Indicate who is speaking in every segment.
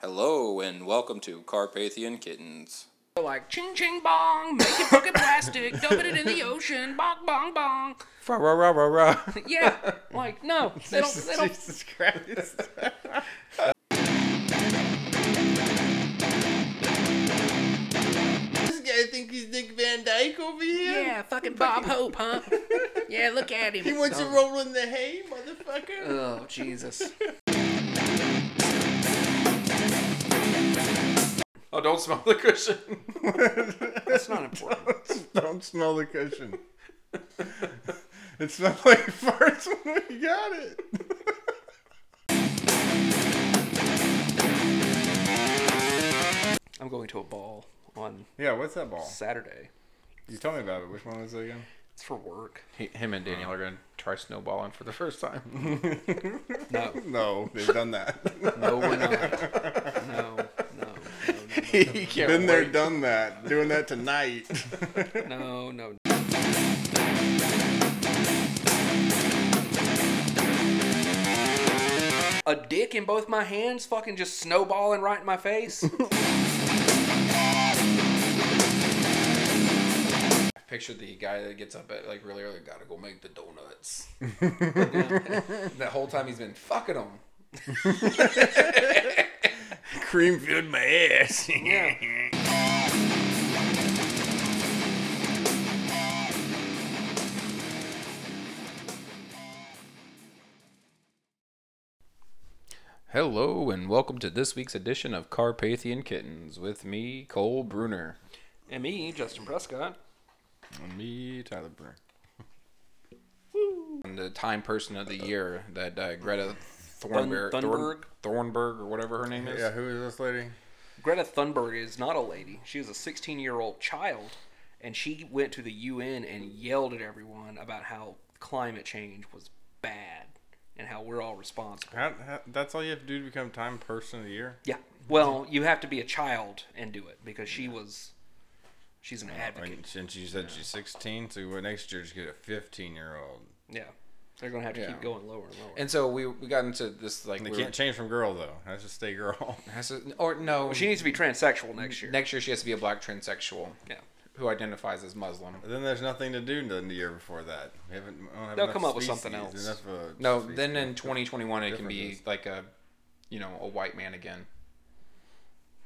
Speaker 1: Hello and welcome to Carpathian Kittens.
Speaker 2: Like ching ching bong, make it fucking plastic, dump it in the ocean, bong bong bong.
Speaker 3: Rah, rah, rah, rah, rah.
Speaker 2: Yeah, like no, they don't, they don't
Speaker 3: Jesus Christ.
Speaker 4: This guy think he's Dick Van Dyke over here?
Speaker 2: Yeah, fucking Bob Hope, huh? Yeah, look at him.
Speaker 4: He wants to roll in the hay, motherfucker.
Speaker 2: Oh, Jesus.
Speaker 3: Oh, don't smell the cushion.
Speaker 2: That's not important.
Speaker 4: Don't smell the cushion. it smelled like farts when we got it.
Speaker 2: I'm going to a ball on
Speaker 4: Yeah, what's that ball?
Speaker 2: Saturday.
Speaker 4: You told me about it. Which one was it again?
Speaker 2: It's for work.
Speaker 3: Him and Daniel are going to try snowballing for the first time.
Speaker 2: No,
Speaker 4: No, they've done that.
Speaker 2: no, we're not. No, no,
Speaker 3: you can't
Speaker 4: Been there,
Speaker 3: wait.
Speaker 4: done that. Doing that tonight.
Speaker 2: no, no, no. A dick in both my hands, fucking just snowballing right in my face.
Speaker 3: Picture the guy that gets up at like really early, gotta go make the donuts. that whole time he's been fucking them.
Speaker 4: Cream filled my ass.
Speaker 3: Hello and welcome to this week's edition of Carpathian Kittens with me, Cole Bruner.
Speaker 2: and me, Justin Prescott.
Speaker 4: Me, Tyler Burr.
Speaker 3: And the Time Person of the Year that uh, Greta Thornberg,
Speaker 2: Thun-
Speaker 3: Thorn- Thornberg or whatever her name is.
Speaker 4: Yeah, who is this lady?
Speaker 2: Greta Thunberg is not a lady. She was a 16 year old child, and she went to the UN and yelled at everyone about how climate change was bad and how we're all responsible.
Speaker 4: How, how, that's all you have to do to become Time Person of the Year?
Speaker 2: Yeah. Well, you have to be a child and do it because she was. She's an advocate.
Speaker 4: And since you said she's 16, so what next year just get a 15 year old.
Speaker 2: Yeah. They're going to have to
Speaker 3: Yeah.
Speaker 2: keep going lower and lower.
Speaker 3: And so we, we got into this like we
Speaker 4: They
Speaker 3: were-
Speaker 4: can't change from girl though. That's just stay girl.
Speaker 3: has to- or no
Speaker 2: she needs to be transsexual next year.
Speaker 3: next year she has to be a black transsexual
Speaker 2: yeah.
Speaker 3: who identifies as Muslim.
Speaker 4: Then there's nothing to do the year before that. We haven't, we don't have
Speaker 2: They'll
Speaker 4: enough
Speaker 2: come up with something
Speaker 4: species,
Speaker 2: else.
Speaker 4: enough, uh,
Speaker 3: No,
Speaker 4: species.
Speaker 3: then in 2021 it can be
Speaker 4: differences.
Speaker 3: like a, you know, a white man again.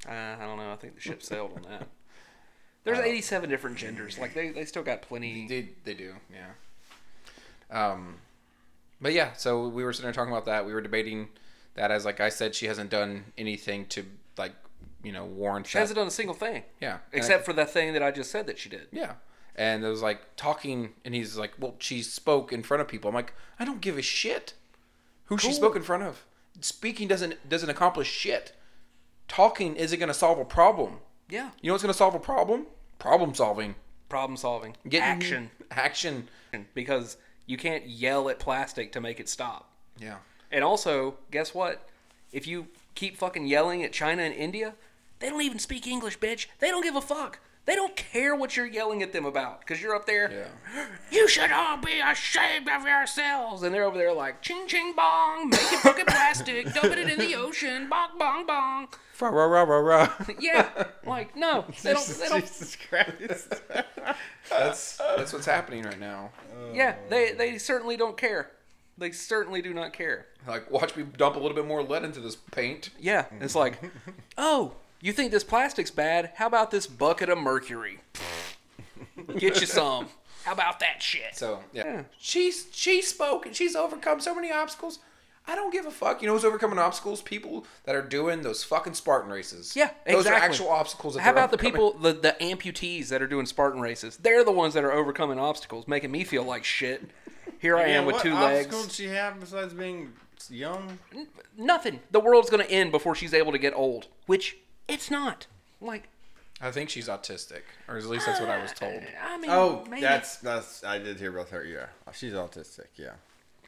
Speaker 2: Uh, I don't know. I think the ship sailed on that. There's 87 different genders. Like, they, they still got plenty.
Speaker 3: They they do, yeah. Um, but yeah, so we were sitting there talking about that. We were debating that as like I said, she hasn't done anything to like, you know, warrant.
Speaker 2: She hasn't done a single thing.
Speaker 3: Yeah, and I-
Speaker 2: Except for that thing that I just said that she did.
Speaker 3: yeah. And it was like talking, and he's like, "Well, she spoke in front of people." I'm like, "I don't give a shit who she spoke in front of. Speaking doesn't doesn't accomplish shit. Talking isn't going to solve a problem.
Speaker 2: Yeah.
Speaker 3: You know what's going to solve a problem? Problem solving.
Speaker 2: Problem solving.
Speaker 3: Getting-
Speaker 2: Action.
Speaker 3: Action.
Speaker 2: Because you can't yell at plastic to make it stop.
Speaker 3: Yeah.
Speaker 2: And also, guess what? If you keep fucking yelling at China and India, they don't even speak English, bitch. They don't give a fuck. They don't care what you're yelling at them about because you're up there. You should all be ashamed of yourselves. And they're over there like, ching ching bong, make it fucking plastic, dump it in the ocean, bong bong bong.
Speaker 3: Rah, rah, rah, rah, rah.
Speaker 2: Yeah, like no, they don't. They don't
Speaker 4: Jesus Christ.
Speaker 3: That's that's what's happening right now.
Speaker 2: Yeah, they they certainly don't care. They certainly do not care.
Speaker 3: Like, watch me dump a little bit more lead into this paint.
Speaker 2: Yeah, it's like, oh, you think this plastic's bad? How about this bucket of mercury? Get you some. How about that shit?
Speaker 3: So yeah, she's she spoke and she's overcome so many obstacles. I don't give a fuck. You know who's overcoming obstacles? People that are doing those fucking Spartan races.
Speaker 2: yeah, exactly.
Speaker 3: Those are actual obstacles. That
Speaker 2: How
Speaker 3: they're
Speaker 2: about the
Speaker 3: overcoming.
Speaker 2: people, the, the amputees that are doing Spartan races? They're the ones that are overcoming obstacles, making me feel like shit. Here I am with
Speaker 4: what
Speaker 2: two
Speaker 4: obstacle
Speaker 2: legs.
Speaker 4: did she have besides being young?
Speaker 2: Nothing. The world's gonna end before she's able to get old, which it's not. Like,
Speaker 3: I think she's autistic, or at least that's what I was told.
Speaker 2: I mean,
Speaker 4: Oh,
Speaker 2: maybe.
Speaker 4: that's that's. I did hear about her. Yeah, she's autistic. Yeah,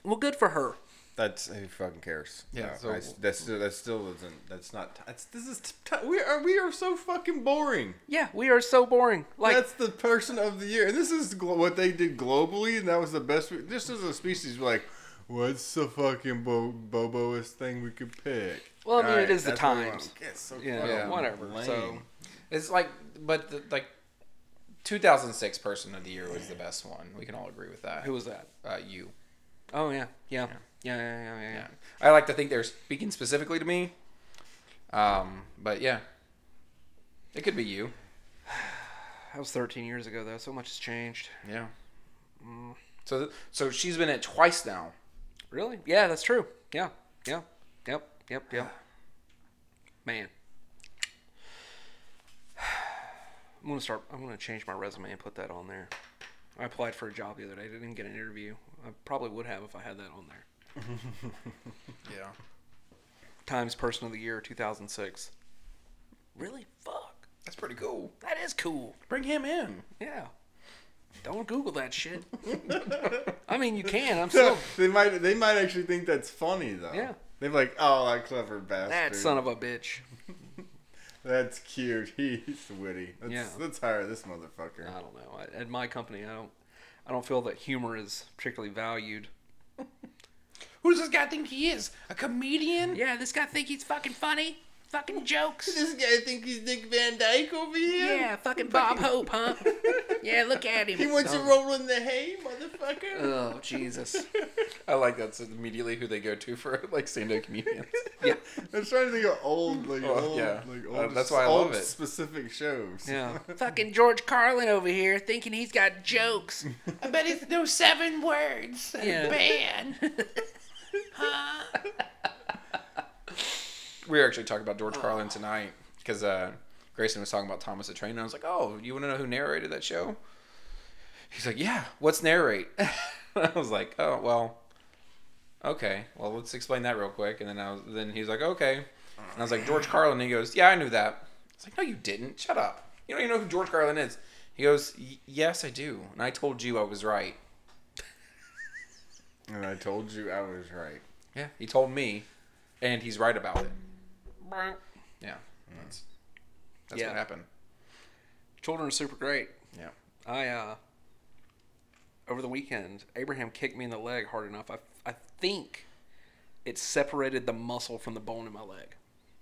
Speaker 2: well, good for her.
Speaker 4: that's who fucking cares.
Speaker 3: Yeah,
Speaker 4: No,
Speaker 3: so-
Speaker 4: I s- that's still that still isn't. That's not. That's, this is. T- t- we are we are so fucking boring.
Speaker 2: Yeah, we are so boring. Like,
Speaker 4: That's the person of the year. And this is glo- what they did globally, and that was the best. We- this is a species like, what's the fucking bo- boboest thing we could pick?
Speaker 2: Well, I mean,
Speaker 4: Right,
Speaker 2: it is the
Speaker 4: that's what we
Speaker 2: times.
Speaker 4: want. Yes, so
Speaker 2: You know,
Speaker 4: fucking
Speaker 3: Yeah.
Speaker 2: whatever. So
Speaker 4: lame.
Speaker 3: It's like, but the, like, 2006 Person of the Year was the best one. We can all agree with that.
Speaker 2: who was that?
Speaker 3: Uh, you.
Speaker 2: Oh yeah, yeah, yeah, yeah, yeah, yeah. yeah.
Speaker 3: Yeah. I like to think they're speaking specifically to me. Um, but yeah, it could be you.
Speaker 2: That was 13 years ago though. So much has changed.
Speaker 3: Yeah. Mm. So, th- so she's been at twice now.
Speaker 2: Really? Yeah, that's true. Yeah, yeah, yep, yep, yep. Man, I'm gonna start. I'm gonna change my resume and put that on there. I applied for a job the other day. I didn't get an interview. I probably would have if I had that on there.
Speaker 3: Yeah.
Speaker 2: Times Person of the Year 2006. Really? Fuck.
Speaker 3: That's pretty cool.
Speaker 2: That is cool.
Speaker 3: Bring him in.
Speaker 2: Yeah. Don't Google that shit. I mean, you can. I'm
Speaker 4: So
Speaker 2: still
Speaker 4: they might they might actually think that's funny though.
Speaker 2: Yeah.
Speaker 4: They're like, oh, that clever bastard.
Speaker 2: that son of a bitch.
Speaker 4: That's cute. He's witty. Let's,
Speaker 2: Yeah. Uh,
Speaker 4: let's hire this motherfucker.
Speaker 2: I don't know. I, at my company, I don't. I don't feel that humor is particularly valued.
Speaker 3: Who does this guy think he is? A comedian?
Speaker 2: Yeah, this guy think he's fucking funny. Fucking jokes.
Speaker 4: This guy think he's Dick Van Dyke over here.
Speaker 2: fucking Bob Hope, huh? Yeah, look at him.
Speaker 4: He wants to roll in the hay, motherfucker.
Speaker 2: Oh Jesus.
Speaker 3: I like that's immediately who they go to for like stand-up comedians.
Speaker 2: Yeah.
Speaker 4: I was trying to think of old, like
Speaker 3: Oh,
Speaker 4: old,
Speaker 3: yeah.
Speaker 4: like
Speaker 3: Uh,
Speaker 4: old.
Speaker 3: that's why I
Speaker 4: old
Speaker 3: love it.
Speaker 4: Specific shows.
Speaker 2: Yeah.
Speaker 5: Fucking George Carlin over here thinking he's got jokes.
Speaker 3: I bet it's no seven words.
Speaker 2: Yeah.
Speaker 5: Man.
Speaker 3: We were actually talking about George Carlin tonight because uh, Grayson was talking about Thomas the Train, and I was like, "Oh, you want to know who narrated that show?" He's like, "Yeah, what's narrate?" I was like, "Oh, well, okay. Well, let's explain that real quick." And then I was, then he's like, "Okay," and I was like, "George Carlin." And he goes, "Yeah, I knew that." I was like, "No, you didn't. Shut up. You don't even know who George Carlin is." He goes, "Y- "Yes, I do, and I told you I was right."
Speaker 4: And I told you I was right.
Speaker 3: Yeah, he told me, and he's right about it. Yeah, that's that's
Speaker 2: Yeah.
Speaker 3: what happened.
Speaker 2: Children are super great.
Speaker 3: Yeah.
Speaker 2: I uh over the weekend, Abraham kicked me in the leg hard enough. I I think it separated the muscle from the bone in my leg.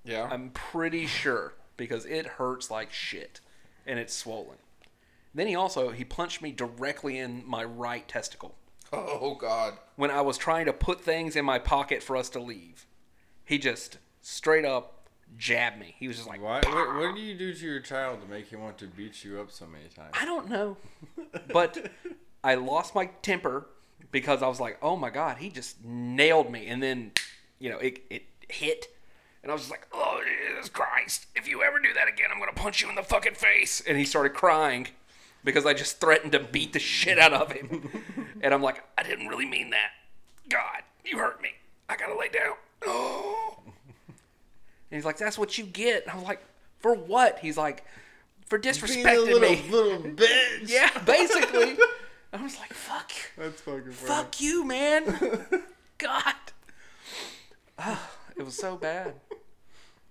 Speaker 3: Yeah.
Speaker 2: I'm pretty sure because it hurts like shit and it's swollen. Then he also he punched me directly in my right testicle
Speaker 3: Oh God.
Speaker 2: when I was trying to put things in my pocket for us to leave. He just straight up jabbed me. He was just like,
Speaker 4: Why? What, what do you do to your child to make him want to beat you up so many times?
Speaker 2: I don't know. But I lost my temper because I was like, oh my God, he just nailed me. And then, you know, it, it hit. And I was just like, oh, Jesus Christ, if you ever do that again, I'm going to punch you in the fucking face. And he started crying because I just threatened to beat the shit out of him. and I'm like, I didn't really mean that. God, you hurt me. I got to lay down. Oh. And he's like, that's what you get. And I'm like, for what? He's like, for
Speaker 4: Being a
Speaker 2: disrespecting
Speaker 4: little
Speaker 2: me.
Speaker 4: little bitch.
Speaker 2: Yeah, basically. I was like, fuck,
Speaker 4: That's fucking funny.
Speaker 2: fuck you, man. God. Ah, it was so bad.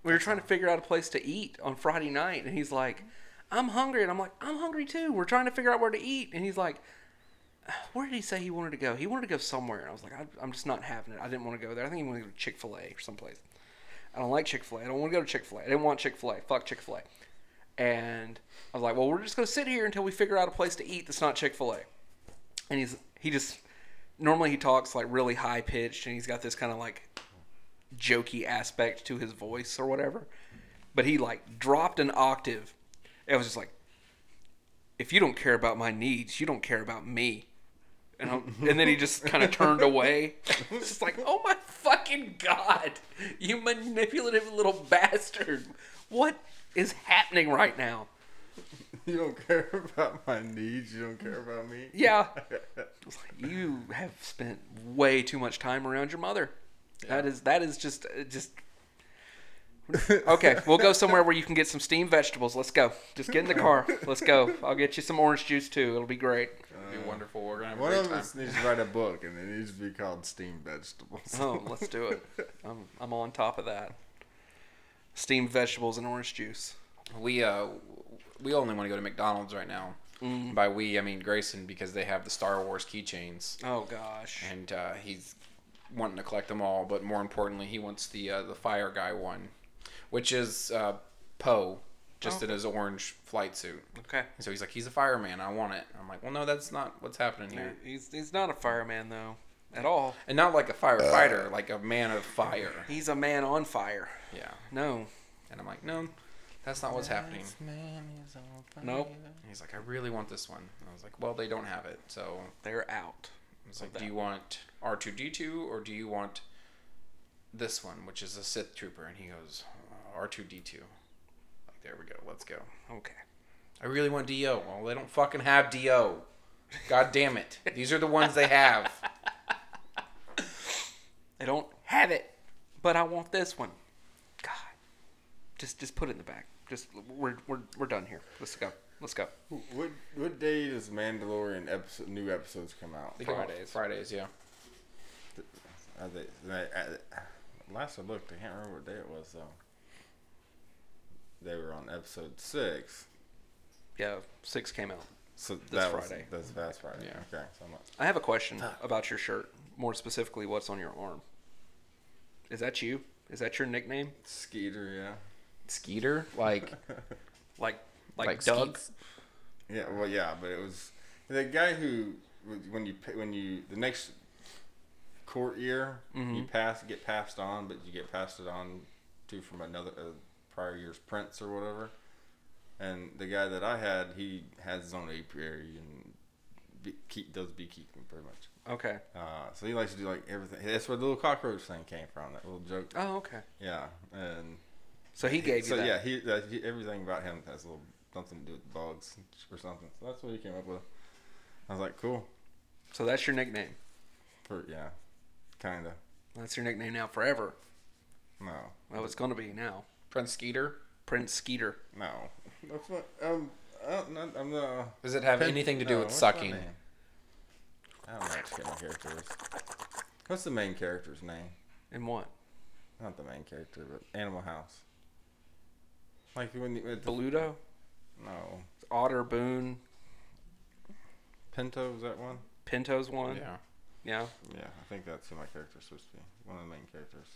Speaker 2: We were trying to figure out a place to eat on Friday night, and he's like, I'm hungry. And I'm like, I'm hungry too. We're trying to figure out where to eat. And he's like, "Ah, where did he say he wanted to go? He wanted to go somewhere. And I was like, I, I'm just not having it. I didn't want to go there. I think he wanted to go to Chick fil A or someplace. I don't like Chick fil A. I don't want to go to Chick fil A. I didn't want Chick fil A. Fuck Chick fil A. And I was like, well, we're just going to sit here until we figure out a place to eat that's not Chick fil A. And he's, he just, normally he talks like really high pitched and he's got this kind of like jokey aspect to his voice or whatever. But he like dropped an octave. It was just like, if you don't care about my needs, you don't care about me. And, I'm, and then he just kind of turned away. It's just like, oh my fucking god, you manipulative little bastard! What is happening right now?
Speaker 4: You don't care about my needs. You don't care about me.
Speaker 2: Yeah, It's like, you have spent way too much time around your mother. That is that is just uh, just. Okay, we'll go somewhere where you can get some steamed vegetables. Let's go. Just get in the car. Let's go. I'll get you some orange juice too. It'll be great.
Speaker 3: It'd be wonderful. We're gonna have a
Speaker 4: One
Speaker 3: great
Speaker 4: of
Speaker 3: time.
Speaker 4: us needs to write a book, and it needs to be called Steamed Vegetables.
Speaker 2: Oh, let's do it. I'm I'm on top of that. Steamed vegetables and orange juice.
Speaker 3: We uh, we only want to go to McDonald's right now. By we, I mean Grayson because they have the Star Wars keychains,
Speaker 2: Oh gosh.
Speaker 3: and uh, he's wanting to collect them all, but more importantly, he wants the uh, the fire guy one, which is uh, Poe, just in his orange flight suit.
Speaker 2: Okay.
Speaker 3: And so he's like, he's a fireman. I want it. I'm like, well, no, that's not what's happening here,
Speaker 2: He's he's not a fireman though, at all.
Speaker 3: and not like a firefighter, like a man of fire.
Speaker 2: He's a man on fire.
Speaker 3: Yeah.
Speaker 2: No,
Speaker 3: And I'm like, no, that's not what's happening.
Speaker 2: nope.
Speaker 3: And he's like, I really want this one. And I was like, well, they don't have it. So
Speaker 2: They're out.
Speaker 3: I was like, do you want R2D2 or do you want this one, which is a Sith trooper? And he goes, uh, R2D2. Like, there we go. Let's go.
Speaker 2: Okay.
Speaker 3: I really want DO. Well, they don't fucking have DO. God damn it. These are the ones they have.
Speaker 2: They don't have it, but I want this one. God, just just put it in the back. Just we're we're we're done here. Let's go. Let's go.
Speaker 4: What what day does Mandalorian episode new episodes come out?
Speaker 3: They come out Fridays, yeah.
Speaker 4: Are they, they- uh, last I looked, I can't remember what day it was though. They were on episode six,
Speaker 2: Yeah, six came out.
Speaker 4: so that was
Speaker 2: Friday.
Speaker 4: that's last Friday.
Speaker 3: Yeah.
Speaker 4: Okay, so I'm not,
Speaker 2: I have a question about your shirt. More specifically, what's on your arm? Is that you? Is that your nickname?
Speaker 4: Skeeter,
Speaker 3: Skeeter? Like,
Speaker 2: Like like,
Speaker 3: Like
Speaker 2: Doug?
Speaker 3: Skeets?
Speaker 4: yeah, yeah. Well, yeah, but it was the guy who when you pa- when you the next court year you pass get passed on, but you get passed it on to from another uh, prior year's prince or whatever. And the guy that I had, he has his own apiary and be, keep, does beekeeping pretty much.
Speaker 2: Okay.
Speaker 4: Uh, so he likes to do like everything. That's where the little cockroach thing came from. That little joke.
Speaker 2: Oh, okay.
Speaker 4: Yeah, and
Speaker 2: So he gave you
Speaker 4: so
Speaker 2: that.
Speaker 4: yeah, he, that, he everything about him has a little something to do with bugs or something. So that's what he came up with. I was like, cool.
Speaker 2: So that's your nickname.
Speaker 4: For, yeah, kinda.
Speaker 2: That's your nickname now forever.
Speaker 4: No,
Speaker 2: Well, it's going to be now.
Speaker 3: Prince Skeeter?
Speaker 2: Prince Skeeter.
Speaker 4: no. That's what um. I don't, know- I'm the.
Speaker 3: Does it have
Speaker 4: Pin-
Speaker 3: anything to do
Speaker 4: no,
Speaker 3: with
Speaker 4: what's my
Speaker 3: sucking?
Speaker 4: name? I don't know what my character is. What's the main character's name?
Speaker 2: And what?
Speaker 4: Not the main character, but Animal House. Like when you, with the,
Speaker 2: Beludo?
Speaker 4: no
Speaker 2: Otter Boone?
Speaker 4: Pinto was that one?
Speaker 2: Pinto's one?
Speaker 3: Yeah.
Speaker 2: Yeah.
Speaker 4: Yeah, I think that's who my character's supposed to be. One of the main characters.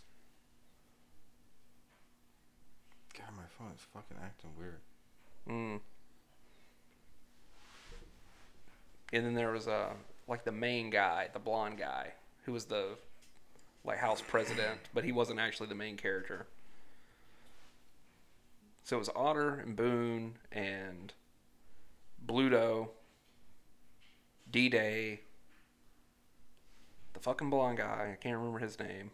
Speaker 4: God, my phone is fucking acting weird.
Speaker 2: Mm. And then there was uh like the main guy, the blonde guy, who was the like house president, but he wasn't actually the main character. So it was Otter and Boone and Bluto, D Day, the fucking blonde guy. I can't remember his name.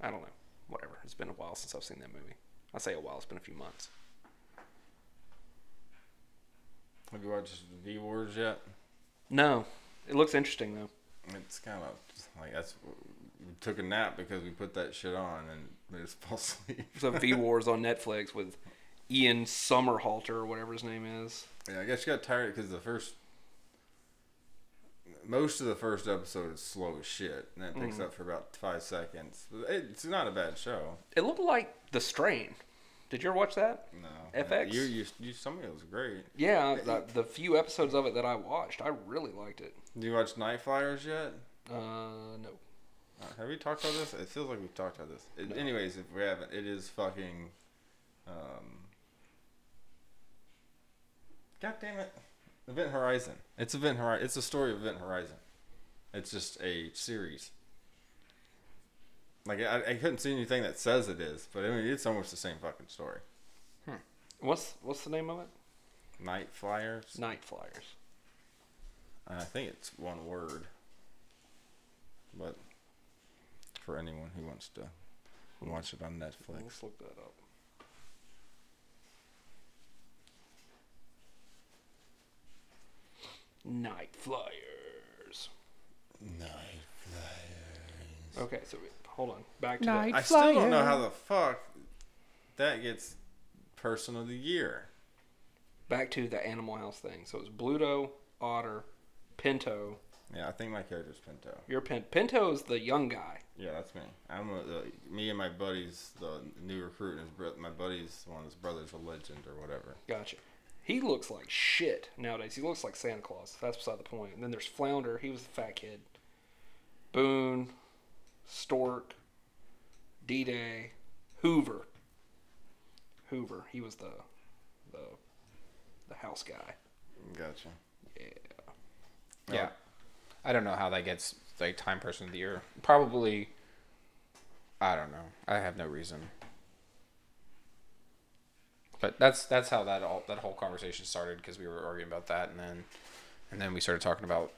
Speaker 2: I don't know. Whatever. It's been a while since I've seen that movie. I say a while. It's been a few months.
Speaker 4: Have you watched V Wars yet?
Speaker 2: No, it looks interesting though.
Speaker 4: It's kind of like that's. We took a nap because we put that shit on and we just fell asleep.
Speaker 2: So V Wars on Netflix with Ian Somerhalter or whatever his name is.
Speaker 4: Yeah, I guess you got tired because the first. Most of the first episode is slow as shit, and that takes up for about five seconds. It's not a bad show.
Speaker 2: It looked like The Strain. Did you ever watch that?
Speaker 4: No.
Speaker 2: FX?
Speaker 4: You, you, you, some of it was great.
Speaker 2: Yeah, the, the few episodes of it that I watched, I really liked it.
Speaker 4: Do you watch Night Flyers yet?
Speaker 2: Uh, no.
Speaker 4: Uh, Have we talked about this? It feels like we've talked about this. It, Anyways, if we haven't, it is fucking. Um, God damn it! Event Horizon. It's Event Horizon. It's the story of Event Horizon. It's just a series. Like I, I couldn't see anything that says it is, but I mean it's almost the same fucking story.
Speaker 2: What's what's the name of it?
Speaker 4: Night Flyers.
Speaker 2: Night Flyers.
Speaker 4: And I think it's one word. But for anyone who wants to watch it on Netflix.
Speaker 2: Let's look that up. Night Flyers. Okay, so wait, hold on. Back to
Speaker 5: Night
Speaker 2: that.
Speaker 4: I still don't know how the fuck that gets person of the year.
Speaker 2: back to the Animal House thing. So it's Bluto, Otter, Pinto.
Speaker 4: Yeah, I think my character's Pinto.
Speaker 2: Your Pin- Pinto is the young guy.
Speaker 4: Yeah, that's me. I'm a, the, me and my buddies, the new recruit and his bro- my buddies, one of his brothers, a legend or whatever.
Speaker 2: Gotcha. He looks like shit nowadays. He looks like Santa Claus. That's beside the point. And then there's Flounder. He was the fat kid. Boone, Stork, D Day, Hoover. Hoover. He was the the the house guy.
Speaker 4: Gotcha.
Speaker 6: Yeah. I don't know how that gets like time person of the year. Probably I don't know. I have no reason. But that's that's how that all that whole conversation started because we were arguing about that and then and then we started talking about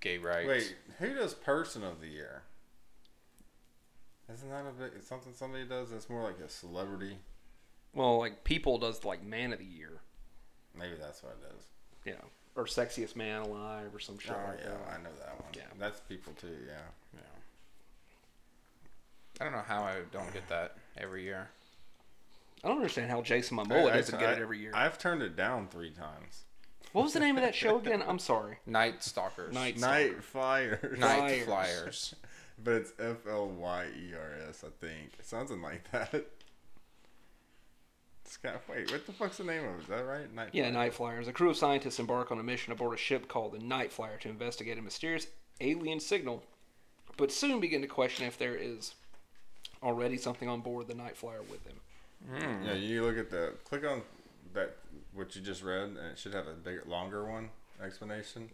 Speaker 6: gay rights.
Speaker 4: Wait, who does person of the year? Isn't that a bit it's something somebody does that's more like a celebrity?
Speaker 2: Well, like people does like man of the year,
Speaker 4: Maybe that's what it is.
Speaker 2: you know, or sexiest man alive or some shit
Speaker 4: Oh
Speaker 2: like that.
Speaker 4: yeah, I know that one.
Speaker 2: Yeah.
Speaker 4: That's people too, yeah.
Speaker 6: Yeah. I don't know how I don't get that every year.
Speaker 2: I don't understand how Jason Momoa
Speaker 4: I-
Speaker 2: doesn't
Speaker 4: I-
Speaker 2: get it every year.
Speaker 4: I've turned it down three times.
Speaker 2: what was the name of that show again? I'm sorry.
Speaker 6: Night stalkers.
Speaker 2: Night-
Speaker 4: Night Flyers.
Speaker 6: Night
Speaker 2: Flyers.
Speaker 6: flyers.
Speaker 4: But it's F L Y E R S, I think. Something like that. Scott, wait, what the fuck's the name of it? Is that right? Night
Speaker 2: Yeah,
Speaker 4: Flyers.
Speaker 2: Night Flyers. A crew of scientists embark on a mission aboard a ship called the Night Flyer to investigate a mysterious alien signal, but soon begin to question if there is already something on board the Night Flyer with them.
Speaker 4: Yeah, you look at the click on that what you just read, and it should have a bigger, longer one explanation.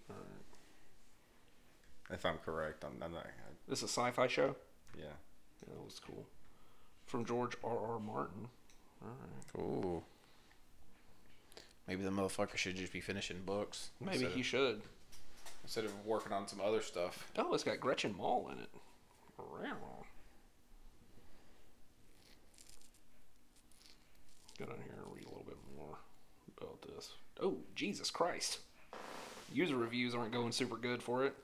Speaker 4: If I'm correct, I'm, I'm not. I,
Speaker 2: This is a sci-fi show.
Speaker 4: yeah,
Speaker 2: Yeah, that was cool. From George R. R. Martin.
Speaker 6: Ooh. Maybe the motherfucker should just be finishing books.
Speaker 2: Maybe
Speaker 6: instead
Speaker 2: he
Speaker 6: of,
Speaker 2: should.
Speaker 6: instead of working on some other stuff.
Speaker 2: Oh, it's got Gretchen Mol in it. Wow. Go down here and read a little bit more about this. Oh, Jesus Christ. User reviews aren't going super good for it.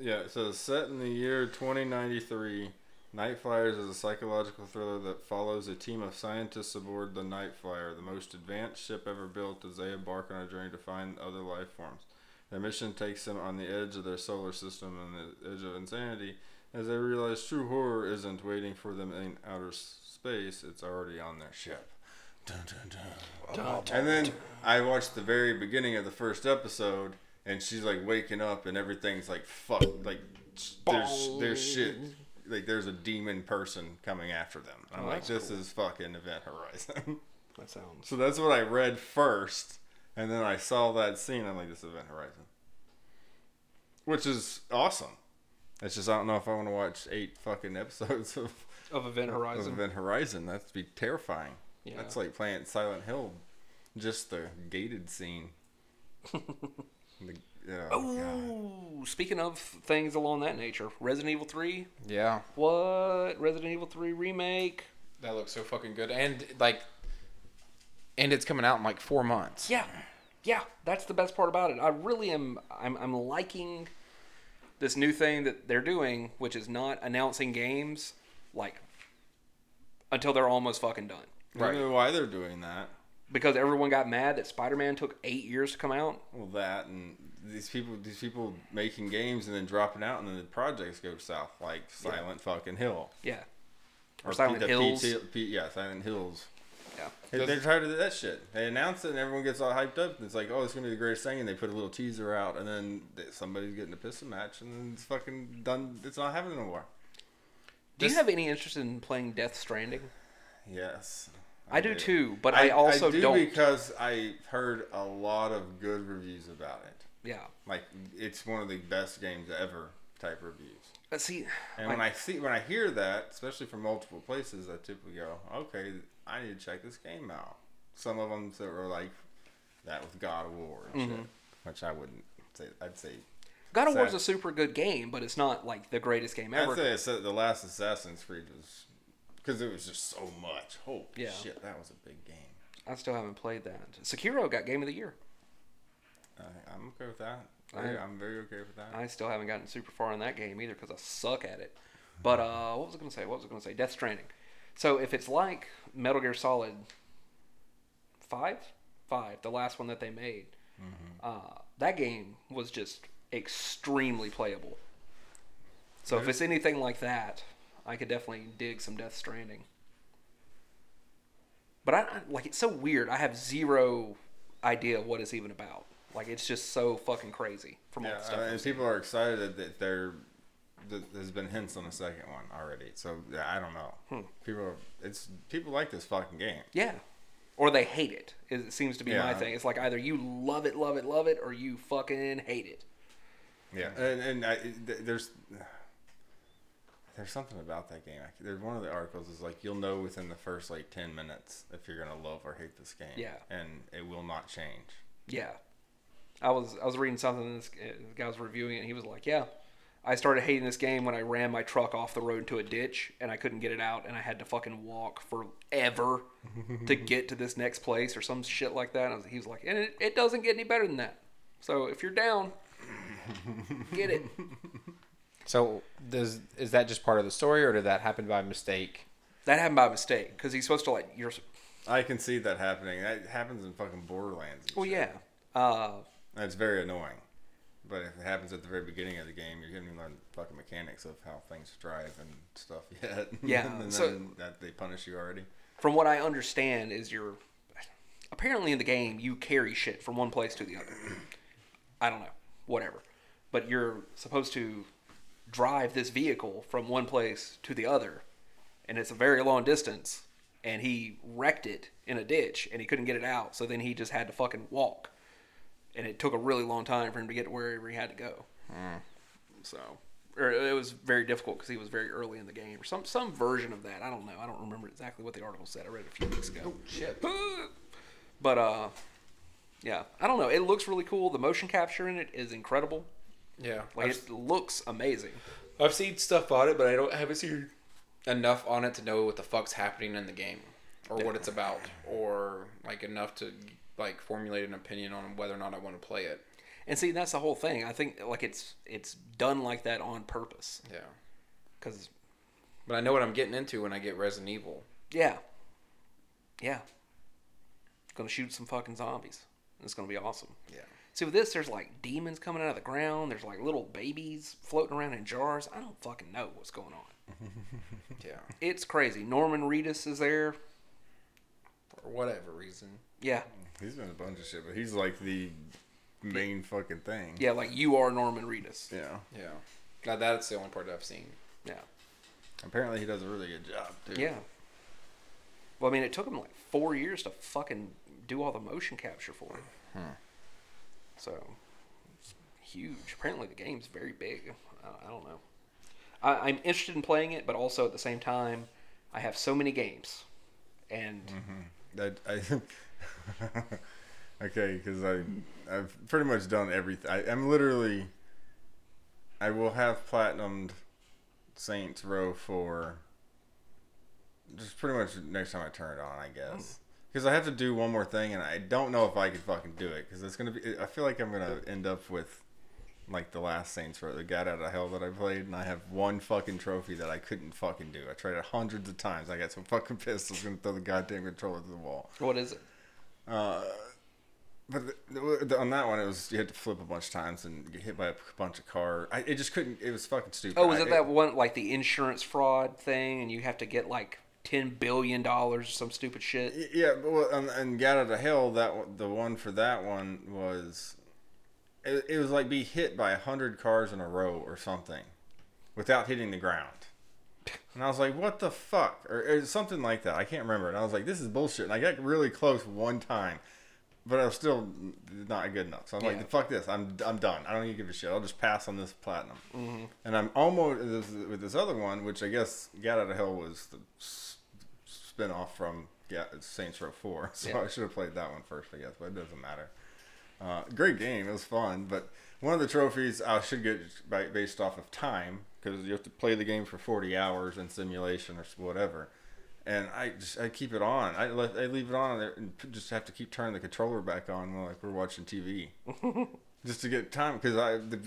Speaker 4: yeah. So set in the year 2093, Night Flyers is a psychological thriller that follows a team of scientists aboard the Night Flyer, the most advanced ship ever built, as they embark on a journey to find other life forms. Their mission takes them on the edge of their solar system and the edge of insanity as they realize true horror isn't waiting for them in outer s- space, it's already on their ship. Dun, dun, dun. and then I watched the very beginning of the first episode, and she's like waking up, and everything's like fuck, like sh- there's there's shit, like there's a demon person coming after them. I'm like, this is fucking Event Horizon.
Speaker 2: That sounds.
Speaker 4: So that's what I read first, and then I saw that scene. I'm like, this is Event Horizon, which is awesome. It's just I don't know if I want to watch eight fucking episodes of,
Speaker 2: Of Event
Speaker 4: of
Speaker 2: Horizon.
Speaker 4: Event Horizon. That'd be terrifying.
Speaker 2: Yeah.
Speaker 4: That's like playing Silent Hill, just the gated scene. the, yeah,
Speaker 2: Oh.
Speaker 4: God.
Speaker 2: Ooh, speaking of things along that nature, Resident Evil 3.
Speaker 6: Yeah.
Speaker 2: What? Resident Evil 3 remake.
Speaker 6: That looks so fucking good. And like and it's coming out in like four months.
Speaker 2: Yeah, yeah, that's the best part about it. I really am. I'm, I'm liking this new thing that they're doing, which is not announcing games like until they're almost fucking done.
Speaker 4: I don't
Speaker 6: Right.
Speaker 4: know why they're doing that.
Speaker 2: Because everyone got mad that Spider-Man took eight years to come out.
Speaker 4: Well, that and these people, these people making games and then dropping out, and then the projects go south, like Silent fucking Hill.
Speaker 2: Yeah,
Speaker 4: Or
Speaker 2: Silent
Speaker 4: the
Speaker 2: Hills.
Speaker 4: PT P, yeah, Silent Hills.
Speaker 2: yeah.
Speaker 4: They- They're tired of that shit. They announce it and everyone gets all hyped up. And it's like, oh, it's gonna be the greatest thing, and they put a little teaser out, and then th- somebody's getting a pissing match, and then it's fucking done. It's not happening no more.
Speaker 2: Do you
Speaker 6: This-
Speaker 2: have any interest in playing Death Stranding?
Speaker 4: Yes,
Speaker 2: I do too, but I, also
Speaker 4: do
Speaker 2: not
Speaker 4: because I heard a lot of good reviews about it.
Speaker 2: yeah,
Speaker 4: Like it's one of the best games ever type reviews.
Speaker 2: but see, like,
Speaker 4: And when I see when I hear that, especially from multiple places, I typically go, "Okay, I need to check this game out." Some of them that were like that with God of War and
Speaker 2: Mm-hmm.
Speaker 4: shit, which I wouldn't say. I'd say
Speaker 2: God of War's
Speaker 4: Sa-
Speaker 2: a super good game, but it's not like the greatest game
Speaker 4: I'd
Speaker 2: ever.
Speaker 4: say it's, uh, the last Assassin's Creed was because it was just so much. Holy
Speaker 2: Yeah.
Speaker 4: shit, that was a big game.
Speaker 2: I still haven't played that. Sekiro got Game of the Year.
Speaker 4: I, I'm okay with that.
Speaker 2: I-
Speaker 4: Very- I'm very okay with that.
Speaker 2: I still haven't gotten super far in that game either because I suck at it. But uh, what was I going to say? What was I going to say? Death Stranding. So if it's like Metal Gear Solid Five, Five, the last one that they made, uh, that game was just extremely playable. So if it's anything like that, I could definitely dig some Death Stranding. But I I- like it's so weird. I have zero idea of what it's even about. Like it's just so fucking crazy from all
Speaker 4: Yeah,
Speaker 2: the
Speaker 4: uh,
Speaker 2: stuff.
Speaker 4: and people are excited that- that there that there's been hints on the second one already. So yeah, I don't know.
Speaker 2: Hmm.
Speaker 4: People are it's people like this fucking game.
Speaker 2: yeah. Or they hate it. is- It seems to be my
Speaker 4: Yeah.
Speaker 2: thing. It's like either you love it, love it, love it, or you fucking hate it.
Speaker 4: Yeah, and, and I, th- there's there's something about that game. I, there's one of the articles is like you'll know within the first like ten minutes if you're gonna love or hate this game.
Speaker 2: Yeah.
Speaker 4: and it will not change.
Speaker 2: Yeah, I was I was reading something. And this uh, the guy was reviewing it. and He was like, "Yeah, I started hating this game when I ran my truck off the road into a ditch and I couldn't get it out, and I had to fucking walk forever to get to this next place or some shit like that." And I was, he was like, "And it, it doesn't get any better than that. So if you're down, get it."
Speaker 3: So does is that just part of the story, or did that happen by mistake?
Speaker 2: That happened by mistake because he's supposed to like you're.
Speaker 4: I can see that happening. That happens in fucking Borderlands. and
Speaker 2: Well,
Speaker 4: shit.
Speaker 2: yeah. Uh,
Speaker 4: And it's very annoying. But if it happens at the very beginning of the game, you're going to learn the fucking mechanics of how things drive and stuff yet.
Speaker 2: Yeah,
Speaker 4: and
Speaker 2: so-
Speaker 4: then that they punish you already.
Speaker 2: from what I understand, is you're apparently in the game you carry shit from one place to the other. I don't know, whatever. But you're supposed to drive this vehicle from one place to the other, and it's a very long distance. And he wrecked it in a ditch, and he couldn't get it out. So then he just had to fucking walk, and it took a really long time for him to get to wherever he had to go. So, or it was very difficult because he was very early in the game, or some some version of that. I don't know. I don't remember exactly what the article said. I read it a few weeks ago.
Speaker 6: Shit.
Speaker 2: But uh, yeah, I don't know. It looks really cool. The motion capture in it is incredible.
Speaker 6: Yeah.
Speaker 2: Like
Speaker 6: I've,
Speaker 2: it looks amazing.
Speaker 6: I've seen stuff on it, but I don't I haven't seen enough on it to know what the fuck's happening in the game or what it's about or like enough to like formulate an opinion on whether or not I want to play it.
Speaker 2: And see, that's the whole thing. I think like it's it's done like that on purpose
Speaker 6: Yeah.
Speaker 2: because
Speaker 6: But I know what I'm getting into when I get Resident Evil.
Speaker 2: yeah, yeah, gonna shoot some fucking zombies. It's gonna be awesome.
Speaker 6: Yeah.
Speaker 2: See with this, there's like demons coming out of the ground. There's like little babies floating around in jars. I don't fucking know what's going on.
Speaker 6: Yeah.
Speaker 2: It's crazy. Norman Reedus is there.
Speaker 6: For whatever reason.
Speaker 2: Yeah,
Speaker 4: He's been a bunch of shit, but he's like the main fucking thing.
Speaker 2: yeah. Like you are Norman Reedus.
Speaker 4: Yeah.
Speaker 6: Yeah. Now that's the only part that I've seen.
Speaker 2: Yeah.
Speaker 4: Apparently he does a really good job, too.
Speaker 2: Yeah. Well, I mean, it took him like four years to fucking do all the motion capture for it. So, it's huge. Apparently, the game's very big. I, I don't know. I, I'm interested in playing it, but also at the same time, I have so many games, and
Speaker 4: That I okay, because I I've pretty much done everything. I, I'm literally I will have platinumed Saints Row for just pretty much next time I turn it on, I guess. Because I have to do one more thing, and I don't know if I can fucking do it. Because it's gonna be. I feel like I'm gonna end up with like the last Saints Row, the God out of Hell that I played, and I have one fucking trophy that I couldn't fucking do. I tried it hundreds of times. I got so fucking pissed. I was gonna throw the goddamn controller to the wall.
Speaker 2: what is it?
Speaker 4: But the, the, on that one, it was you had to flip a bunch of times and get hit by a bunch of car. I, it just couldn't. It was fucking stupid.
Speaker 2: Oh, was
Speaker 4: I-
Speaker 2: it that one like the insurance fraud thing, and you have to get like ten billion dollars or some stupid shit?
Speaker 4: Y- Yeah, but well, and, and got out of hell. That one- the one for that one was, it, it was like be hit by a hundred cars in a row or something, without hitting the ground. And I was like, "What the fuck?" Or, or something like that. I can't remember. And I was like, "This is bullshit." And I got really close one time, but I was still not good enough. So I'm
Speaker 2: Yeah.
Speaker 4: like, "Fuck this! I'm I'm done. I don't even give a shit. I'll just pass on this platinum." Mm-hmm. And I'm almost this, with this other one, which I guess got out of hell was the s- spin off from yeah, Saints Row 4. So I should have played that one first, I guess, but it doesn't matter. Uh, great game. It was fun. But one of the trophies I should get by, based off of time because you have to play the game for 40 hours in simulation or whatever. And I just I keep it on. I, let, I leave it on there and p- just have to keep turning the controller back on while like we're watching TV, just to get time because I the,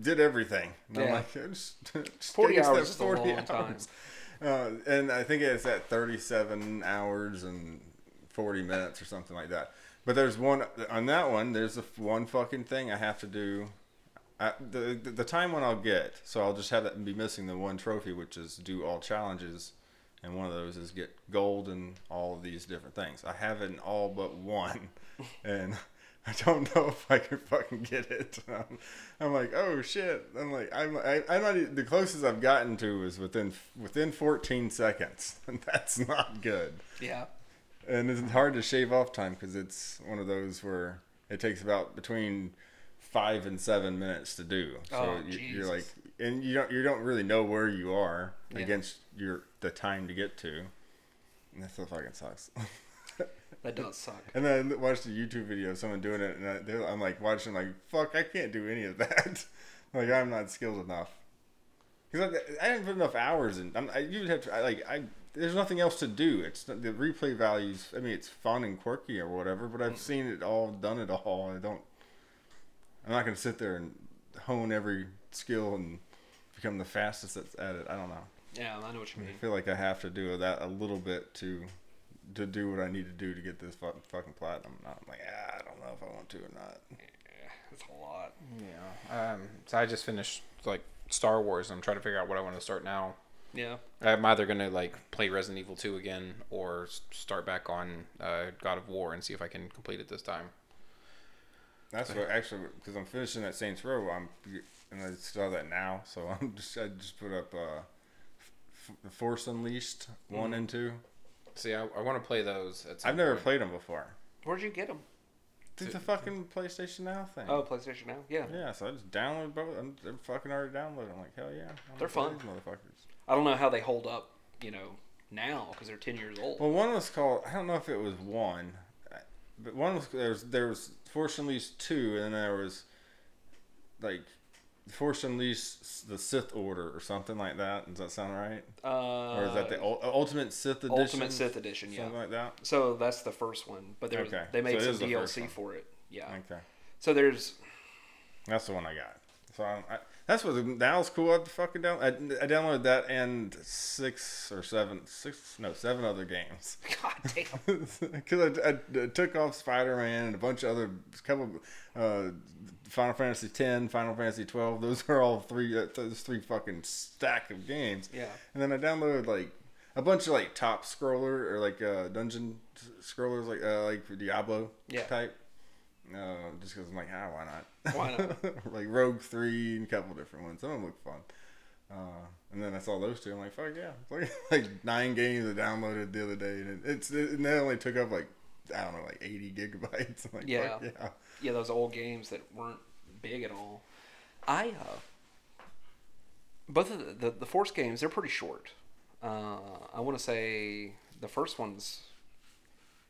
Speaker 4: did everything. And I'm
Speaker 2: Yeah.
Speaker 4: like, just, just
Speaker 2: 40
Speaker 4: give us that
Speaker 2: hours is a long time.
Speaker 4: uh, and I think it's at 37 hours and 40 minutes or something like that. But there's one on that one. There's a f- one fucking thing I have to do. I, the, the the time when I'll get, so I'll just have that and be missing the one trophy, which is do all challenges and one of those is get gold and all of these different things. I have it in all but one, and I don't know if I can fucking get it. Um, I'm like, oh shit! I'm like, I'm, I, I'm not. e- The closest I've gotten to is within within 14 seconds, and that's not good.
Speaker 2: Yeah.
Speaker 4: And it's hard to shave off time because it's one of those where it takes about between five and seven minutes to do. So
Speaker 2: Oh,
Speaker 4: you,
Speaker 2: Jesus.
Speaker 4: you're like, and you don't you don't really know where you are
Speaker 2: Yeah.
Speaker 4: against your the time to get to. And that's what fucking sucks.
Speaker 2: That does suck.
Speaker 4: and then I watched a YouTube video of someone doing it, and I, they- I'm like watching, like fuck, I can't do any of that. like I'm not skilled enough. Because I, I didn't put enough hours in. I'm, I, you would have to I, like I. There's nothing else to do. It's not- the replay values. I mean, it's fun and quirky or whatever. But I've seen it all, done it all. I don't. I'm not gonna sit there and hone every skill and become the fastest at, at it. I don't know.
Speaker 2: Yeah, I know what you
Speaker 4: I
Speaker 2: mean.
Speaker 4: feel like I have to do that a little bit to to do what I need to do to get this fucking, fucking platinum. I'm like, ah, I don't know if I want to or not.
Speaker 2: That's a lot.
Speaker 3: Yeah. Um, so I just finished like Star Wars. and I'm trying to figure out what I want to start now.
Speaker 2: Yeah.
Speaker 3: I'm either gonna like play Resident Evil 2 again or s- start back on uh, God of War and see if I can complete it this time.
Speaker 4: That's what actually because I'm finishing that Saints Row. I'm and I saw that now, so I'm just I just put up uh, F- F- Force Unleashed one and two.
Speaker 3: See, I, I want to play those. At some
Speaker 4: I've never
Speaker 2: Mm-hmm.
Speaker 3: point.
Speaker 4: played them before.
Speaker 2: Where'd you get them?
Speaker 4: Did the fucking PlayStation Now thing?
Speaker 2: Oh, PlayStation Now. Yeah.
Speaker 4: Yeah, so I just downloaded both. I'm, they're fucking already downloaded. I'm like, hell yeah. I'm
Speaker 2: They're
Speaker 4: gonna
Speaker 2: fun.
Speaker 4: play these motherfuckers.
Speaker 2: I don't know how they hold up, you know, now because they're ten years old.
Speaker 4: Well, one was called. I don't know if it was one, but one was there was there was Force Unleashed two, and then there was like Force Unleashed the Sith Order or something like that. Does that sound right?
Speaker 2: Uh,
Speaker 4: or is that the ul- Ultimate Sith Edition?
Speaker 2: Ultimate Sith Edition? Yeah.
Speaker 4: Something like that.
Speaker 2: So that's the first one, but there was,
Speaker 4: Okay.
Speaker 2: they made
Speaker 4: So it is
Speaker 2: some
Speaker 4: the first
Speaker 2: DLC
Speaker 4: one.
Speaker 2: for it. Yeah.
Speaker 4: Okay,
Speaker 2: So there's
Speaker 4: that's the one I got. So I'm, I, that's what that was cool. I had to fucking down. I, I downloaded that and six or seven, six no seven other games.
Speaker 2: God damn.
Speaker 4: because I, I- I took off Spider Man and a bunch of other couple, uh, Final Fantasy ten, Final Fantasy twelve. Those are all three. uh, Those three fucking stack of games.
Speaker 2: Yeah.
Speaker 4: And then I downloaded like a bunch of like top scroller or like uh, dungeon s- scrollers, like uh, like Diablo
Speaker 2: Yeah.
Speaker 4: type. Uh, just because I'm like, ah, why not?
Speaker 2: Why
Speaker 4: like Rogue Three and a couple different ones. Some of them look fun. Uh, and then I saw those two. I'm like, fuck yeah! It's Like, like nine games I downloaded the other day, and it, it's and that only took up like I don't know, like 80 gigabytes. I'm like,
Speaker 2: Yeah.
Speaker 4: fuck yeah.
Speaker 2: yeah, those old games that weren't big at all. I uh, both of the, the the Force games they're pretty short. Uh, I want to say the first one's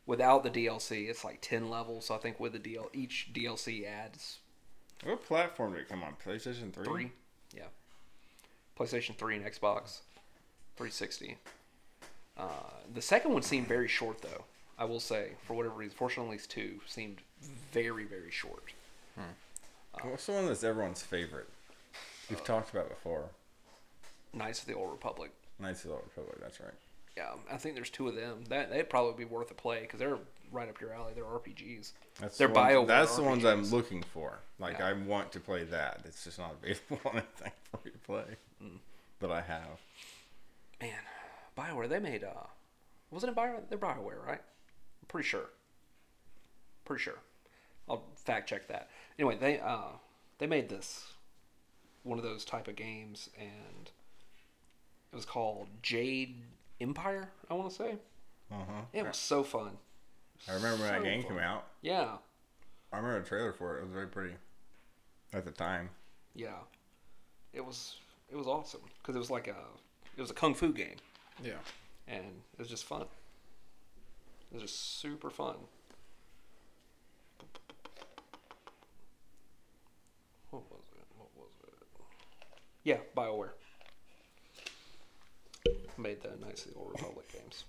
Speaker 2: without the DLC, it's like ten levels. So I think with the DL, each DLC adds
Speaker 4: What platform did it come on? PlayStation Three.
Speaker 2: three. Yeah, PlayStation Three and Xbox 360. Uh, the second one seemed very short, though. I will say, for whatever reason, fortunately, these two seemed very, very short.
Speaker 4: What's the one that's everyone's favorite? We've talked about before.
Speaker 2: Knights of the Old Republic.
Speaker 4: Knights of the Old Republic. That's right.
Speaker 2: Yeah, I think there's two of them. That they'd probably be worth a play because they're right up your alley. They're RPGs.
Speaker 4: That's
Speaker 2: They're
Speaker 4: the ones,
Speaker 2: BioWare
Speaker 4: That's the ones I'm
Speaker 2: RPGs.
Speaker 4: looking for. Like
Speaker 2: Yeah.
Speaker 4: I want to play that. It's just not available on anything for me to play.
Speaker 2: Mm.
Speaker 4: But I have.
Speaker 2: Man, Bioware. They made uh, wasn't it Bioware? They're Bioware, right? I'm pretty sure. Pretty sure. I'll fact check that. Anyway, they uh, they made this one of those type of games, and it was called Jade Empire. I want to say
Speaker 4: Uh-huh.
Speaker 2: it was so fun.
Speaker 4: I remember when
Speaker 2: So
Speaker 4: that game
Speaker 2: fun.
Speaker 4: came out.
Speaker 2: Yeah,
Speaker 4: I remember a trailer for it. It was very pretty. At the time.
Speaker 2: yeah. It was it was awesome because it was like a it was a kung fu game.
Speaker 3: Yeah.
Speaker 2: and it was just fun. It was just super fun. What was it? What was it? Yeah, Bioware made the Knights of the Old Republic games.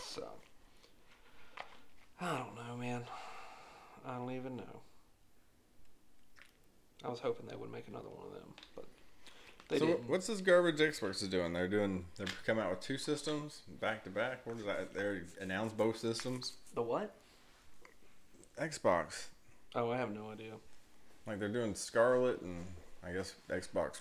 Speaker 2: So I don't know, man. I don't even know. I was hoping they would make another one of them, but they
Speaker 4: so
Speaker 2: didn't.
Speaker 4: what's this garbage Xbox is doing? They're doing they're coming out with two systems back to back. What is that? They announced both systems.
Speaker 2: The what?
Speaker 4: Xbox.
Speaker 2: Oh, I have no idea.
Speaker 4: Like they're doing Scarlet and I guess Xbox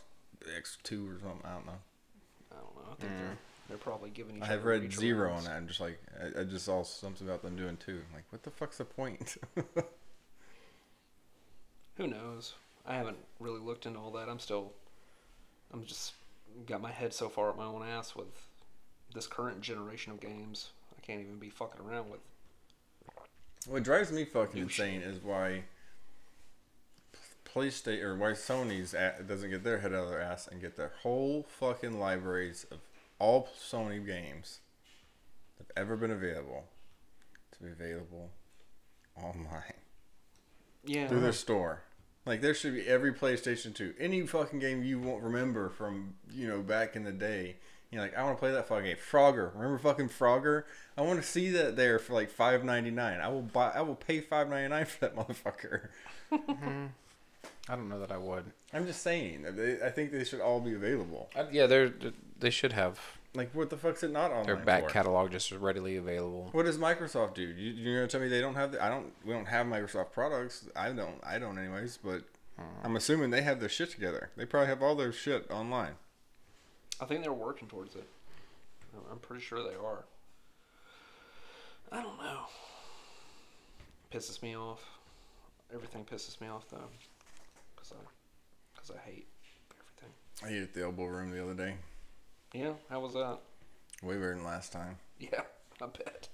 Speaker 4: X two or something. I don't know.
Speaker 2: I think they're, they're probably giving each
Speaker 4: Mm. I
Speaker 2: other.
Speaker 4: have read
Speaker 2: mutual
Speaker 4: zero on
Speaker 2: ones.
Speaker 4: that. I'm just like, I, I just saw something about them doing two. I'm like, what the fuck's the point?
Speaker 2: Who knows? I haven't really looked into all that. I'm still, I'm just got my head so far up my own ass with this current generation of games. I can't even be fucking around with.
Speaker 4: What drives me fucking insane is why PlayStation or why Sony's at, doesn't get their head out of their ass and get their whole fucking libraries of all Sony games that have ever been available to be available online
Speaker 2: Yeah.
Speaker 4: through their store. Like there should be every PlayStation 2, any fucking game you won't remember from you know back in the day. You're like, I want to play that fucking game. Frogger, remember fucking Frogger? I want to see that there for like five ninety nine. I will buy, I will pay five ninety nine for that motherfucker.
Speaker 3: I don't know that I would.
Speaker 4: I'm just saying. They, I think they should all be available.
Speaker 3: I, yeah, they're they should have
Speaker 4: Like, what the fuck's it not online?
Speaker 3: their back
Speaker 4: for?
Speaker 3: catalog just readily available.
Speaker 4: What does Microsoft do? You, you're gonna tell me they don't have? The, I don't. We don't have Microsoft products. I don't. I don't, anyways. But I'm assuming they have their shit together. They probably have all their shit online.
Speaker 2: I think they're working towards it. I'm- I'm pretty sure they are. I don't know. Pisses me off. Everything pisses me off though, because I, because I hate everything.
Speaker 4: I ate at the Elbow Room the other day.
Speaker 2: Yeah. How was that?
Speaker 4: Way better than last time.
Speaker 2: Yeah. I bet.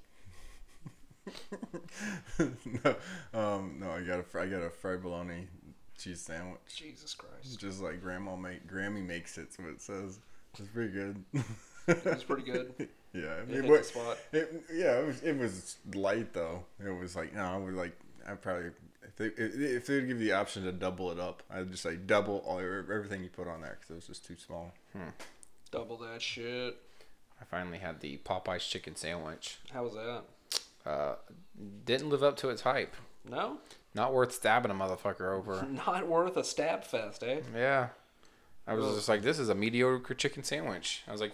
Speaker 4: no, um, no, I got a fr- I got a fried bologna cheese sandwich.
Speaker 2: Jesus
Speaker 4: It's
Speaker 2: Christ.
Speaker 4: just like grandma make Grammy makes it, so it says it's pretty good.
Speaker 2: It's pretty good.
Speaker 4: yeah,
Speaker 2: It hit the
Speaker 4: wa-
Speaker 2: spot.
Speaker 4: It, yeah, it was it was light though. It was like no, I would like I probably if they if they would give you the option to double it up, I'd just like double all everything you put on there because it was just too small.
Speaker 2: Double that shit.
Speaker 3: I finally had the Popeyes chicken sandwich.
Speaker 2: How was that?
Speaker 3: Uh, didn't live up to its hype.
Speaker 2: No?
Speaker 3: Not worth stabbing a motherfucker over.
Speaker 2: Not worth a stab fest, eh?
Speaker 3: Yeah, I was just like, this is a mediocre chicken sandwich. I was like,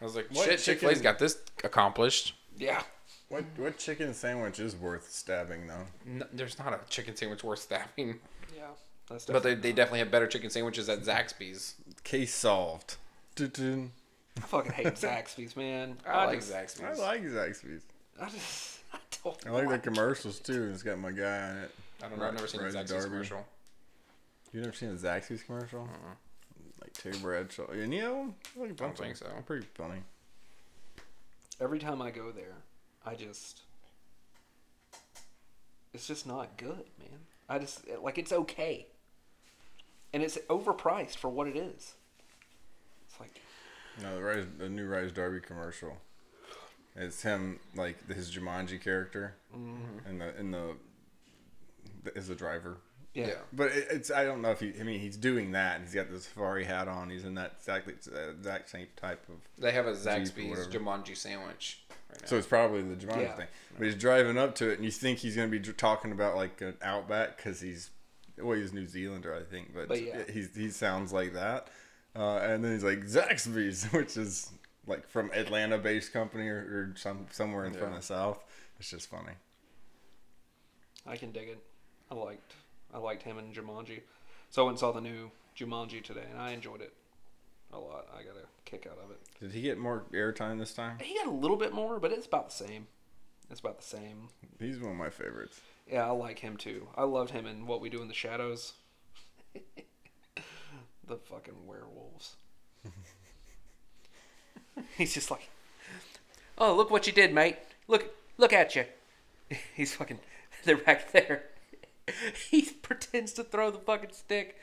Speaker 3: I was like,
Speaker 4: What
Speaker 3: shit, Chick Fil A's
Speaker 4: chicken-
Speaker 3: got this accomplished.
Speaker 2: Yeah.
Speaker 4: What what chicken sandwich is worth stabbing though?
Speaker 3: N there's not a chicken sandwich worth stabbing.
Speaker 2: Yeah. That's
Speaker 3: But
Speaker 2: definitely
Speaker 3: they, they definitely have better chicken sandwiches at Zaxby's.
Speaker 4: Case solved. Dun-dun.
Speaker 2: I fucking hate Zaxby's, man.
Speaker 3: I, like
Speaker 2: just-
Speaker 4: I
Speaker 3: Zaxby's.
Speaker 4: like Zaxby's.
Speaker 2: I just I don't
Speaker 4: I like
Speaker 2: want
Speaker 4: the commercials too. and It's got my guy on it.
Speaker 3: I don't know. I've never seen a
Speaker 4: Red
Speaker 3: Zaxby's
Speaker 4: Derby.
Speaker 3: commercial.
Speaker 4: You never seen a Zaxby's commercial? Like Terry Bradshaw. Any of them? I like a bunch of
Speaker 3: think
Speaker 4: them.
Speaker 3: so.
Speaker 4: Pretty funny.
Speaker 2: every time I go there, I just it's just not good, man. I just like it's okay. And it's overpriced for what it is. It's like
Speaker 4: No, the Rise, the new Rise Darby commercial. It's him like his Jumanji character, and the and the is the driver.
Speaker 2: yeah.
Speaker 4: But it, it's I don't know if he. I mean, he's doing that. and He's got the safari hat on. He's in that exactly uh, exact same type of.
Speaker 3: They have a
Speaker 4: Jeep or
Speaker 3: Zaxby's
Speaker 4: whatever.
Speaker 3: Jumanji sandwich. Right now.
Speaker 4: So it's probably the Jumanji
Speaker 2: Yeah.
Speaker 4: thing. But he's driving up to it, and you think he's going to be dr- talking about like an Outback because he's, well, he's New Zealander, I think, but,
Speaker 2: But yeah.
Speaker 4: he's, he sounds like that. Uh, and then he's like Zaxby's, which is like from Atlanta-based company or, or some somewhere in front of South. It's just funny.
Speaker 2: I can dig it. I liked I liked him and Jumanji. So I went and saw the new Jumanji today, and I enjoyed it a lot. I got a kick out of it.
Speaker 4: Did he get more airtime this time?
Speaker 2: He got a little bit more, but it's about the same. It's about the same.
Speaker 4: He's one of my favorites.
Speaker 2: Yeah, I like him too. I loved him in What We Do in the Shadows. the fucking werewolves. He's just like,
Speaker 5: Oh, look what you did, mate. Look, look at you.
Speaker 2: he's fucking, they're back there. he pretends to throw the fucking stick,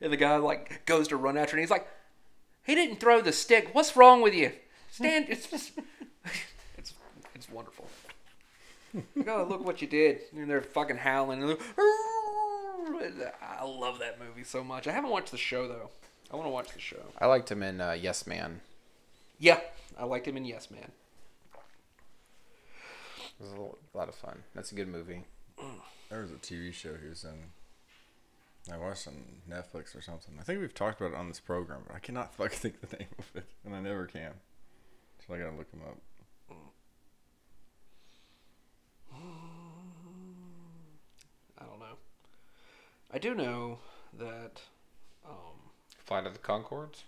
Speaker 2: and the guy like goes to run after, it, and he's like,
Speaker 5: He didn't throw the stick. What's wrong with you?
Speaker 2: stand. It's just, it's it's wonderful. Like, oh, look what you did! And they're fucking howling. And they're, I love that movie so much. I haven't watched the show though. I want to watch the show.
Speaker 3: I liked him in uh, Yes Man.
Speaker 2: Yeah, I liked him in Yes Man.
Speaker 3: It was a l- lot of fun. That's a good movie.
Speaker 4: There was a TV show he was in. I watched on Netflix or something. I think we've talked about it on this program, but I cannot fucking think of the name of it, and I never can. So I gotta look him up.
Speaker 2: I don't know. I do know that. Um,
Speaker 3: Flight of the Concords?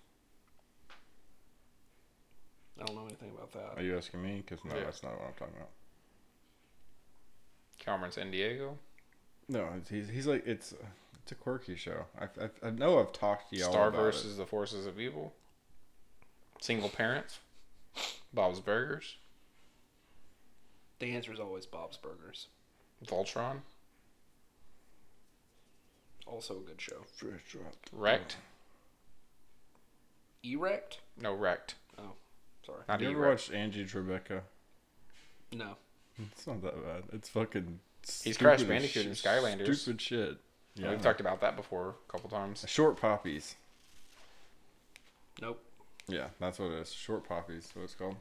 Speaker 2: I don't know anything about that.
Speaker 4: Are you asking me? Because no,
Speaker 3: Yeah.
Speaker 4: that's not what I'm talking about.
Speaker 3: Cameron San Diego.
Speaker 4: No, it's- he's he's like it's uh, it's a quirky show. I, I, I know I've talked to y'all
Speaker 3: Star
Speaker 4: about
Speaker 3: versus
Speaker 4: it.
Speaker 3: the forces of evil. Single parents. Bob's Burgers.
Speaker 2: The answer is always Bob's Burgers.
Speaker 3: Voltron.
Speaker 2: Also a good show.
Speaker 4: Fresh drop.
Speaker 3: Wrecked.
Speaker 2: Erect?
Speaker 3: No, wrecked.
Speaker 2: Sorry.
Speaker 3: Not
Speaker 4: You
Speaker 3: e
Speaker 4: ever watched Angie Tribeca?
Speaker 2: No.
Speaker 4: It's not that bad. It's fucking. stupid
Speaker 3: Crash
Speaker 4: as
Speaker 3: Bandicoot
Speaker 4: shi-
Speaker 3: and Skylanders.
Speaker 4: Stupid shit. Yeah.
Speaker 3: We've talked about that before a couple times.
Speaker 4: Short poppies.
Speaker 2: Nope.
Speaker 4: Yeah, that's what it is. Short poppies. is What it's called.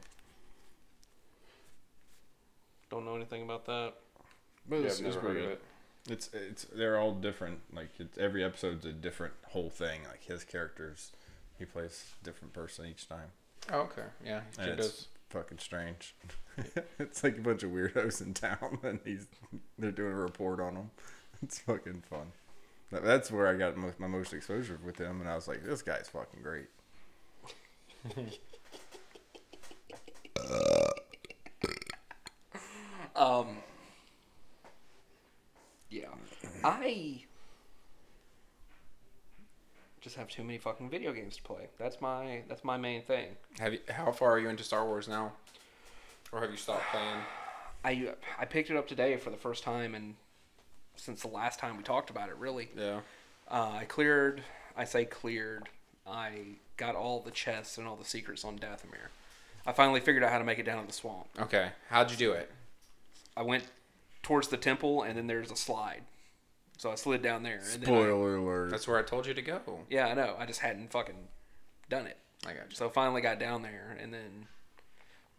Speaker 2: Don't know anything about that.
Speaker 4: But
Speaker 3: Yeah,
Speaker 4: it's,
Speaker 3: I've never
Speaker 4: it's
Speaker 3: heard
Speaker 4: pretty
Speaker 3: of
Speaker 4: good.
Speaker 3: it.
Speaker 4: It's it's they're all different. Like it's, every episode's a different whole thing. Like his characters, he plays a different person each time.
Speaker 3: Oh, okay. Yeah.
Speaker 4: And
Speaker 3: Sure
Speaker 4: it's
Speaker 3: does.
Speaker 4: fucking strange. it's like a bunch of weirdos in town, and he's they're doing a report on them. It's fucking fun. That- That's where I got mo- my most exposure with him, and I was like, this guy's fucking great.
Speaker 2: Um. Yeah. I just have too many fucking video games to play. That's my that's my main thing.
Speaker 3: Have you, how far are you into Star Wars now? Or have you stopped playing?
Speaker 2: I I picked it up today for the first time and since the last time we talked about it, really.
Speaker 3: Yeah.
Speaker 2: Uh, I cleared. I say cleared. I got all the chests and all the secrets on Dathomir. I finally figured out how to make it down to the swamp.
Speaker 3: Okay. How'd you do it?
Speaker 2: I went towards the temple, and then there's a slide. So I slid down there. And then I-
Speaker 4: Spoiler alert.
Speaker 3: That's where I told you to go.
Speaker 2: yeah, I know. I just hadn't fucking done it.
Speaker 3: I got you.
Speaker 2: So I finally got down there, and then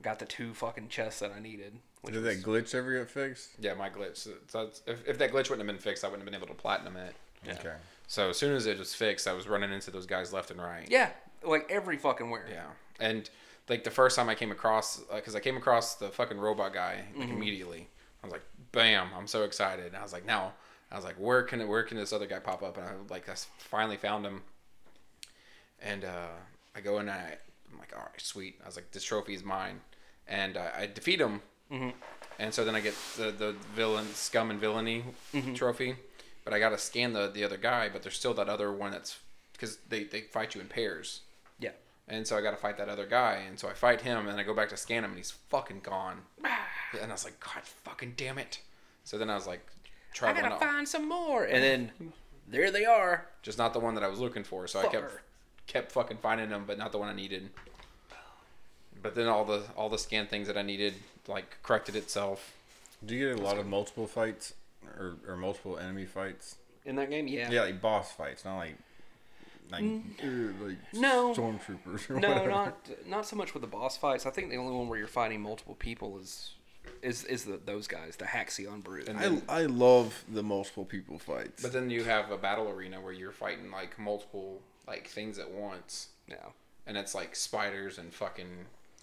Speaker 2: got the two fucking chests that I needed. Which
Speaker 4: Did
Speaker 2: was,
Speaker 4: that glitch ever get fixed?
Speaker 3: Yeah, my glitch. So that's, if, if that glitch wouldn't have been fixed, I wouldn't have been able to platinum it.
Speaker 4: Okay.
Speaker 3: So as soon as it was fixed, I was running into those guys left and right.
Speaker 2: yeah, like every fucking where.
Speaker 3: Yeah. And like the first time I came across, because I came across the fucking robot guy like immediately, I was like, bam! I'm so excited. And I was like, now, I was like, where can where can this other guy pop up? And I like I s- finally found him. And uh, I go in and I, I'm like, all right, sweet. I was like, this trophy is mine. And uh, I defeat him. And so then I get the, the villain, scum and villainy trophy. But I got to scan the, the other guy, but there's still that other one that's because they, they fight you in pairs.
Speaker 2: Yeah.
Speaker 3: And so I got to fight that other guy. And so I fight him, and I go back to scan him, and he's fucking gone. And I was like, God fucking damn it. So then I was like,
Speaker 2: I
Speaker 3: traveling
Speaker 2: gotta
Speaker 3: up.
Speaker 2: find some more, and then there they are.
Speaker 3: Just not the one that I was looking for. So I kept
Speaker 2: Fucker.
Speaker 3: kept fucking finding them, but not the one I needed. But then all the all the scan things that I needed like corrected itself.
Speaker 4: Do you get a lot of multiple fights or, or multiple enemy fights?
Speaker 2: in that game? Yeah.
Speaker 4: Yeah, like boss fights, not like like, uh, like
Speaker 2: Mm. No.
Speaker 4: stormtroopers. Or
Speaker 2: No,
Speaker 4: whatever.
Speaker 2: not not so much with the boss fights. I think the only one where you're fighting multiple people is is is the, those guys, the Haxion Brute.
Speaker 4: I, I love the multiple people fights.
Speaker 3: But then you have a battle arena where you're fighting like multiple like things at once,
Speaker 2: no. And
Speaker 3: and it's like spiders and fucking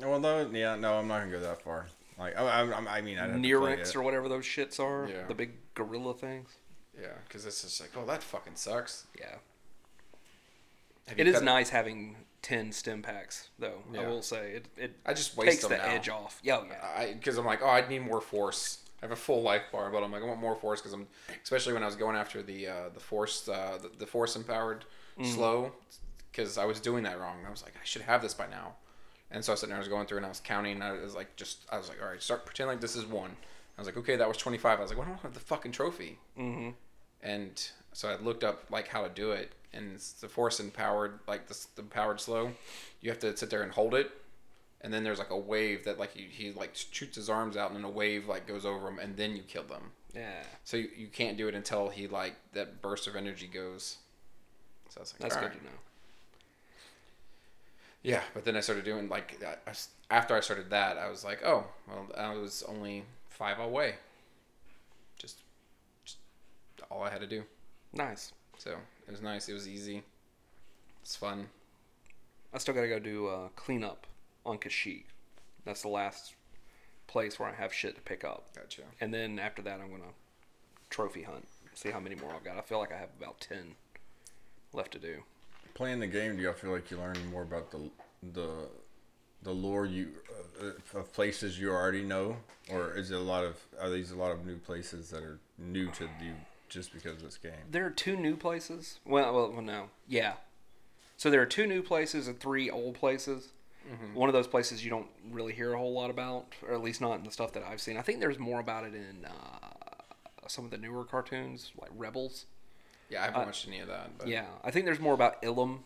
Speaker 4: well, no, yeah, no, I'm not gonna go that far. Like, I, I, I mean, I
Speaker 2: Nerex or whatever those shits are,
Speaker 3: Yeah.
Speaker 2: the big gorilla things.
Speaker 3: yeah. Because it's just like, oh, that fucking sucks.
Speaker 2: Yeah.
Speaker 3: Have
Speaker 2: It
Speaker 3: you
Speaker 2: is
Speaker 3: cut-
Speaker 2: nice having 10 stem packs though. I
Speaker 3: Yeah.
Speaker 2: will say it it
Speaker 3: I just waste
Speaker 2: takes the
Speaker 3: them now.
Speaker 2: edge off. Yeah, oh, yeah.
Speaker 3: I because I'm like, oh, I need more force. I have a full life bar, but I'm like, I want more force because I'm especially when I was going after the uh, the force uh, the, the force empowered slow because I was doing that wrong. I was like, I should have this by now. And so I was sitting there, I was going through, and I was counting. And I was like, just I was like, all right, start pretend like this is one. I was like, okay, that was 25. I was like, well, I don't have the fucking trophy. Mm-hmm. And so I looked up like how to do it, and it's the force empowered like the, the powered slow. You have to sit there and hold it and then there's like a wave that like he, he like shoots his arms out and then a wave like goes over him and then you kill them
Speaker 2: Yeah.
Speaker 3: so you, you can't do it until he like that burst of energy goes so I was like,
Speaker 2: That's
Speaker 3: "All
Speaker 2: good
Speaker 3: right."
Speaker 2: to know.
Speaker 3: yeah but then i started doing like I- I s- after i started that i was like oh well i was only five away just, just all i had to do
Speaker 2: Nice.
Speaker 3: so it was nice it was easy it's fun
Speaker 2: I still gotta go do uh, cleanup on Kashyyyk. That's the last place where I have shit to pick up.
Speaker 3: gotcha
Speaker 2: And then after that, I'm gonna trophy hunt. See how many more I've got. I feel like I have about ten left to do.
Speaker 4: playing the game. Do y'all feel like you learn more about the the the lore you uh, of places you already know, or is it a lot of are these a lot of new places that are new to you just because of this game?
Speaker 2: There are two new places. Well, well, well, no, yeah. So there are two new places and three old places.
Speaker 3: Mm-hmm.
Speaker 2: One of those places you don't really hear a whole lot about, or at least not in the stuff that I've seen. I think there's more about it in uh, some of the newer cartoons, like Rebels.
Speaker 3: Yeah, I haven't watched any of that. But
Speaker 2: Uh, Yeah, I think there's more about Ilum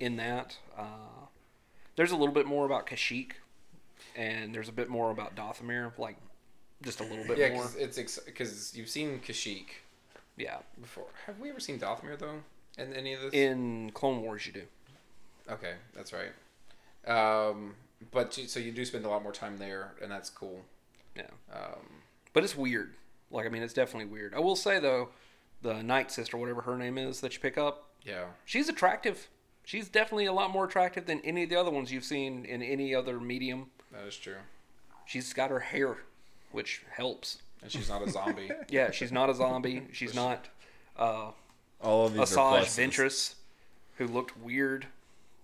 Speaker 2: in that. Uh, there's a little bit more about Kashyyyk, and there's a bit more about Dothamir, like just a little bit
Speaker 3: yeah,
Speaker 2: more.
Speaker 3: cause it's because you've seen Kashyyyk
Speaker 2: Yeah,
Speaker 3: before. Have we ever seen Dathomir though? In any of this?
Speaker 2: in Clone Wars you do.
Speaker 3: Okay, that's right. Um, but you, so you do spend a lot more time there, and that's cool.
Speaker 2: Yeah. Um, but it's weird. Like, I mean, it's definitely weird. I will say, though, the Night Sister, whatever her name is that you pick up,
Speaker 3: Yeah.
Speaker 2: she's attractive. She's definitely a lot more attractive than any of the other ones you've seen in any other medium.
Speaker 3: That is true.
Speaker 2: She's got her hair, which helps.
Speaker 3: And she's not a zombie.
Speaker 2: Yeah, she's not a zombie. She's not uh,
Speaker 4: All of these are
Speaker 2: Asajj
Speaker 4: pluses.
Speaker 2: Ventress, who looked weird.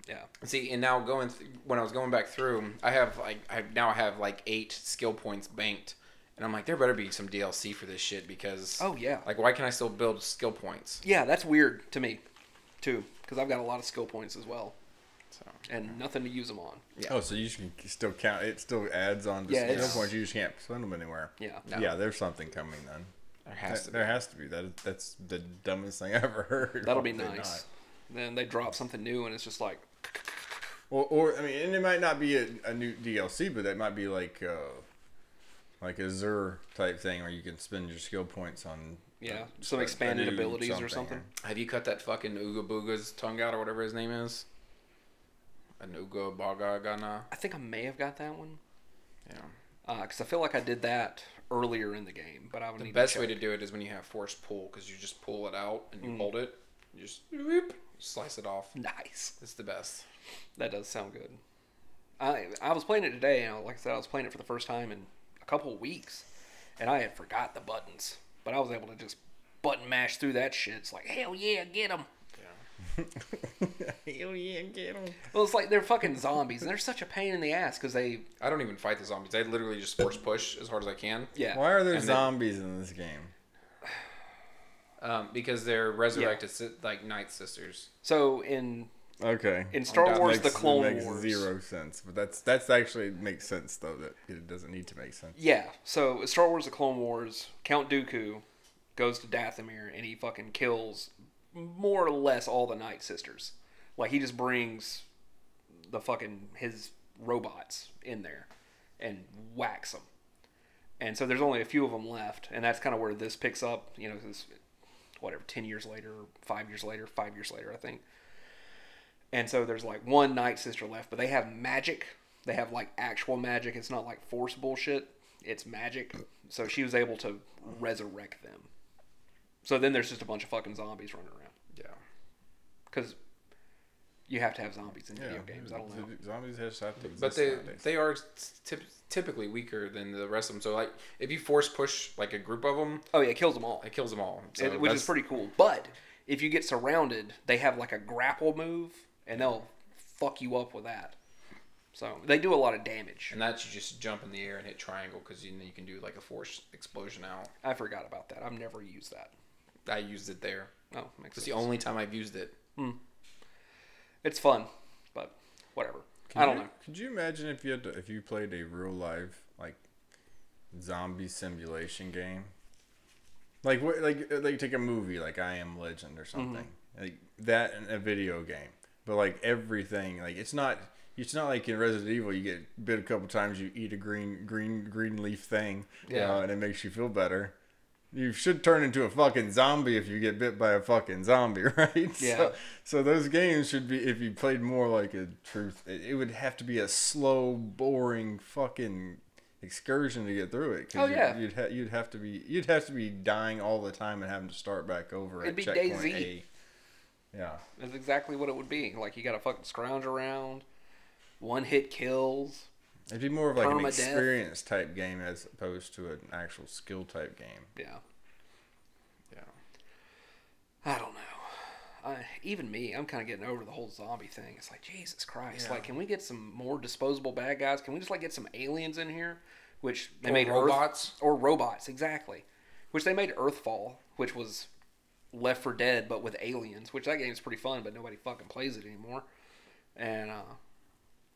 Speaker 2: Yeah.
Speaker 3: See, and now going th- when I was going back through, I have like I now I have like eight skill points banked, and I'm like, there better be some DLC for this shit because
Speaker 2: Oh, yeah.
Speaker 3: like why can I still build skill points?
Speaker 2: Yeah, that's weird to me, too, because I've got a lot of skill points as well. and nothing to use them on.
Speaker 4: Oh, so you can still count. It still adds on to
Speaker 2: Yeah,
Speaker 4: skill
Speaker 2: it's-
Speaker 4: points. You just can't spend them anywhere.
Speaker 2: Yeah.
Speaker 4: Yeah, there's something coming then.
Speaker 3: There has
Speaker 4: That-
Speaker 3: to be.
Speaker 4: there has to be. That that's the dumbest thing I ever heard.
Speaker 2: That'll be
Speaker 4: Why would they
Speaker 2: nice.
Speaker 4: not?
Speaker 2: Then they drop something new, and it's just like,
Speaker 4: Or, or I mean, and it might not be a, a new DLC, but that might be like uh, like a Zur type thing where you can spend your skill points on
Speaker 2: yeah,
Speaker 4: a-
Speaker 2: some
Speaker 4: a- a
Speaker 2: expanded
Speaker 4: new
Speaker 2: abilities or something.
Speaker 3: Have you cut that fucking Ooga Booga's tongue out or whatever his name is? An Ooga Baga Gana.
Speaker 2: I think I may have got that one
Speaker 3: Yeah.
Speaker 2: because I feel like I did that earlier in the game, but I would need
Speaker 3: Best
Speaker 2: to
Speaker 3: way
Speaker 2: check.
Speaker 3: to do it is when you have force pull because you just pull it out and you
Speaker 2: Mm.
Speaker 3: hold it, you just whoop, slice it off.
Speaker 2: Nice,
Speaker 3: It's the best.
Speaker 2: that does sound good. I I was playing it today, and like I said, I was playing it for the first time in a couple of weeks, and I had forgot the buttons, but I was able to just button mash through that shit. It's like hell yeah, get them. Well, it's like they're fucking zombies, and they're such a pain in the ass because they
Speaker 3: I don't even fight the zombies. I literally just force push as hard as I can.
Speaker 2: yeah
Speaker 4: Why are there
Speaker 3: And then-
Speaker 4: zombies in this game?
Speaker 3: Um, because they're resurrected si- like Night Sisters.
Speaker 2: So in
Speaker 4: Okay.
Speaker 2: in Star
Speaker 3: That
Speaker 2: Wars:
Speaker 4: Makes-
Speaker 2: The Clone
Speaker 4: that makes
Speaker 2: Wars,
Speaker 4: zero sense, but that's that's actually makes sense though that it doesn't need to make sense.
Speaker 2: yeah. So in Star Wars: The Clone Wars, Count Dooku goes to Dathomir and he fucking kills more or less all the Night Sisters. Like he just brings the fucking his robots in there and whacks them. And so there's only a few of them left, and that's kind of where this picks up. You know, this whatever ten years later, five years later, five years later, I think. And so there's like one Night Sister left, but they have magic. They have like actual magic. It's not like force bullshit. It's magic. So she was able to resurrect them. So then there's just a bunch of fucking zombies running around.
Speaker 3: Yeah.
Speaker 2: Because you have to have zombies in video
Speaker 4: Yeah.
Speaker 2: games. I don't know.
Speaker 4: Zombies have to exist
Speaker 3: But they
Speaker 4: nowadays.
Speaker 3: they are typ typically weaker than the rest of them. So like if you force push like a group of them,
Speaker 2: Oh, yeah, it kills them all.
Speaker 3: it kills them all. So
Speaker 2: it, which
Speaker 3: that's-
Speaker 2: is pretty cool. But if you get surrounded, they have like a grapple move, and they'll fuck you up with that. So they do a lot of damage.
Speaker 3: And that you just jump in the air and hit triangle because you, you can do like a force explosion out.
Speaker 2: I forgot about that. I've never used that.
Speaker 3: I used it there.
Speaker 2: Oh,
Speaker 3: It's
Speaker 2: makes sense.
Speaker 3: the only time I've used it.
Speaker 2: It's fun, but whatever. I don't know.
Speaker 4: Could you imagine if you had to, if you played a real life like zombie simulation game? Like what like uh, like take a movie like I Am Legend
Speaker 2: Mm-hmm.
Speaker 4: or something. Like that in a video game. But like everything like it's not it's not like in Resident Evil you get bit a couple times you eat a green green green leaf thing you know,
Speaker 3: Yeah.
Speaker 4: and it makes you feel better. You should turn into a fucking zombie if you get bit by a fucking zombie, right?
Speaker 2: Yeah.
Speaker 4: So, so those games should be if you played more like a truth, it, it would have to be a slow, boring fucking excursion to get through it. 'cause
Speaker 2: Oh,
Speaker 4: you-
Speaker 2: yeah.
Speaker 4: You'd ha- you'd have to be you'd have to be dying all the time and having to start back over
Speaker 2: It'd
Speaker 4: at
Speaker 2: be
Speaker 4: checkpoint
Speaker 2: DayZ.
Speaker 4: A. Yeah.
Speaker 2: That's exactly what it would be. Like you got to fucking scrounge around, one hit kills.
Speaker 4: It'd be more of like an
Speaker 2: Permadeath.
Speaker 4: experience type game as opposed to an actual skill type game.
Speaker 2: Yeah,
Speaker 3: Yeah.
Speaker 2: I don't know. uh, even me, I'm kind of getting over the whole zombie thing. It's like Jesus Christ! Like, can we get some more disposable bad guys? Can we just like get some aliens in here? Which they made Earth-
Speaker 3: robots.
Speaker 2: or robots exactly, which they made Earthfall, which was Left for Dead but with aliens. Which that game's pretty fun, but nobody fucking plays it anymore. And uh,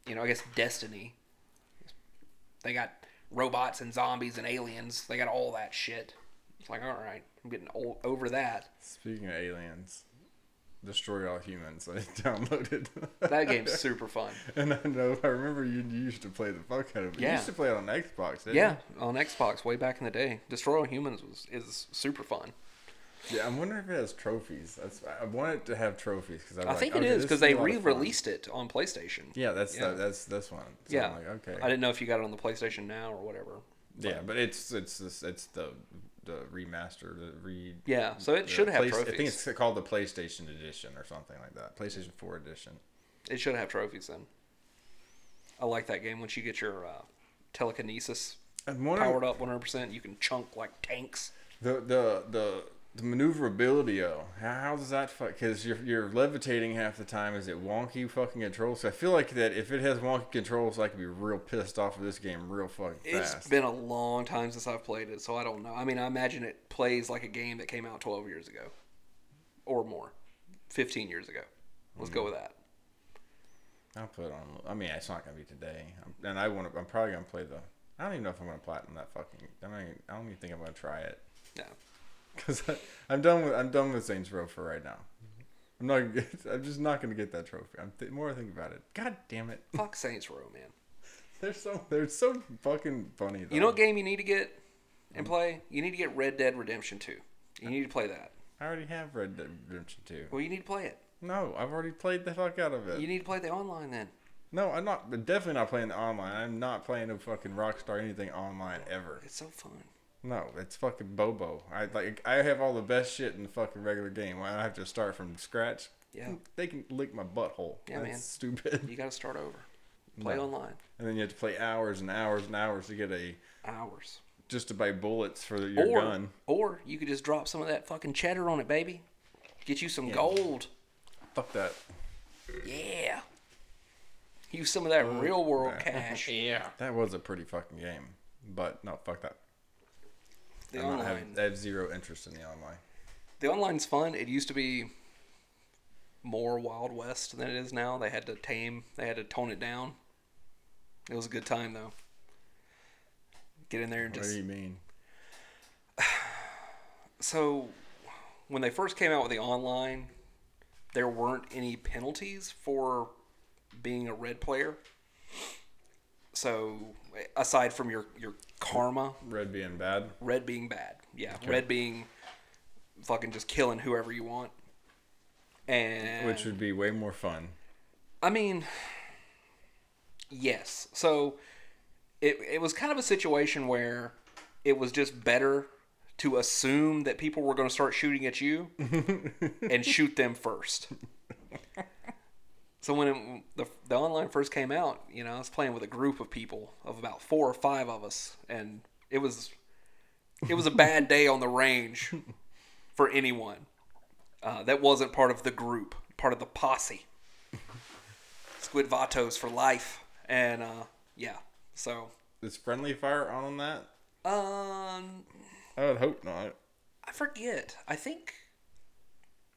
Speaker 2: you know, I guess Destiny. They got robots and zombies and aliens. They got all that shit. It's like, all right, I'm getting old, over that.
Speaker 4: Speaking of aliens, destroy all humans. I downloaded.
Speaker 2: That game's super fun.
Speaker 4: and I know I remember you, you used to play the fuck out of it. You
Speaker 2: Yeah.
Speaker 4: used to play it on Xbox. Didn't
Speaker 2: Yeah, on Xbox way back in the day, Destroy All Humans was is super fun.
Speaker 4: you? Yeah. I'm wondering if it has trophies. That's, I wanted to have trophies because
Speaker 2: I think it is because they re-released it on PlayStation.
Speaker 4: Yeah, that's
Speaker 2: Yeah.
Speaker 4: The, that's this one. So
Speaker 2: yeah.
Speaker 4: I'm like, okay.
Speaker 2: I didn't know if you got it on the PlayStation now or whatever.
Speaker 4: Yeah, but it's it's this it's the the remaster the re.
Speaker 2: Yeah, so it
Speaker 4: the
Speaker 2: should have
Speaker 4: Play-
Speaker 2: trophies.
Speaker 4: I think it's called the PlayStation Edition or something like that. PlayStation Four Edition.
Speaker 2: It should have trophies then. I like that game. Once you get your uh, telekinesis
Speaker 4: I'm wondering-
Speaker 2: powered up 100%, you can chunk like tanks.
Speaker 4: the the the the maneuverability oh how, how does that fuck because you're, you're levitating half the time is it wonky fucking controls i feel like that if it has wonky controls i could be real pissed off of this game real fucking
Speaker 2: It's
Speaker 4: fast
Speaker 2: been a long time since I've played it, so I don't know. I mean, I imagine it plays like a game that came out 12 years ago or more, 15 years ago. Let's go with that.
Speaker 4: i'll put it on i mean it's not gonna be today I'm- and i want to i'm probably gonna play the i don't even know if i'm gonna platinum that fucking i don't even, I don't even think i'm gonna try it
Speaker 2: No.
Speaker 4: because i'm done with i'm done with saints row for right now i'm not gonna get, i'm just not gonna get that trophy i'm th- more i think about it god damn it
Speaker 2: Fuck Saints Row, man.
Speaker 4: they're so they're so fucking funny though.
Speaker 2: You know what game you need to get and play? You need to get Red Dead Redemption 2. You need to play that.
Speaker 4: I already have Red Dead Redemption 2.
Speaker 2: Well, you need to play it.
Speaker 4: No, I've already played the fuck out of it.
Speaker 2: You need to play the online then.
Speaker 4: No, I'm not. I'm definitely not playing the online. I'm not playing no fucking Rockstar anything online ever.
Speaker 2: It's so fun.
Speaker 4: No, it's fucking Bobo. I like. I have all the best shit in the fucking regular game. Why do I have to start from scratch?
Speaker 2: Yeah.
Speaker 4: They can lick my butthole.
Speaker 2: Yeah,
Speaker 4: That's
Speaker 2: man.
Speaker 4: Stupid.
Speaker 2: You got to start over. Play online.
Speaker 4: And then you have to play hours and hours and hours to get a
Speaker 2: Hours.
Speaker 4: just to buy bullets for your
Speaker 2: or,
Speaker 4: gun.
Speaker 2: or you could just drop some of that fucking cheddar on it, baby. Get you some gold.
Speaker 4: Fuck that.
Speaker 2: Yeah. Use some of that
Speaker 4: Oh,
Speaker 2: real world cash.
Speaker 3: Yeah.
Speaker 4: That was a pretty fucking game. But no, fuck that.
Speaker 2: The
Speaker 4: I'm not
Speaker 2: online.
Speaker 4: having, I have zero interest in the online.
Speaker 2: the online's fun. It used to be more Wild West than it is now. They had to tame, they had to tone it down. It was a good time though. Get in there and
Speaker 4: What
Speaker 2: just
Speaker 4: do you mean?
Speaker 2: so when they first came out with the online, there weren't any penalties for being a red player. So aside from your your karma,
Speaker 4: Red being bad.
Speaker 2: red being bad, yeah, red being fucking just killing whoever you want. And
Speaker 4: Which would be way more fun.
Speaker 2: I mean, yes. So it it was kind of a situation where it was just better to assume that people were going to start shooting at you and shoot them first. So when it, the the online first came out, you know, I was playing with a group of people of about four or five of us, and it was it was a bad day on the range for anyone uh, that wasn't part of the group, part of the posse. Squid Vatos for life. And uh, yeah, so
Speaker 4: Is friendly fire on on that?
Speaker 2: um,
Speaker 4: I would hope not.
Speaker 2: I forget. I think,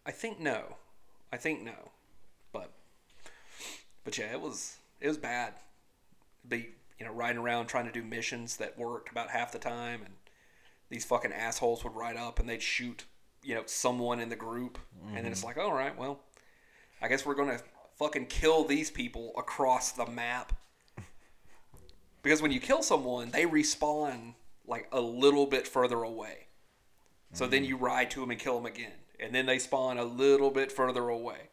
Speaker 2: I think no, I think no, but but yeah, it was it was bad. Be you know riding around trying to do missions that worked about half the time, and these fucking assholes would ride up and they'd shoot you know someone in the group, and then it's like, all right, well, I guess we're gonna fucking kill these people across the map. Because when you kill someone, they respawn like a little bit further away. So then you ride to them and kill them again, and then they spawn a little bit further away.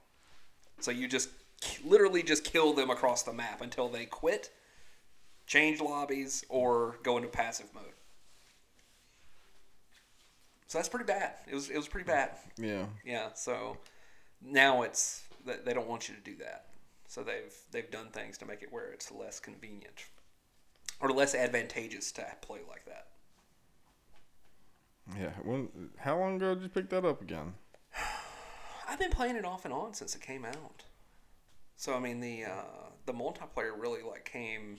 Speaker 2: So you just k- literally just kill them across the map until they quit, change lobbies, or go into passive mode. So that's pretty bad. It was it was pretty bad.
Speaker 4: Yeah.
Speaker 2: Yeah. So now it's they- they don't want you to do that. So they've they've done things to make it where it's less convenient or less advantageous to play like that.
Speaker 4: Yeah. When? How long ago did you pick that up again?
Speaker 2: I've been playing it off and on since it came out. So I mean the uh, the multiplayer really like came.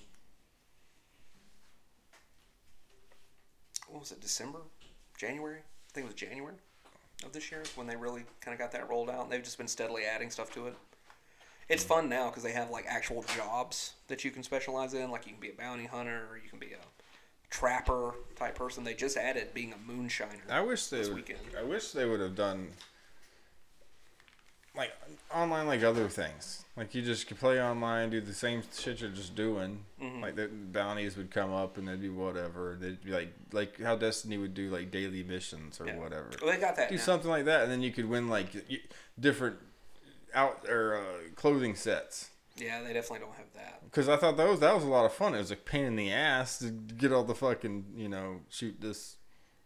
Speaker 2: What was it? December, January? I think it was January of this year is when they really kind of got that rolled out. And they've just been steadily adding stuff to it. It's fun now because they have like actual jobs that you can specialize in. Like you can be a bounty hunter, or you can be a trapper type person. They just added being a moonshiner.
Speaker 4: I wish they
Speaker 2: This
Speaker 4: would,
Speaker 2: weekend.
Speaker 4: I wish they would have done like online like other things. Like you just could play online, do the same shit you're just doing.
Speaker 2: Mm-hmm.
Speaker 4: Like the bounties would come up and they'd be whatever. They'd be like like how Destiny would do like daily missions or
Speaker 2: Yeah.
Speaker 4: whatever.
Speaker 2: Well, they got that.
Speaker 4: do
Speaker 2: now.
Speaker 4: something like that and then you could win like y- different out or uh, clothing sets.
Speaker 2: Yeah, they definitely don't have that.
Speaker 4: Because I thought that was that was a lot of fun. It was a pain in the ass to get all the fucking you know shoot this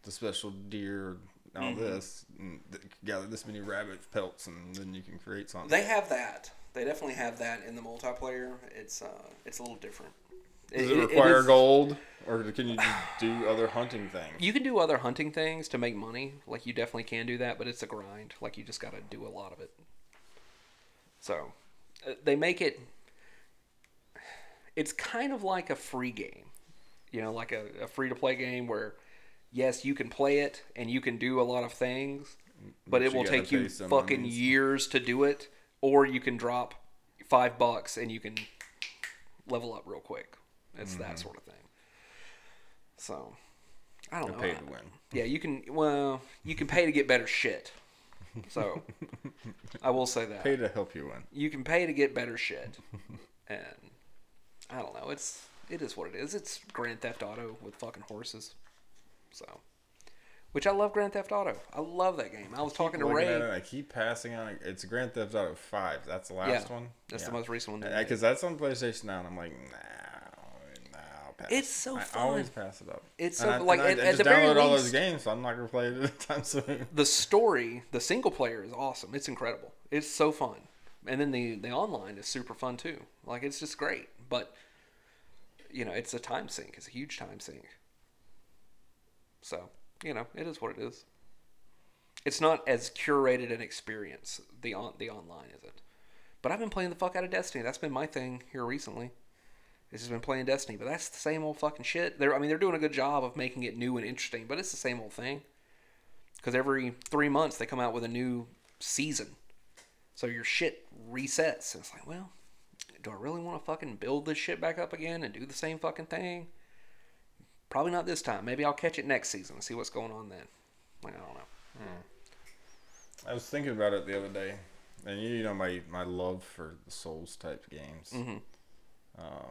Speaker 4: the special deer and all
Speaker 2: Mm-hmm.
Speaker 4: this and th- gather this many rabbit pelts and then you can create something.
Speaker 2: They have that. They definitely have that in the multiplayer. It's uh, it's a little different.
Speaker 4: Does it, require
Speaker 2: is-
Speaker 4: gold or can you just do other hunting things?
Speaker 2: You can do other hunting things to make money. Like you definitely can do that, but it's a grind. Like you just got to do a lot of it. So, uh, they make it. It's kind of like a free game, you know, like a, a free to play game where, yes, you can play it and you can do a lot of things, but it
Speaker 4: Mm-hmm. you
Speaker 2: will
Speaker 4: gotta
Speaker 2: take you
Speaker 4: pay some
Speaker 2: fucking
Speaker 4: monies.
Speaker 2: years to do it, or you can drop five bucks and you can level up real quick. It's
Speaker 4: Mm-hmm.
Speaker 2: that sort of thing. So, I don't know.
Speaker 4: Pay
Speaker 2: I-
Speaker 4: to win.
Speaker 2: yeah, you can. Well, you can pay to get better shit. So, I will say that
Speaker 4: Pay to help you win.
Speaker 2: you can pay to get better shit, and I don't know. It's it is what it is. It's Grand Theft Auto with fucking horses. So, which I love Grand Theft Auto. I love that game. I was talking to
Speaker 4: Looking at it,
Speaker 2: Ray.
Speaker 4: I keep passing on. it. It's Grand Theft Auto Five. That's the
Speaker 2: Yeah,
Speaker 4: last one.
Speaker 2: that's the
Speaker 4: Yeah.
Speaker 2: most recent one. they made.
Speaker 4: Because that's on PlayStation now, and I'm like, nah, nah I'll pass.
Speaker 2: It's so
Speaker 4: I
Speaker 2: fun.
Speaker 4: always pass it up.
Speaker 2: It's
Speaker 4: And
Speaker 2: so-
Speaker 4: I,
Speaker 2: like,
Speaker 4: and I,
Speaker 2: at-
Speaker 4: I
Speaker 2: at
Speaker 4: just
Speaker 2: the very
Speaker 4: download all those
Speaker 2: least-
Speaker 4: games, so I'm not gonna play it anytime soon.
Speaker 2: the story, the single player is awesome. It's incredible. It's so fun. And then the the online is super fun too. Like it's just great. But you know, it's a time sink. It's a huge time sink. So, you know, it is what it is. It's not as curated an experience the on the online isn't. But I've been playing the fuck out of Destiny. That's been my thing here recently. It's just been playing Destiny, but that's the same old fucking shit. They're I mean they're doing a good job of making it new and interesting, but it's the same old thing because every three months they come out with a new season. So your shit resets. And it's like, well, do I really want to fucking build this shit back up again and do the same fucking thing? Probably not this time. Maybe I'll catch it next season and see what's going on then. Like, I don't know.
Speaker 4: I was thinking about it the other day, and you, you know my my love for the Souls type games.
Speaker 2: Mm-hmm.
Speaker 4: Um,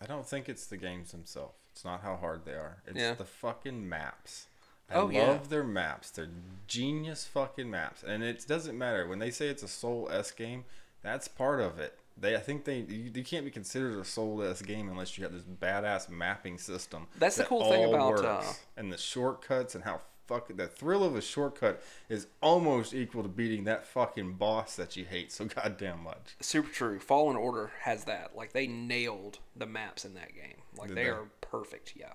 Speaker 4: I don't think it's the games themselves. It's not how hard they are. It's
Speaker 2: Yeah.
Speaker 4: the fucking maps. I
Speaker 2: Oh,
Speaker 4: love
Speaker 2: yeah.
Speaker 4: their maps. They're genius fucking maps, and it doesn't matter when they say it's a Soul S game. That's part of it. They, I think they, you, you can't be considered a Soul S game unless you have this badass mapping system.
Speaker 2: That's the
Speaker 4: that
Speaker 2: cool thing
Speaker 4: all
Speaker 2: about, uh,
Speaker 4: and the shortcuts and how fuck the thrill of a shortcut is almost equal to beating that fucking boss that you hate so goddamn much.
Speaker 2: Super true. Fallen Order has that. Like, they nailed the maps in that game. Like,
Speaker 4: Did
Speaker 2: they
Speaker 4: they?
Speaker 2: are perfect. Yeah.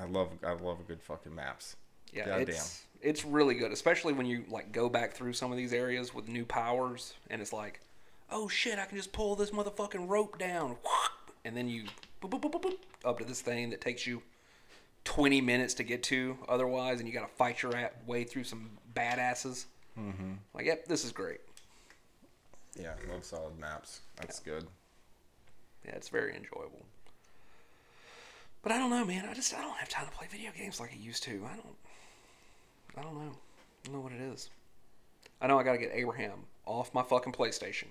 Speaker 4: I love I love good fucking maps.
Speaker 2: Yeah,
Speaker 4: Goddamn.
Speaker 2: it's it's really good, especially when you like go back through some of these areas with new powers, and it's like, oh shit, I can just pull this motherfucking rope down, and then you boop, boop, boop, boop, boop, up to this thing that takes you twenty minutes to get to, otherwise, and you got to fight your at- way through some badasses. Mm-hmm. Like, yep, this is great.
Speaker 4: Yeah, I love solid maps. That's good.
Speaker 2: Yeah, it's very enjoyable. But I don't know, man. I just I don't have time to play video games like I used to. I don't. I don't know. I don't know what it is. I know I got to get Abraham off my fucking PlayStation.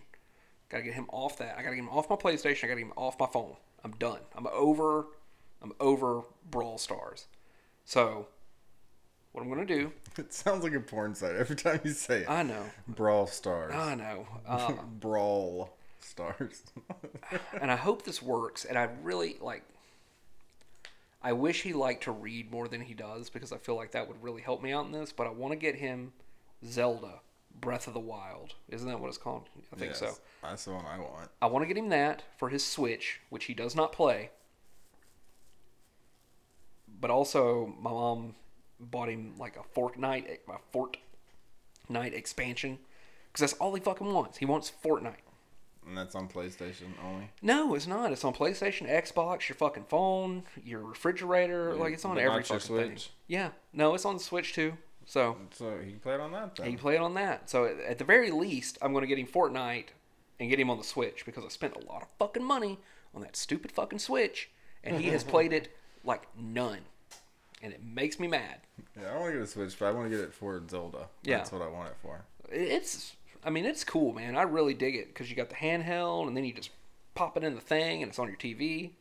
Speaker 2: Got to get him off that. I got to get him off my PlayStation. I got to get him off my phone. I'm done. I'm over. I'm over Brawl Stars. So, what I'm gonna do?
Speaker 4: It sounds like a porn site every time you say it.
Speaker 2: I know.
Speaker 4: Brawl stars.
Speaker 2: I know. Uh,
Speaker 4: Brawl stars.
Speaker 2: and I hope this works. And I really like. I wish he liked to read more than he does because I feel like that would really help me out in this. But I want to get him Zelda Breath of the Wild. Isn't that what it's called? I think so.
Speaker 4: Yes, That's the one I want.
Speaker 2: I want to get him that for his Switch, which he does not play. But also, my mom bought him like a Fortnite, a Fort Fortnite expansion because that's all he fucking wants. He wants Fortnite.
Speaker 4: and that's on PlayStation only.
Speaker 2: No, it's not. It's on PlayStation, Xbox, your fucking phone, your refrigerator. Like it's on
Speaker 4: but
Speaker 2: every
Speaker 4: not your
Speaker 2: fucking thing.
Speaker 4: Switch.
Speaker 2: Yeah. No, it's on Switch too. So
Speaker 4: So he can play it on that.
Speaker 2: he
Speaker 4: Then.
Speaker 2: can play it on that. So at- at the very least, I'm going to get him Fortnite and get him on the Switch because I spent a lot of fucking money on that stupid fucking Switch, and he has played it like none, and it makes me mad.
Speaker 4: Yeah, I want to get a Switch, but I want to get it for Zelda.
Speaker 2: Yeah.
Speaker 4: that's what I want it for.
Speaker 2: it's I mean it's cool, man. I really dig it because you got the handheld and then you just pop it in the thing and it's on your TV.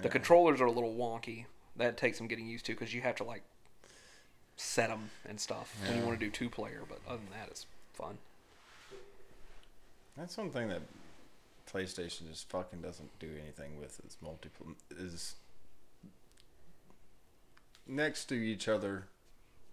Speaker 2: The controllers are a little wonky. That takes some getting used to because you have to like set them and stuff when you want to do two player. But other than that, it's fun.
Speaker 4: That's one thing that PlayStation just fucking doesn't do anything with is multiple is next to each other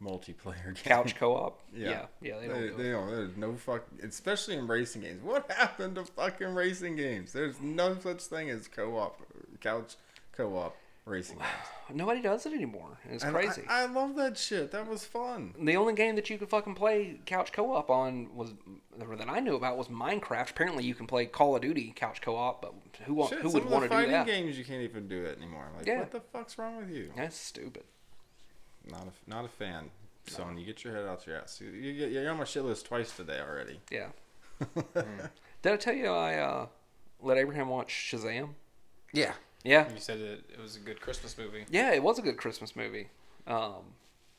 Speaker 4: multiplayer games.
Speaker 2: Couch co-op. yeah, yeah. They don't. do it.
Speaker 4: they don't. There's no fuck, especially in racing games. What happened to fucking racing games? There's no such thing as co-op, couch co-op racing games.
Speaker 2: Nobody does it anymore. and It's
Speaker 4: And I-
Speaker 2: crazy.
Speaker 4: I, love that shit. That was fun.
Speaker 2: the only game that you could fucking play couch co-op on was or that I knew about was Minecraft. Apparently, you can play Call of Duty couch co-op, but who
Speaker 4: Shit,
Speaker 2: who
Speaker 4: some
Speaker 2: would
Speaker 4: of
Speaker 2: want
Speaker 4: the
Speaker 2: to do
Speaker 4: fighting
Speaker 2: that?
Speaker 4: games you can't even do it anymore. Like,
Speaker 2: Yeah.
Speaker 4: what the fuck's wrong with you?
Speaker 2: That's stupid.
Speaker 4: Not a not a fan. Son, you get your head out your ass. You, you get, you're on my shit list twice today already.
Speaker 2: Yeah. Did I tell you I uh, let Abraham watch Shazam?
Speaker 6: Yeah.
Speaker 2: Yeah.
Speaker 3: You said it, it was a good Christmas movie.
Speaker 2: Yeah, it was a good Christmas movie. Um,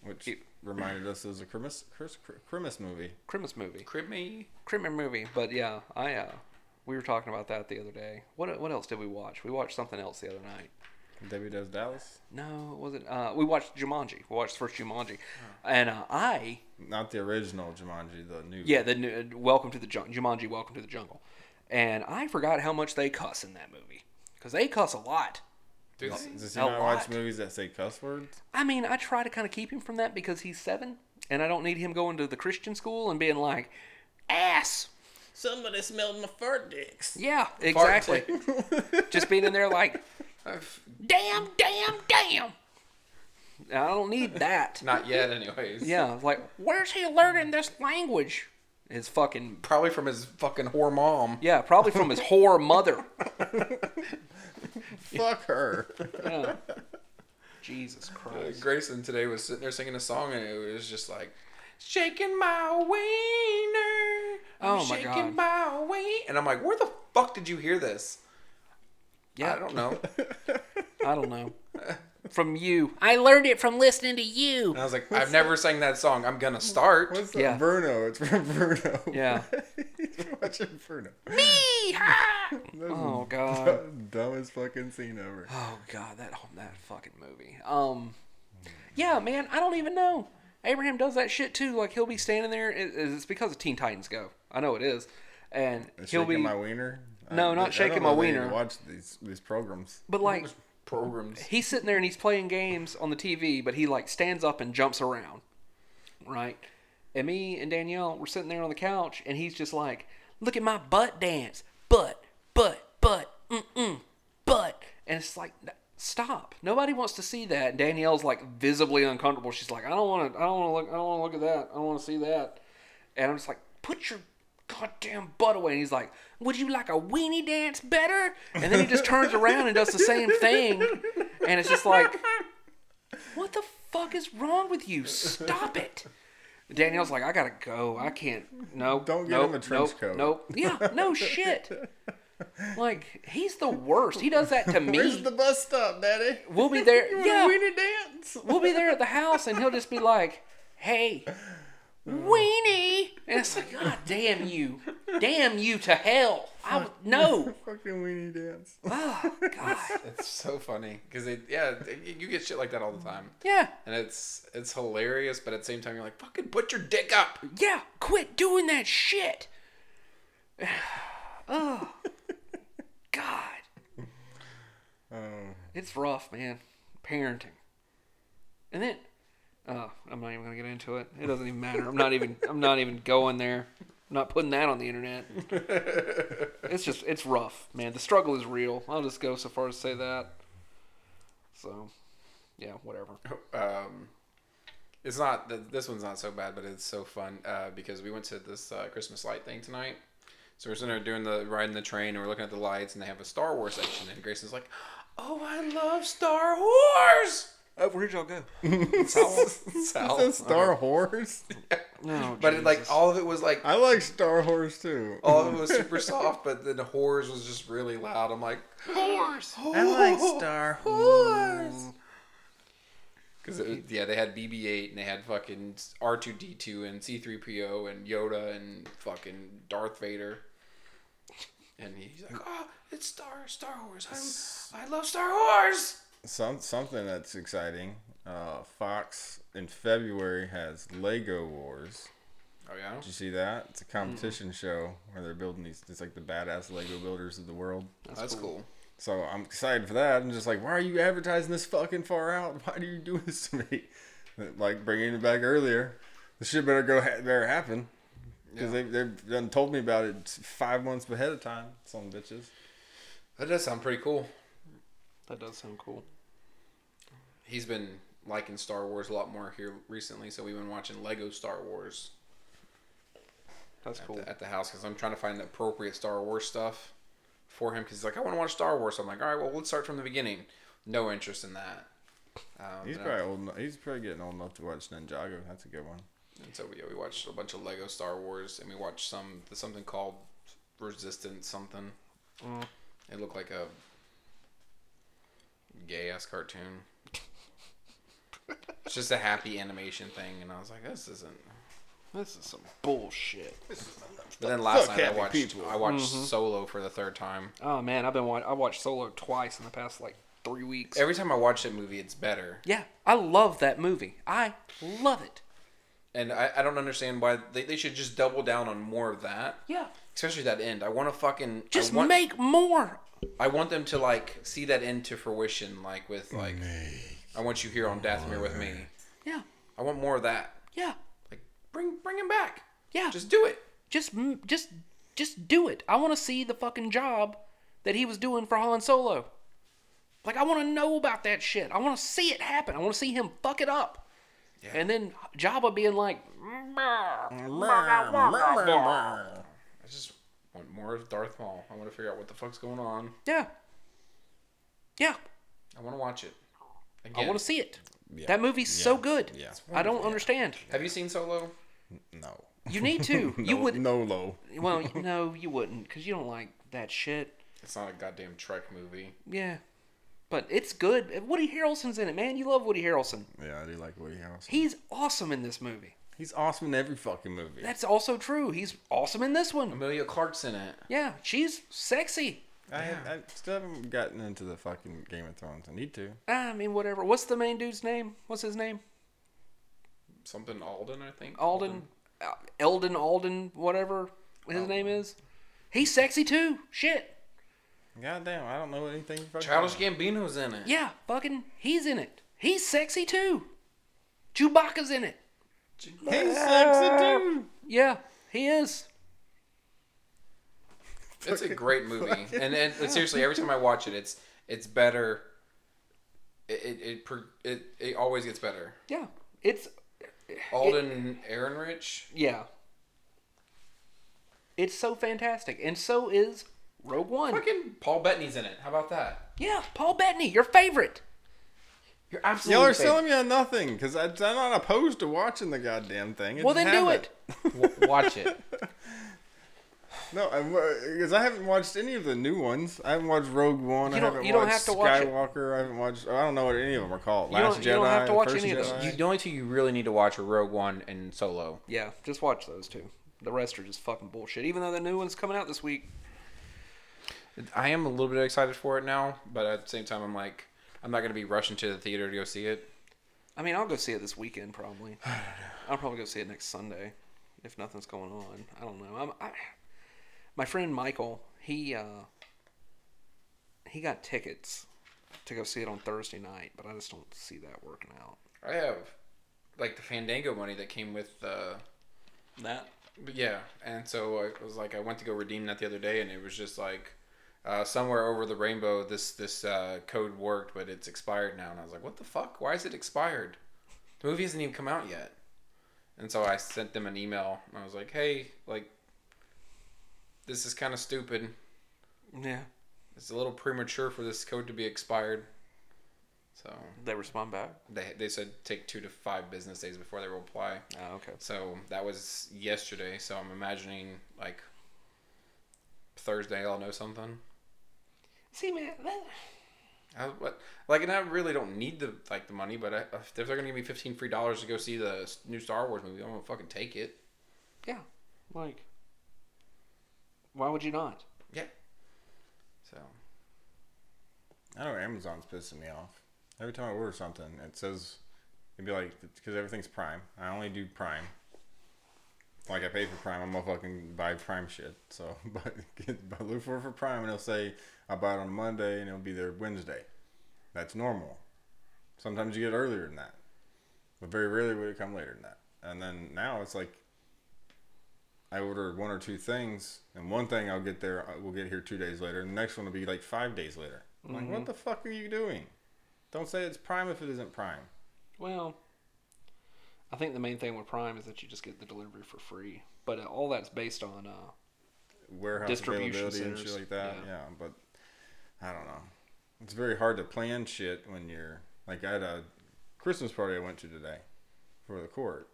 Speaker 4: Which
Speaker 2: Ew.
Speaker 4: reminded us it was a Christmas Chris, Christmas movie.
Speaker 2: Christmas movie.
Speaker 3: Crimmy.
Speaker 2: Christmas movie. But yeah, I uh, we were talking about that the other day. What what else did we watch? We watched something else the other night.
Speaker 4: Debbie Does Dallas.
Speaker 2: No, it wasn't. Uh, we watched Jumanji. We watched the first Jumanji, and uh, I
Speaker 4: Not the original Jumanji, the new.
Speaker 2: yeah the new, uh, Welcome to the Jun- Jumanji Welcome to the Jungle, and I forgot how much they cuss in that movie because they cuss a lot.
Speaker 3: Dude,
Speaker 4: Does this
Speaker 2: A
Speaker 4: you not watch
Speaker 2: lot.
Speaker 4: movies that say cuss words?
Speaker 2: I mean, I try to kind of keep him from that because he's seven, and I don't need him going to the Christian school and being like, ass.
Speaker 5: Somebody smelled my fart dicks.
Speaker 2: Yeah, exactly. Just being in there like,
Speaker 5: Damn, damn, damn.
Speaker 2: I don't need that.
Speaker 3: Not yet, anyways.
Speaker 2: Yeah, it's like,
Speaker 5: Where's he learning this language?
Speaker 2: his fucking.
Speaker 6: Probably from his fucking whore mom.
Speaker 2: Yeah, probably from his whore mother.
Speaker 4: Fuck her.
Speaker 2: Yeah. Jesus
Speaker 3: Uh,
Speaker 2: Christ.
Speaker 3: Grayson today was sitting there singing a song, and it was just like, shaking my wiener. I'm
Speaker 2: Oh my
Speaker 3: shaking
Speaker 2: God.
Speaker 3: my wiener. And I'm like, where the fuck did you hear this?
Speaker 2: Yeah,
Speaker 3: I don't know.
Speaker 2: I don't know. From you.
Speaker 5: I learned it from listening to you.
Speaker 3: And I was like, I've never sang that song. I'm gonna start.
Speaker 4: What's that?
Speaker 2: Yeah.
Speaker 4: Bruno. It's from Bruno.
Speaker 2: Yeah.
Speaker 4: You're watching Bruno. That's
Speaker 2: Oh, God.
Speaker 4: the dumbest fucking scene ever.
Speaker 2: Oh god, that that fucking movie. Um, yeah, man, I don't even know. Abraham does that shit too. Like he'll be standing there. It- It's because of Teen Titans Go. I know it is, and he'll
Speaker 4: shaking
Speaker 2: be.
Speaker 4: my wiener.
Speaker 2: No,
Speaker 4: I-
Speaker 2: not
Speaker 4: I
Speaker 2: shaking
Speaker 4: don't know
Speaker 2: my
Speaker 4: if they even
Speaker 2: wiener.
Speaker 4: Watch these these programs.
Speaker 2: But like
Speaker 3: Programs.
Speaker 2: he's sitting there and he's playing games on the TV, but he like stands up and jumps around, right? And me and Danielle were sitting there on the couch, and he's just like, "Look at my butt dance, butt, butt, butt, mm mm, butt," and it's like. "N- Stop! Nobody wants to see that. And Danielle's like visibly uncomfortable. She's like, "I don't want to. I don't want to look. I don't want to look at that. I don't want to see that." And I'm just like, "Put your goddamn butt away." And he's like, "Would you like a weenie dance better?" And then he just turns around and does the same thing. And it's just like, "What the fuck is wrong with you? Stop it." Danielle's like, "I gotta go. I can't. No.
Speaker 4: Don't get
Speaker 2: nope,
Speaker 4: him a trench
Speaker 2: nope,
Speaker 4: coat."
Speaker 2: Nope. Yeah. No shit." Like he's the worst. He does that to me.
Speaker 4: Where's the bus stop, Daddy?
Speaker 2: We'll be there. yeah,
Speaker 4: Wiener dance.
Speaker 2: we'll be there at the house, and he'll just be like, "Hey, weenie," and it's like, "God damn you, damn you to hell!" I would, no,
Speaker 4: Fucking weenie dance.
Speaker 2: oh, God,
Speaker 3: It's so funny because it, yeah, you get shit like that all the time,
Speaker 2: yeah,
Speaker 3: and it's it's hilarious. But at the same time, you're like, fucking put your dick up.
Speaker 2: yeah, quit doing that shit. oh, God,
Speaker 4: Um,
Speaker 2: it's rough, man. Parenting, and then, oh, I'm not even gonna get into it. It doesn't even matter. I'm not even. I'm not even going there. I'm not putting that on the internet. it's just it's rough, man. The struggle is real. I'll just go so far as to say that. So, yeah, whatever.
Speaker 3: um, It's not th- this one's not so bad, but it's so fun uh, because we went to this uh, Christmas light thing tonight. So we're sitting there doing the riding the train, and we're looking at the lights, and they have a Star Wars section, and Grayson's like, "Oh, I love Star Wars."
Speaker 2: Oh, where'd y'all go?
Speaker 3: Sal.
Speaker 4: Star Wars?
Speaker 2: No,
Speaker 3: But it, like all of it was like
Speaker 4: I like Star Wars too.
Speaker 2: Oh.
Speaker 3: all of it was super soft, but then the horrors was just really loud. I'm like, horrors.
Speaker 4: I like Star
Speaker 3: Wars. Because yeah, they had BB-8 and they had fucking R2D2 and C3PO and Yoda and fucking Darth Vader. And he's like, oh, it's Star Star Wars. I'm, I love Star Wars.
Speaker 4: Some something that's exciting. Uh, Fox in February has Lego Wars.
Speaker 3: Oh yeah.
Speaker 4: Did you see that? It's a competition show where they're building these. It's like the badass Lego builders of the world.
Speaker 3: That's, cool.
Speaker 4: So I'm excited for that. I'm just like, why are you advertising this fucking far out? Why do you do this to me? Like bringing it back earlier. This shit better go ha- better happen because they they've done told me about it five months ahead of time. Some bitches.
Speaker 3: That does sound pretty cool.
Speaker 2: that does sound cool.
Speaker 3: He's been liking Star Wars a lot more here recently, so we've been watching Lego Star Wars.
Speaker 2: That's cool.
Speaker 3: at, the, at the house because I'm trying to find the appropriate Star Wars stuff for him because he's like, I want to watch Star Wars. So I'm like, all right, well, let's start from the beginning. No interest in that. Um,
Speaker 4: He's
Speaker 3: and I-
Speaker 4: probably old. eno- He's probably getting old enough to watch Ninjago. That's a good one.
Speaker 3: and so yeah, we watched a bunch of Lego Star Wars and we watched some something called Resistance something.
Speaker 4: Mm.
Speaker 3: It looked like a gay ass cartoon. it's just a happy animation thing, and I was like, this isn't.
Speaker 2: This is some bullshit.
Speaker 3: But then last
Speaker 4: fuck
Speaker 3: night I
Speaker 4: happy
Speaker 3: watched
Speaker 4: people. Mm-hmm.
Speaker 3: I watched Solo for the third time.
Speaker 2: Oh man, I've been watch- I watched Solo twice in the past like three weeks.
Speaker 3: Every time I watch that movie, it's better.
Speaker 2: yeah, I love that movie. I love it.
Speaker 3: And I, I don't understand why they, they should just double down on more of that.
Speaker 2: Yeah,
Speaker 3: Especially that end. I want to fucking
Speaker 2: just
Speaker 3: I want,
Speaker 2: make more.
Speaker 3: I want them to like see that end to fruition, like with like I want you here on Dathomir with me.
Speaker 2: Yeah,
Speaker 3: I want more of that.
Speaker 2: yeah,
Speaker 3: Like bring bring him back.
Speaker 2: yeah.
Speaker 3: Just do it.
Speaker 2: just m- just just do it. I want to see the fucking job that he was doing for Han Solo. Like I want to know about that shit. I want to see it happen. I want to see him fuck it up. And then Jabba being like,
Speaker 3: I just want more of Darth Maul. I want to figure out what the fuck's going on.
Speaker 2: yeah, yeah,
Speaker 3: I want to watch it.
Speaker 2: I
Speaker 3: Again.
Speaker 2: want to see it. That movie's so good.
Speaker 4: Yeah. It's
Speaker 2: I don't understand.
Speaker 3: Have you seen Solo?
Speaker 4: No.
Speaker 2: You need to. you would.
Speaker 4: no low.
Speaker 2: Well, no, you wouldn't, because you don't like that shit.
Speaker 3: It's not a goddamn Trek movie.
Speaker 2: Yeah, but it's good. Woody Harrelson's in it, man. You love Woody Harrelson.
Speaker 4: Yeah, I do like Woody Harrelson.
Speaker 2: He's awesome in this movie.
Speaker 4: He's awesome in every fucking movie.
Speaker 2: That's also true. He's awesome in this one.
Speaker 3: Amelia Clark's in it.
Speaker 2: Yeah, she's sexy.
Speaker 4: I, I still haven't gotten into the fucking Game of Thrones. I need to.
Speaker 2: I mean, whatever. What's the main dude's name? What's his name?
Speaker 3: Something Alden, I think.
Speaker 2: Alden, uh, Eldon Alden, whatever his name is. He's sexy too. Shit.
Speaker 4: Goddamn, I don't know anything. Fucking
Speaker 3: Childish Gambino's in it.
Speaker 2: Yeah, fucking. He's in it. He's sexy too. Chewbacca's in it.
Speaker 4: He's sexy too.
Speaker 2: Yeah, he is.
Speaker 3: It's a great movie, and, and seriously, every time I watch it, it's it's better. It it it, pro- it, it always gets better.
Speaker 2: Yeah, it's
Speaker 3: Alden Ehrenrich.
Speaker 2: yeah. It's so fantastic, and so is Rogue One.
Speaker 3: Fucking Paul Bettany's in it. How about that?
Speaker 2: Yeah, Paul Bettany, your favorite.
Speaker 3: You're absolutely.
Speaker 4: Y'all are selling me on nothing because I'm not opposed to watching the goddamn thing. I
Speaker 2: Well,
Speaker 4: just
Speaker 2: then do
Speaker 4: haven't.
Speaker 2: it.
Speaker 3: watch it.
Speaker 4: No, because I haven't watched any of the new ones. I haven't watched Rogue One. I
Speaker 2: You don't-
Speaker 4: haven't
Speaker 2: you don't
Speaker 4: watched
Speaker 2: have to watch it.
Speaker 4: Skywalker. I haven't watched. I don't know what any of them are called.
Speaker 2: don't-
Speaker 4: Last Jedi.
Speaker 2: you don't have to watch
Speaker 4: First
Speaker 2: any of those.
Speaker 4: Jedi.
Speaker 3: You, the only two you really need to watch are Rogue One and Solo.
Speaker 2: Yeah, just watch those two. The rest are just fucking bullshit. Even though the new one's coming out this week.
Speaker 3: I am a little bit excited for it now, but at the same time, I'm like, I'm not gonna be rushing to the theater to go see it.
Speaker 2: I mean, I'll go see it this weekend probably. I'll probably go see it next Sunday, if nothing's going on. I don't know. I'm, I, my friend Michael, he uh, he got tickets to go see it on Thursday night, but I just don't see that working out.
Speaker 3: I have like the Fandango money that came with Uh,
Speaker 2: That
Speaker 3: But yeah, and so I was like, I went to go redeem that the other day, and it was just like, uh, somewhere over the rainbow, this this uh, code worked, but it's expired now. And I was like, what the fuck? Why is it expired? the movie hasn't even come out yet. And so I sent them an email and I was like, hey, like, this is kind of stupid.
Speaker 2: Yeah.
Speaker 3: It's a little premature for this code to be expired. So
Speaker 2: They respond back.
Speaker 3: they, they said take two to five business days before they will apply.
Speaker 2: Oh, okay.
Speaker 3: So that was yesterday. So I'm imagining like Thursday I'll know something.
Speaker 2: See, man, that,
Speaker 3: I, what, like, and I really don't need the like the money, but I, if they're gonna give me fifteen free dollars to go see the s- new Star Wars movie, I'm gonna fucking take it.
Speaker 2: yeah, like, why would you not?
Speaker 3: Yeah. So
Speaker 4: I know Amazon's pissing me off. Every time I order something, it says it'd be like because everything's Prime. I only do Prime. Like I pay for Prime, I'm gonna fucking buy Prime shit. So, but I look for it for Prime, and it'll say I buy it on Monday, and it'll be there Wednesday. That's normal. Sometimes you get earlier than that, but very rarely would it come later than that. And then now it's like I order one or two things, and one thing I'll get there, I- we'll get here two days later, and the next one will be like five days later. I'm like, what the fuck are you doing? Don't say it's prime if it isn't prime.
Speaker 2: Well, I think the main thing with Prime is that you just get the delivery for free, but uh, all that's based on uh,
Speaker 4: Warehouse
Speaker 2: Distribution
Speaker 4: availability and shit
Speaker 2: centers,
Speaker 4: like that.
Speaker 2: yeah.
Speaker 4: Yeah. but I don't know. It's very hard to plan shit when you're like I had a Christmas party I went to today for the court,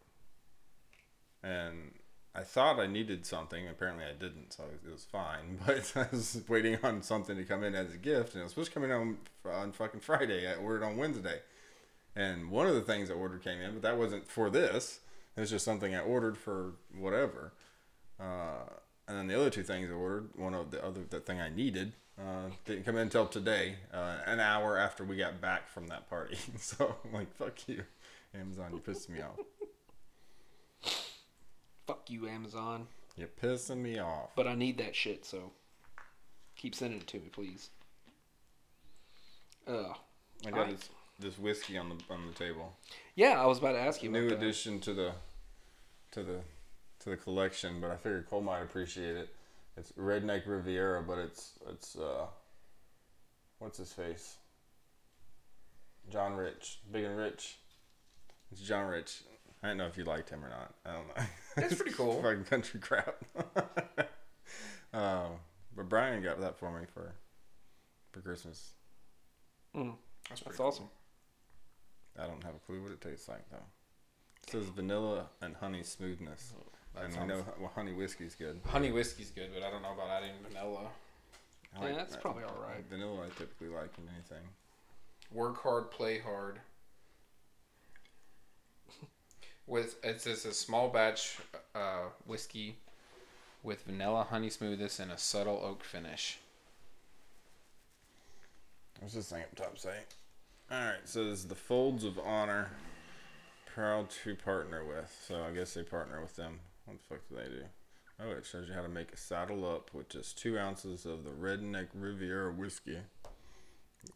Speaker 4: and I thought I needed something. Apparently, I didn't, so it was fine. But I was waiting on something to come in as a gift, and it was supposed to come in on, on fucking Friday. I ordered on Wednesday, and one of the things I ordered came in, but that wasn't for this. It was just something I ordered for whatever. Uh, and then the other two things I ordered, one of the other the thing I needed, uh, didn't come in until today, uh, an hour after we got back from that party. so I'm like, fuck you, Amazon, you're pissing me off.
Speaker 2: fuck you, Amazon,
Speaker 4: You're pissing me off.
Speaker 2: but I need that shit, so keep sending it to me, please. Uh,
Speaker 4: I got
Speaker 2: I-
Speaker 4: this this whiskey on the on the table.
Speaker 2: yeah, I was about to ask you about
Speaker 4: New
Speaker 2: that.
Speaker 4: addition to the to the to the collection, but I figured Cole might appreciate it. It's Redneck Riviera, but it's it's uh, what's his face? John Rich, Big and Rich. It's John Rich. I don't know if you liked him or not. I don't know.
Speaker 3: That's pretty cool.
Speaker 4: Fucking country crap. um, but Brian got that for me for for Christmas.
Speaker 3: that's, pretty
Speaker 2: That's awesome.
Speaker 4: I don't have a clue what it tastes like though. It says vanilla and honey smoothness, and we know well, honey whiskey's good.
Speaker 3: cool. Honey whiskey's good, but I don't know about adding vanilla.
Speaker 4: I Mm.
Speaker 2: Yeah, that's probably all right.
Speaker 4: Vanilla I typically like in anything.
Speaker 3: Work hard, play hard. With it's just a small batch uh, whiskey with vanilla honey smoothness and a subtle oak finish.
Speaker 4: What's this thing up top say? All right, so this is the Folds of Honor. Proud to partner with. So I guess they partner with them. What the fuck do they do? Oh, it shows you how to make a saddle up with just two ounces of the Redneck Riviera whiskey,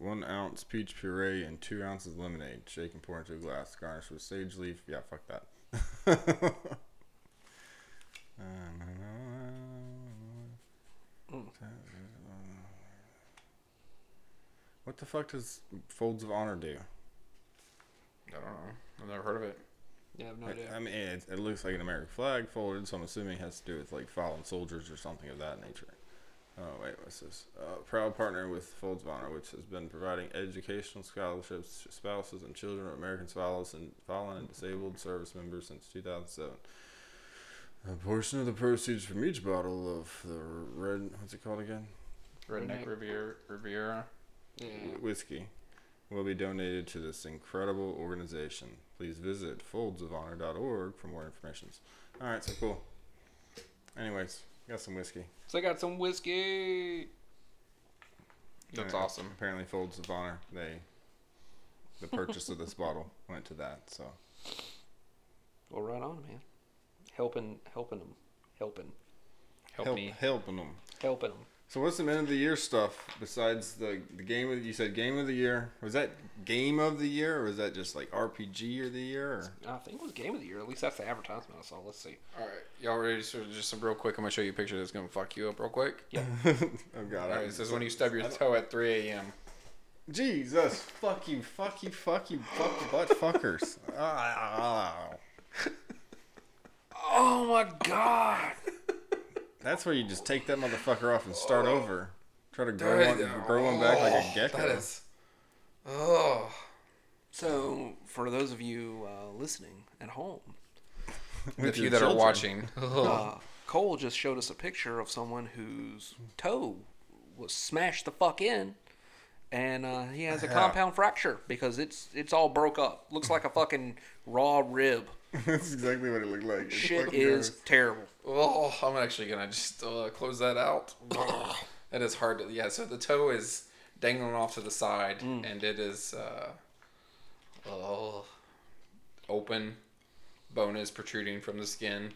Speaker 4: one ounce peach puree, and two ounces lemonade. Shake and pour into a glass. Garnish with sage leaf. Yeah, fuck that. Uh, What the fuck does Folds of Honor do?
Speaker 3: I don't know. I've never heard of it.
Speaker 2: Yeah, I have no
Speaker 4: I-
Speaker 2: idea.
Speaker 4: I mean, it, it looks like an American flag folded, so I'm assuming it has to do with like fallen soldiers or something of that nature. Oh wait, what's this? Uh, proud partner with Folds of Honor, which has been providing educational scholarships to spouses and children of American spouses and fallen and disabled service members since 2007. A portion of the proceeds from each bottle of the red, what's it called again?
Speaker 3: Redneck
Speaker 2: Redneck.
Speaker 3: Riviera. Riviera.
Speaker 2: Yeah.
Speaker 4: whiskey will be donated to this incredible organization. Please visit foldsofhonor.org for more information. All right, so cool. Anyways, got some whiskey.
Speaker 2: So I got some whiskey.
Speaker 3: That's
Speaker 4: Uh,
Speaker 3: awesome.
Speaker 4: Apparently, Folds of Honor they the purchase of this bottle went to that. So
Speaker 2: Well, right on, man. Helping, helping them, helping,
Speaker 3: Help,
Speaker 4: help,
Speaker 3: me.
Speaker 4: helping them.
Speaker 2: helping them.
Speaker 4: So what's some end of the year stuff besides the the game of you said game of the year? Was that game of the year or was that just like RPG of the year? Or?
Speaker 2: I think it was game of the year. At least that's the advertisement I saw. Let's see.
Speaker 3: All right, y'all ready? So just real quick, I'm gonna show you a picture that's gonna fuck you up real quick.
Speaker 4: oh god,
Speaker 3: All
Speaker 4: I
Speaker 3: right, it says when you stub your toe at 3 a.m.
Speaker 4: Jesus, fuck you, fuck you, fuck you, fuck you, butt fuckers. Ah, Ow.
Speaker 2: Oh my god.
Speaker 4: That's where you just take that motherfucker off and start over. Try to grow one, grow one back like a gecko.
Speaker 3: That is. Oh.
Speaker 2: So, for those of you uh, listening at home,
Speaker 3: The
Speaker 4: With
Speaker 3: few
Speaker 4: your
Speaker 3: that
Speaker 4: children.
Speaker 3: are watching.
Speaker 2: uh, Cole just showed us a picture of someone whose toe was smashed the fuck in, and uh, he has a compound fracture because it's it's all broke up. Looks like a fucking raw rib.
Speaker 4: That's exactly what it looked like. It's
Speaker 2: Shit
Speaker 4: fucking
Speaker 2: is
Speaker 4: gross.
Speaker 2: terrible.
Speaker 3: Oh, I'm actually gonna just uh, close that out. that is hard to. Yeah, so the toe is dangling off to the side,
Speaker 4: Mm.
Speaker 3: and it is uh, oh, open. Bone is protruding from the skin,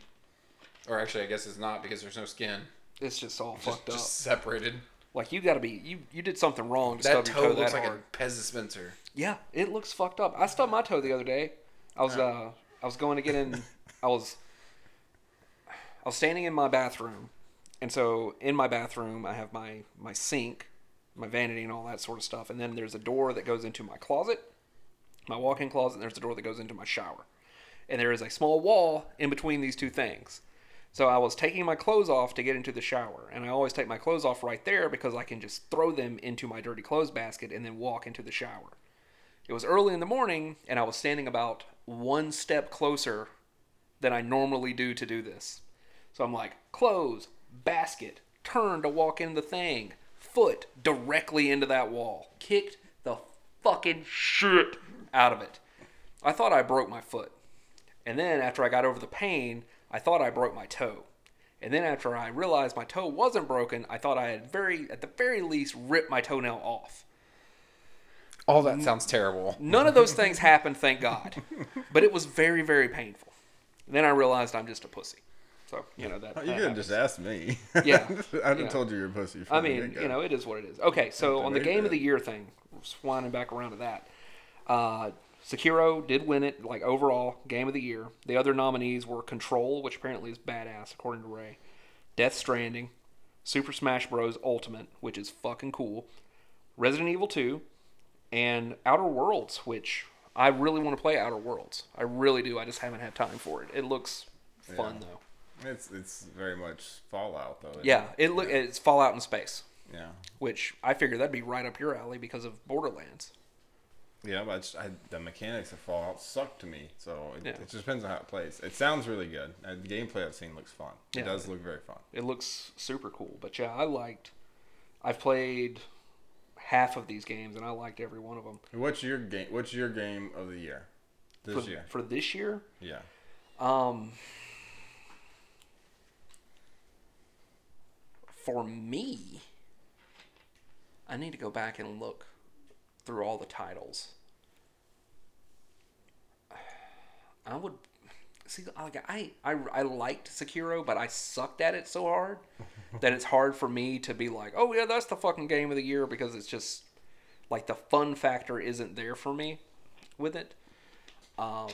Speaker 3: or actually, I guess it's not because there's no skin.
Speaker 2: It's just all
Speaker 3: Just,
Speaker 2: fucked up.
Speaker 3: just separated.
Speaker 2: Like you got to be you you did something wrong to
Speaker 3: That
Speaker 2: stub your
Speaker 3: toe
Speaker 2: toe
Speaker 3: looks
Speaker 2: that
Speaker 3: like
Speaker 2: hard.
Speaker 3: a Pez dispenser.
Speaker 2: Yeah, it looks fucked up. I stubbed my toe the other day. I was uh, I was going to get in. I was I was standing in my bathroom, and so in my bathroom I have my my sink, my vanity, and all that sort of stuff. And then there's a door that goes into my closet, my walk-in closet. And there's a door that goes into my shower, and there is a small wall in between these two things. So I was taking my clothes off to get into the shower, and I always take my clothes off right there because I can just throw them into my dirty clothes basket and then walk into the shower. It was early in the morning, and I was standing about one step closer than I normally do to do this. So I'm like, close, basket, turn to walk in the thing, foot directly into that wall, kicked the fucking shit out of it. I thought I broke my foot. And then after I got over the pain, I thought I broke my toe. And then after I realized my toe wasn't broken, I thought I had very at the very least ripped my toenail off.
Speaker 3: All that sounds terrible.
Speaker 2: None of those things happened, thank God. But it was very, very painful. And then I realized I'm just a pussy. So, you know, that.
Speaker 4: Oh, You
Speaker 2: that happened.
Speaker 4: could have just asked me.
Speaker 2: Yeah. Yeah.
Speaker 4: I'd have told you you're a pussy. from
Speaker 2: I
Speaker 4: the
Speaker 2: mean,
Speaker 4: get-go.
Speaker 2: you know, it is what it is. Okay, so on the
Speaker 4: very
Speaker 2: game of
Speaker 4: good.
Speaker 2: the year thing, just winding back around to that. Uh, Sekiro did win it, like overall game of the year. The other nominees were Control, which apparently is badass according to Ray, Death Stranding, Super Smash Bros. Ultimate, which is fucking cool, Resident Evil 2, and Outer Worlds, which I really want to play Outer Worlds. I really do. I just haven't had time for it. It looks fun though.
Speaker 4: It's it's very much Fallout though. isn't
Speaker 2: Yeah,
Speaker 4: it?
Speaker 2: it look it's Fallout in space
Speaker 4: Yeah.
Speaker 2: which I figure that'd be right up your alley because of Borderlands.
Speaker 4: Yeah, but I just, I, the mechanics of Fallout suck to me, so it,
Speaker 2: Yeah.
Speaker 4: it just depends on how it plays. It sounds really good. Uh, the gameplay I've seen looks fun. It
Speaker 2: Yeah.
Speaker 4: does look very fun.
Speaker 2: It looks super cool, but yeah, I liked. I've played half of these games and I liked every one of them.
Speaker 4: What's your game? What's your game of the year?
Speaker 2: For,
Speaker 4: This year.
Speaker 2: for this year,
Speaker 4: Yeah.
Speaker 2: um, for me, I need to go back and look through all the titles. I would see like I, I I liked Sekiro, but I sucked at it so hard that it's hard for me to be like, oh yeah, that's the fucking game of the year because it's just like the fun factor isn't there for me with it. Um,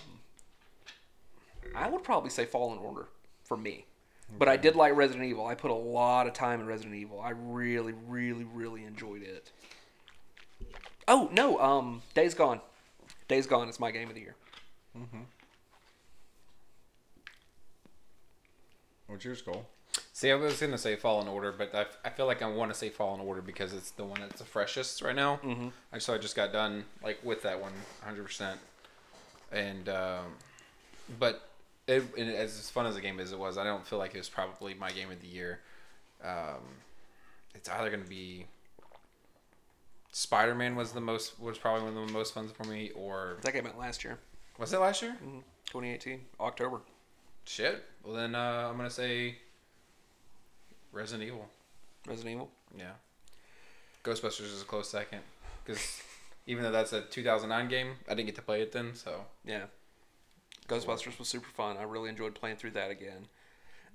Speaker 2: I would probably say Fallen Order for me, but I did like Resident Evil. I put a lot of time in Resident Evil. I really, really, really enjoyed it. Oh no, um, Days Gone. Days Gone is my game of the year.
Speaker 4: What's yours, Cole?
Speaker 3: See, I was gonna say Fallen Order, but I, I feel like I want to say Fallen Order because it's the one that's the freshest right now. Mm-hmm. I so I just got done like with that one, hundred percent. And um, but it, and as as fun as the game as it was, I don't feel like it was probably my game of the year. Um, it's either gonna be Spider Man was the most was probably one of the most fun for me, or
Speaker 2: That came out last year,
Speaker 3: was it last year?
Speaker 2: 2018 October.
Speaker 3: Shit. Well then uh, I'm gonna say Resident Evil.
Speaker 2: Resident Evil.
Speaker 3: Yeah. Ghostbusters is a close second because even though that's a 2009 game, I didn't get to play it then. So
Speaker 2: Yeah. Ghostbusters was super fun. I really enjoyed playing through that again.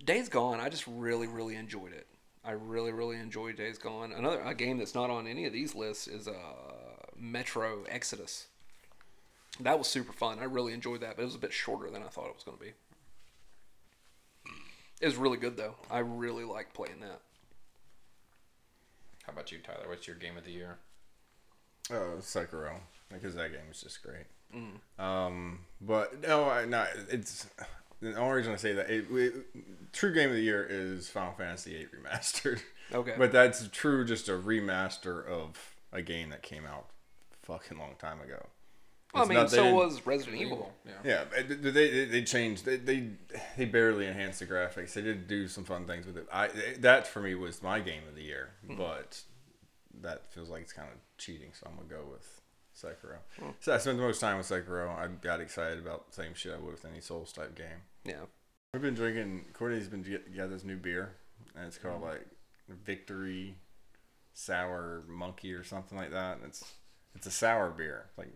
Speaker 2: Days Gone, I just really, really enjoyed it. I really, really enjoyed Days Gone. Another a game that's not on any of these lists is uh, Metro Exodus. That was super fun. I really enjoyed that, but it was a bit shorter than I thought it was going to be. It was really good though. I really liked playing that.
Speaker 3: how about you, Tyler? What's your game of the year?
Speaker 4: Oh, Sekiro, because that game is just great. Um, but no, I not. It's the only reason I say that. It, it- true game of the year is Final Fantasy VIII remastered.
Speaker 2: Okay.
Speaker 4: but that's true, just a remaster of a game that came out fucking long time ago.
Speaker 2: Well, I
Speaker 4: It's
Speaker 2: mean,
Speaker 4: not- they
Speaker 2: so
Speaker 4: didn't-
Speaker 2: was Resident Evil.
Speaker 4: Yeah, but th- they they, they changed. They, they they barely enhanced the graphics. They did do some fun things with it. I that for me was my game of the year, but that feels like it's kind of cheating. So I'm gonna go with Sekiro. So I spent the most time with Sekiro. I got excited about the same shit I would with any Souls type game.
Speaker 2: Yeah.
Speaker 4: We've been drinking. Courtney's been get, got this new beer, and it's
Speaker 3: Mm.
Speaker 4: called like Victory Sour Monkey or something like that. And it's it's a sour beer. Like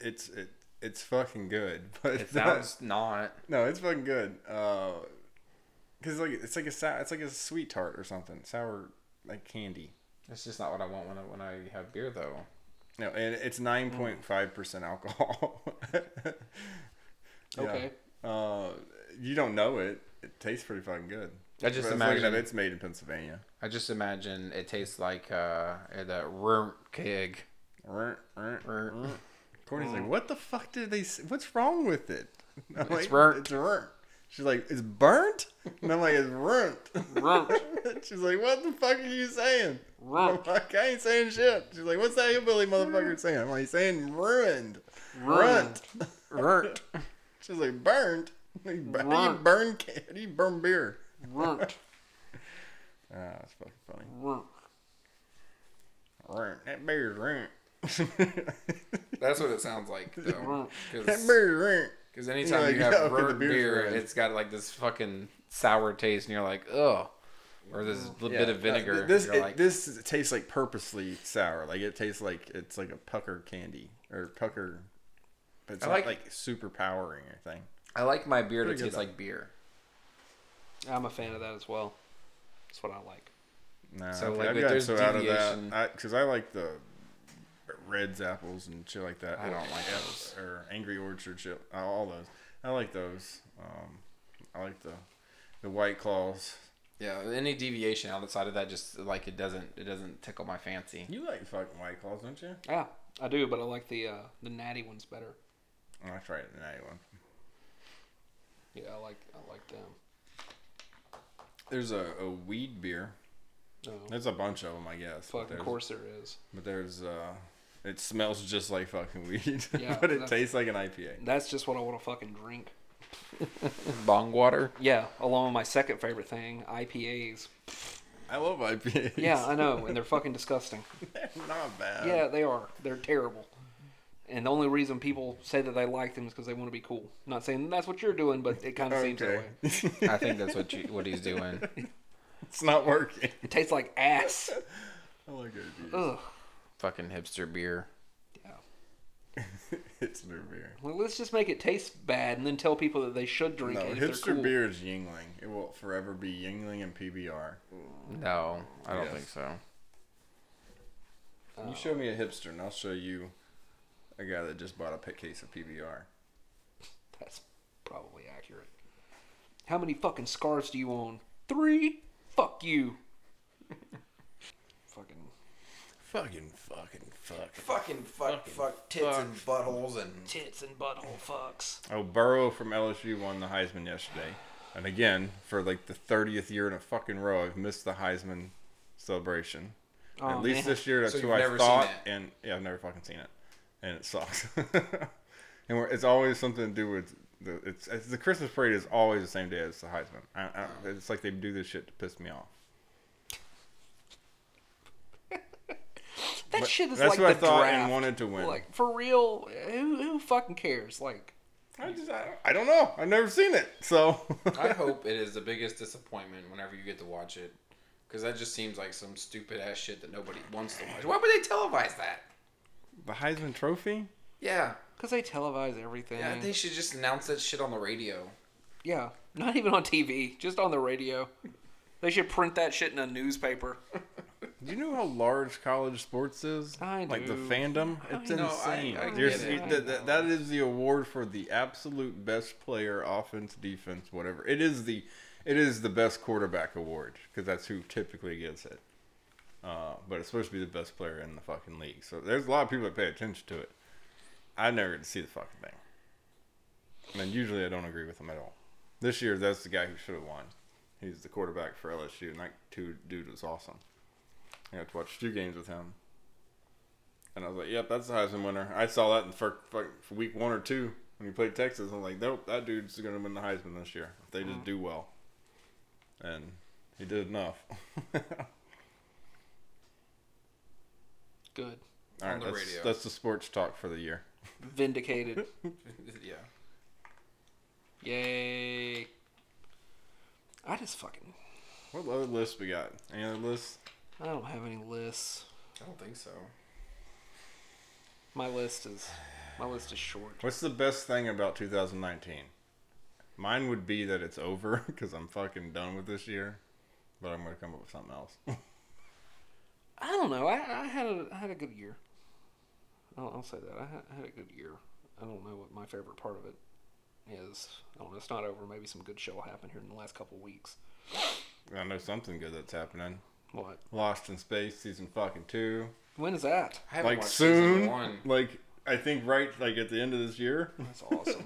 Speaker 4: it's it it's fucking good, but
Speaker 3: It
Speaker 4: it's not,
Speaker 3: sounds not.
Speaker 4: no, it's fucking good. Uh, cause like it's like a sour, it's like a sweet tart or something, sour like candy.
Speaker 3: That's just not what I want when I, when I have beer though.
Speaker 4: No, and it's nine point five percent alcohol.
Speaker 2: Okay.
Speaker 4: Yeah. Uh, you don't know it. It tastes pretty fucking good.
Speaker 3: I just
Speaker 4: But it's looking at
Speaker 3: imagine-
Speaker 4: it, it's made in Pennsylvania.
Speaker 3: I just imagine it tastes like uh that root keg.
Speaker 4: Rrr, rrr,
Speaker 3: Rrr.
Speaker 4: rrr. Courtney's like, "What the fuck did they? s- What's wrong with it?" And I'm
Speaker 3: Mm. It's
Speaker 4: like,
Speaker 3: burnt.
Speaker 4: It's burnt. She's like, "It's burnt," and I'm like, "It's burnt."
Speaker 2: Burnt.
Speaker 4: She's like, "What the fuck are you saying?" I'm
Speaker 2: Runt.
Speaker 4: like, "I ain't saying shit." She's like, "What's that hillbilly motherfucker saying?" I'm like, "He's saying ruined, runt."
Speaker 3: Root.
Speaker 4: She's like, "Burnt." How do you burn? ca- How do you burn beer?
Speaker 2: Runt.
Speaker 4: Ah, it's fucking funny.
Speaker 2: Runt.
Speaker 4: Runt. That beer's runt.
Speaker 3: That's what it sounds like though.
Speaker 4: that
Speaker 3: Because
Speaker 4: beer's runt.
Speaker 3: anytime
Speaker 4: like,
Speaker 3: you have
Speaker 4: yeah, okay, the
Speaker 3: root
Speaker 4: beer's
Speaker 3: beer,
Speaker 4: red.
Speaker 3: it's got like this fucking sour taste, and you're like, ugh. Or this little bit
Speaker 4: Yeah,
Speaker 3: of
Speaker 4: no,
Speaker 3: vinegar.
Speaker 4: th- this
Speaker 3: you're
Speaker 4: it-
Speaker 3: like,
Speaker 4: this is- tastes like purposely sour. Like it tastes like it's like a pucker candy or pucker. But it's
Speaker 3: I
Speaker 4: not
Speaker 3: like-
Speaker 4: like, super powering or anything.
Speaker 3: I like my beer to
Speaker 4: Pretty good,
Speaker 3: taste
Speaker 4: though.
Speaker 3: like beer.
Speaker 2: I'm a fan of that as well. That's what I like.
Speaker 4: No,
Speaker 3: So,
Speaker 4: I've-
Speaker 3: like,
Speaker 4: I've
Speaker 3: if
Speaker 4: gotten
Speaker 3: there's
Speaker 4: so out of
Speaker 3: deviation-
Speaker 4: that because I, like the reds apples and shit like that.
Speaker 3: I don't like
Speaker 4: Yeah,
Speaker 3: those.
Speaker 4: or angry orchard shit. All those. I like those. Um, I like the the white claws.
Speaker 3: Yeah, any deviation outside of that just like it doesn't it doesn't tickle my fancy.
Speaker 4: You like fucking white claws, don't you?
Speaker 2: Yeah, I do, but I like the uh, the natty ones better.
Speaker 4: Oh, I tried the night one.
Speaker 2: Yeah, I like I like them.
Speaker 4: There's a, a weed beer.
Speaker 2: No,
Speaker 4: There's a bunch of them, I guess. but
Speaker 2: Oh, fucking
Speaker 4: there's-
Speaker 2: course there is.
Speaker 4: But there's uh it smells just like fucking weed.
Speaker 2: Yeah,
Speaker 4: but it
Speaker 2: that's-
Speaker 4: tastes like an IPA.
Speaker 2: That's just what I want to fucking drink.
Speaker 3: Bong water.
Speaker 2: Yeah, along with my second favorite thing, IPAs.
Speaker 4: I love IPAs.
Speaker 2: Yeah, I know, and they're fucking disgusting.
Speaker 4: Not bad.
Speaker 2: Yeah, they are. They're terrible. And the only reason people say that they like them is because they want to be cool. Not saying that's what you're doing, but it kind of seems that
Speaker 4: Okay.
Speaker 2: way.
Speaker 3: I think that's what you, what he's doing.
Speaker 4: it's not working.
Speaker 2: It tastes like ass.
Speaker 4: I like IPAs.
Speaker 2: Ugh.
Speaker 3: Fucking hipster beer.
Speaker 2: Yeah.
Speaker 4: It's new beer.
Speaker 2: Well, let's just make it taste bad and then tell people that they should drink
Speaker 4: No,
Speaker 2: it. If
Speaker 4: hipster
Speaker 2: they're cool.
Speaker 4: beer is Yingling. It will forever be Yingling and PBR.
Speaker 3: No, I don't
Speaker 4: Yes.
Speaker 3: think so.
Speaker 2: Uh,
Speaker 4: You show me a hipster, and I'll show you a guy that just bought a pet case of PBR.
Speaker 2: That's probably accurate. How many fucking scarves do you own? Three? Fuck you. fucking.
Speaker 4: Fucking, fucking, fuck.
Speaker 3: Fucking fuck fuck tits and buttholes and
Speaker 2: Tits and butthole fucks.
Speaker 4: Oh, Burrow from LSU won the Heisman yesterday. And again, for like the 30th year in a fucking row, I've missed the Heisman celebration.
Speaker 2: Oh,
Speaker 4: At least
Speaker 2: man.
Speaker 4: this year, that's
Speaker 3: So
Speaker 4: who
Speaker 3: you've
Speaker 4: I
Speaker 3: never seen
Speaker 4: thought.
Speaker 3: that?
Speaker 4: And yeah, I've never fucking seen it. And it sucks. and we're, it's always something to do with. The, it's, it's the Christmas parade is always the same day as the Heisman. I, I, it's like they do this shit to piss me off.
Speaker 2: That
Speaker 4: But
Speaker 2: shit is
Speaker 4: that's
Speaker 2: like
Speaker 4: what I
Speaker 2: the
Speaker 4: thought
Speaker 2: draft.
Speaker 4: and wanted to win.
Speaker 2: Like for real, who who fucking cares? Like
Speaker 4: I just I, I don't know. I've never seen it, so
Speaker 3: I hope it is the biggest disappointment whenever you get to watch it. Because that just seems like some stupid ass shit that nobody wants to watch. Why would they televise that?
Speaker 4: the Heisman Trophy.
Speaker 3: Yeah.
Speaker 2: because they televise everything.
Speaker 3: Yeah,
Speaker 2: Yeah,
Speaker 3: they should just announce that shit on the radio.
Speaker 2: not even on TV, just on the radio. They should print that shit in a newspaper.
Speaker 4: Do you know how large college sports is?
Speaker 2: I
Speaker 4: Like the
Speaker 2: do.
Speaker 4: fandom, it's
Speaker 3: know, I-
Speaker 4: insane.
Speaker 3: I
Speaker 4: You're-
Speaker 3: get it.
Speaker 4: you- that- that- that is the award for the absolute best player, offense, defense, whatever. It is the, it is the best quarterback award because that's who typically gets it. Uh, but it's supposed to be the best player in the fucking league. So there's a lot of people that pay attention to it. I never get to see the fucking thing. And usually I don't agree with him at all. This year, that's the guy who should have won. He's the quarterback for LSU, and that two dude was awesome. I got to watch two games with him. And I was like, yep, that's the Heisman winner. I saw that in for, for for week one or two when he played Texas. I'm like, nope, that dude's going to win the Heisman this year if they
Speaker 3: Mm.
Speaker 4: just do well. And he did enough. all
Speaker 2: Good.
Speaker 4: right,
Speaker 3: the
Speaker 4: that's,
Speaker 3: radio.
Speaker 4: that's the sports talk for the year.
Speaker 2: Vindicated.
Speaker 3: yeah.
Speaker 2: Yay. I just fucking.
Speaker 4: What other lists we got? Any other lists?
Speaker 2: I don't have any lists.
Speaker 3: I don't think so.
Speaker 2: My list is. My list is short.
Speaker 4: What's the best thing about 2019? Mine would be that it's over because I'm fucking done with this year, but I'm going to come up with something else.
Speaker 2: I don't know. I, I had a I had a good year. I'll, I'll say that I had, I had a good year. I don't know what my favorite part of it is. I don't know. It's not over. Maybe some good shit will happen here in the last couple weeks.
Speaker 4: I know something good that's happening.
Speaker 2: What?
Speaker 4: Lost in Space season fucking two.
Speaker 2: When is that?
Speaker 3: I haven't
Speaker 4: Like
Speaker 3: watched season
Speaker 4: soon.
Speaker 3: One.
Speaker 4: Like I think right like at the end of this year.
Speaker 2: That's awesome.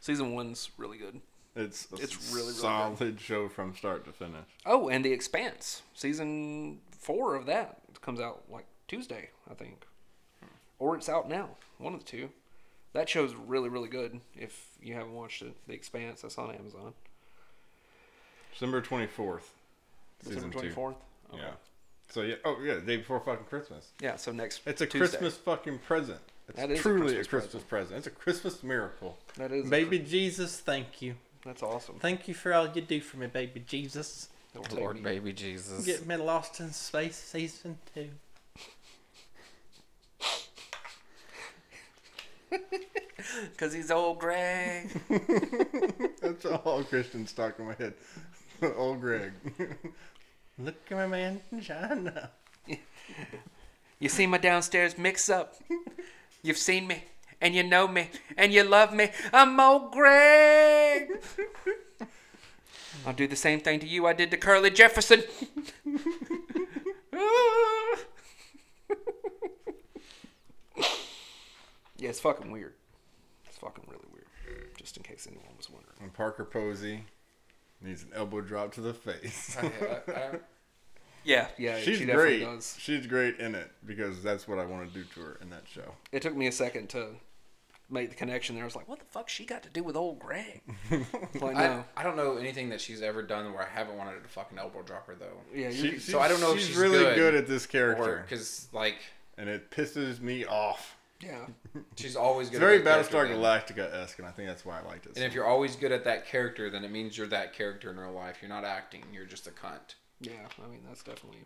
Speaker 2: Season one's really good.
Speaker 4: It's a
Speaker 2: It's really, really good.
Speaker 4: solid show from start to finish.
Speaker 2: Oh, and The Expanse season four of that comes out like Tuesday, I think, or it's out now. One of the two. That show's really, really good. If you haven't watched it, The Expanse, that's on Amazon.
Speaker 4: December twenty fourth.
Speaker 2: December twenty fourth.
Speaker 4: Yeah. So yeah. Oh yeah. The day before fucking Christmas.
Speaker 2: Yeah. So next.
Speaker 4: It's a
Speaker 2: Tuesday.
Speaker 4: Christmas fucking present. It's
Speaker 2: That is a
Speaker 4: truly
Speaker 2: Christmas
Speaker 4: a Christmas present. It's a Christmas miracle.
Speaker 2: That is a
Speaker 4: Baby Jesus, thank you.
Speaker 2: That's awesome.
Speaker 4: Thank you for all you do for me, baby Jesus.
Speaker 2: It'll take
Speaker 3: Lord,
Speaker 2: me-
Speaker 3: baby Jesus.
Speaker 4: Get me lost in space season two.
Speaker 2: Cause he's old Greg.
Speaker 4: That's all Christian stuck in my head. Old Greg. Look at my man China.
Speaker 2: you see my downstairs mix up. You've seen me, and you know me, and you love me. I'm old Greg. I'll do the same thing to you I did to Curly Jefferson. Ah. yeah, it's fucking weird. It's fucking really weird. Just in case anyone was wondering.
Speaker 4: And Parker Posey needs an elbow drop to the face.
Speaker 3: Yeah, I- I-
Speaker 2: Yeah, yeah,
Speaker 4: She's
Speaker 2: she definitely
Speaker 4: great.
Speaker 2: does.
Speaker 4: She's great in it because that's what I want to do to her in that show.
Speaker 2: it took me a second to make the connection there. I was like, what the fuck she got to do with old Greg? like,
Speaker 3: I,
Speaker 2: no.
Speaker 3: I don't know anything that she's ever done where I haven't wanted to fucking elbow drop her though.
Speaker 2: yeah,
Speaker 4: She-
Speaker 2: you
Speaker 4: she's,
Speaker 3: so I don't know if
Speaker 4: She's
Speaker 3: she's
Speaker 4: really
Speaker 3: good
Speaker 4: good, at this character,
Speaker 3: Because like
Speaker 4: and it pisses me off.
Speaker 2: yeah.
Speaker 3: she's always good.
Speaker 4: It's very
Speaker 3: at that character
Speaker 4: Battlestar
Speaker 3: then.
Speaker 4: Galactica esque, and I think that's why I liked it.
Speaker 3: And if you're always good at that character, then it means you're that character in real life. You're not acting. You're just a cunt.
Speaker 2: Yeah, I mean, that's definitely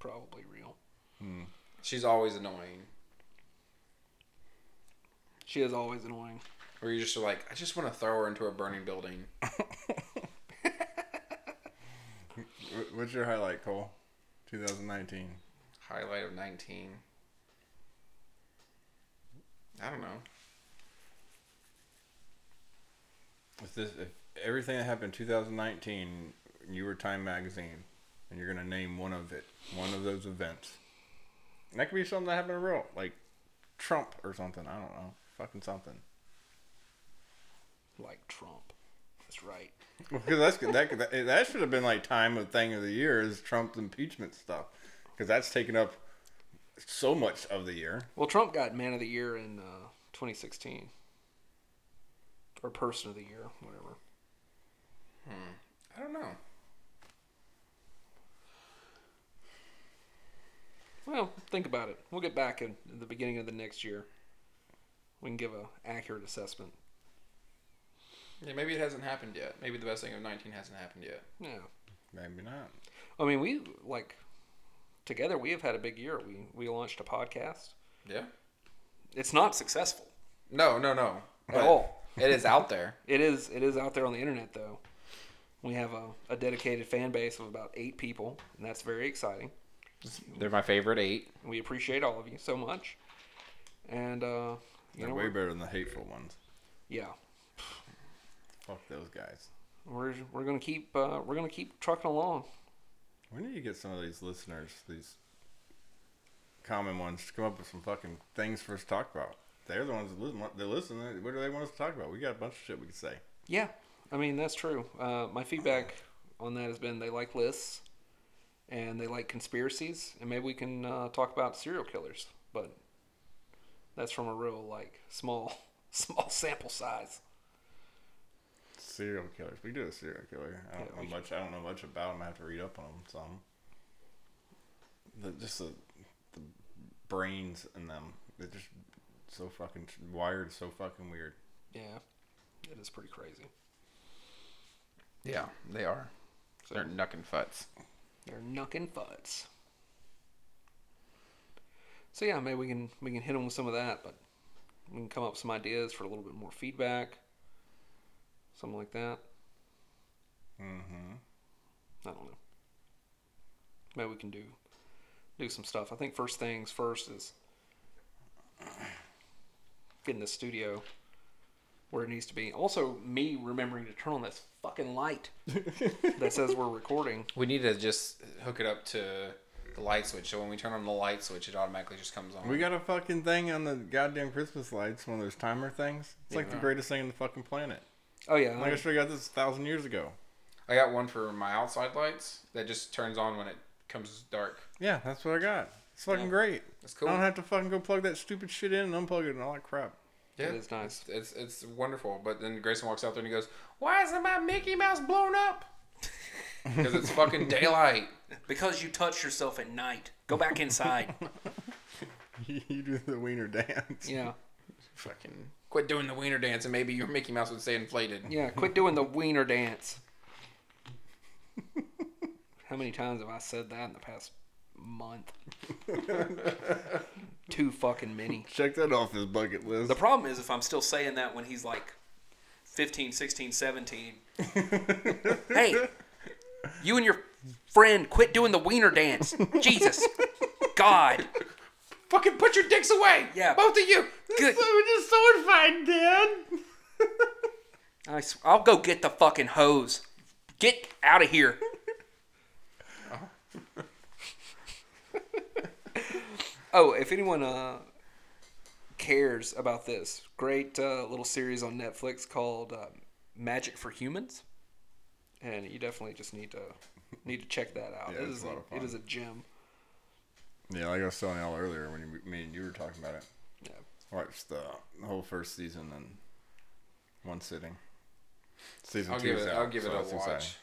Speaker 2: probably real.
Speaker 3: She's always annoying.
Speaker 2: She is always annoying.
Speaker 3: Or you're just like, I just want to throw her into a burning building.
Speaker 4: Wh- What's your highlight, Cole? 2019.
Speaker 3: Highlight of 19. I don't know.
Speaker 4: If this, if everything that happened in 2019, you were Time Magazine, and you're gonna name one of it, one of those events. And that could be something that happened in real, like Trump or something. I don't know, fucking something.
Speaker 2: Like Trump. That's right.
Speaker 4: Because that's that could- that, that should have been like time of thing of the year is Trump's impeachment stuff, because that's taken up so much of the year.
Speaker 2: Well, Trump got Man of the Year in uh, 2016. Or Person of the Year, whatever.
Speaker 3: I don't know.
Speaker 2: Well, think about it. We'll get back in the beginning of the next year. We can give a accurate assessment.
Speaker 3: Yeah, maybe it hasn't happened yet. Maybe the best thing of 19 hasn't happened yet.
Speaker 2: Yeah.
Speaker 4: Maybe not.
Speaker 2: I mean, we like together. We have had a big year. We we launched a podcast.
Speaker 3: Yeah?
Speaker 2: It's not successful
Speaker 3: No, no, no.
Speaker 2: at
Speaker 3: But
Speaker 2: all.
Speaker 3: It is out there.
Speaker 2: It is it is out there on the internet though. We have a, a dedicated fan base of about eight people, and that's very exciting.
Speaker 3: They're my favorite eight.
Speaker 2: We appreciate all of you so much. And uh, you
Speaker 4: They're
Speaker 2: know,
Speaker 4: way
Speaker 2: we're-
Speaker 4: better than the hateful ones.
Speaker 2: yeah,
Speaker 4: Fuck those guys.
Speaker 2: we're we're gonna keep uh, we're gonna keep trucking along.
Speaker 4: When do you get some of these listeners, these common ones to come up with some fucking things for us to talk about. They're the ones that listen. They listen. What do they want us to talk about? We got a bunch of shit we could say.
Speaker 2: Yeah, I mean that's true. Uh, my feedback on that has been they like lists, and they like conspiracies, and maybe we can uh, talk about serial killers. But that's from a real like small small sample size.
Speaker 4: Serial killers. We do a serial killer. I don't know much. I don't know much about them. I have to read up on them some. The, just the, the brains in them. They're just so fucking wired. So fucking weird.
Speaker 2: Yeah, it is pretty crazy.
Speaker 3: Yeah, they are. They're knuckin' futs.
Speaker 2: They're knuckin' futs. So yeah, maybe we can we can hit them with some of that, but we can come up with some ideas for a little bit more feedback, something like that.
Speaker 4: Mm-hmm.
Speaker 2: I don't know. Maybe we can do do some stuff. I think first things first is getting the studio where it needs to be. Also, me remembering to turn on this fucking light that says we're recording.
Speaker 3: We need to just hook it up to the light switch. So when we turn on the light switch, it automatically just comes on.
Speaker 4: We got a fucking thing on the goddamn Christmas lights. One of those timer things. It's like the greatest thing on the fucking planet.
Speaker 2: Oh yeah,
Speaker 4: Like I should have got this a thousand years ago.
Speaker 3: I got one for my outside lights that just turns on when it comes dark.
Speaker 4: Yeah, that's what I got. It's fucking great.
Speaker 3: That's cool.
Speaker 4: I don't have to fucking go plug that stupid shit in and unplug it and all that crap.
Speaker 3: Yeah,
Speaker 2: It is nice.
Speaker 3: It's, it's it's wonderful. But then Grayson walks out there and he goes, "Why isn't my Mickey Mouse blown up?" Because it's fucking daylight.
Speaker 2: because you touch yourself at night. Go back inside.
Speaker 4: you do the wiener dance.
Speaker 2: yeah,
Speaker 3: fucking quit doing the wiener dance, and maybe your Mickey Mouse would stay inflated.
Speaker 2: yeah. Quit doing the wiener dance. How many times have I said that in the past month? Too fucking many.
Speaker 4: Check that off his bucket list.
Speaker 2: The problem is if I'm still saying that when he's like 15, 16, 17. hey, you and your friend quit doing the wiener dance. Jesus. God.
Speaker 3: Fucking put your dicks away.
Speaker 2: Yeah.
Speaker 3: both of you.
Speaker 2: Good.
Speaker 4: just so fine, Dad.
Speaker 2: I s- I'll go get the fucking hose. Get out of here. oh, if anyone uh, cares about this, great uh, little series on Netflix called uh, Magic for Humans, and you definitely just need to need to check that out.
Speaker 4: Yeah,
Speaker 2: it
Speaker 4: it's
Speaker 2: is
Speaker 4: a
Speaker 2: a,
Speaker 4: lot of
Speaker 2: it
Speaker 4: fun.
Speaker 2: is a gem.
Speaker 4: Yeah, like I was telling y'all earlier when you, me and you were talking about it.
Speaker 2: Yeah.
Speaker 4: I watched the whole first season in one sitting. Season
Speaker 3: I'll
Speaker 4: two
Speaker 3: give
Speaker 4: is
Speaker 3: it.
Speaker 4: out,
Speaker 3: I'll give it
Speaker 4: so
Speaker 3: a
Speaker 4: that's exciting.
Speaker 3: watch.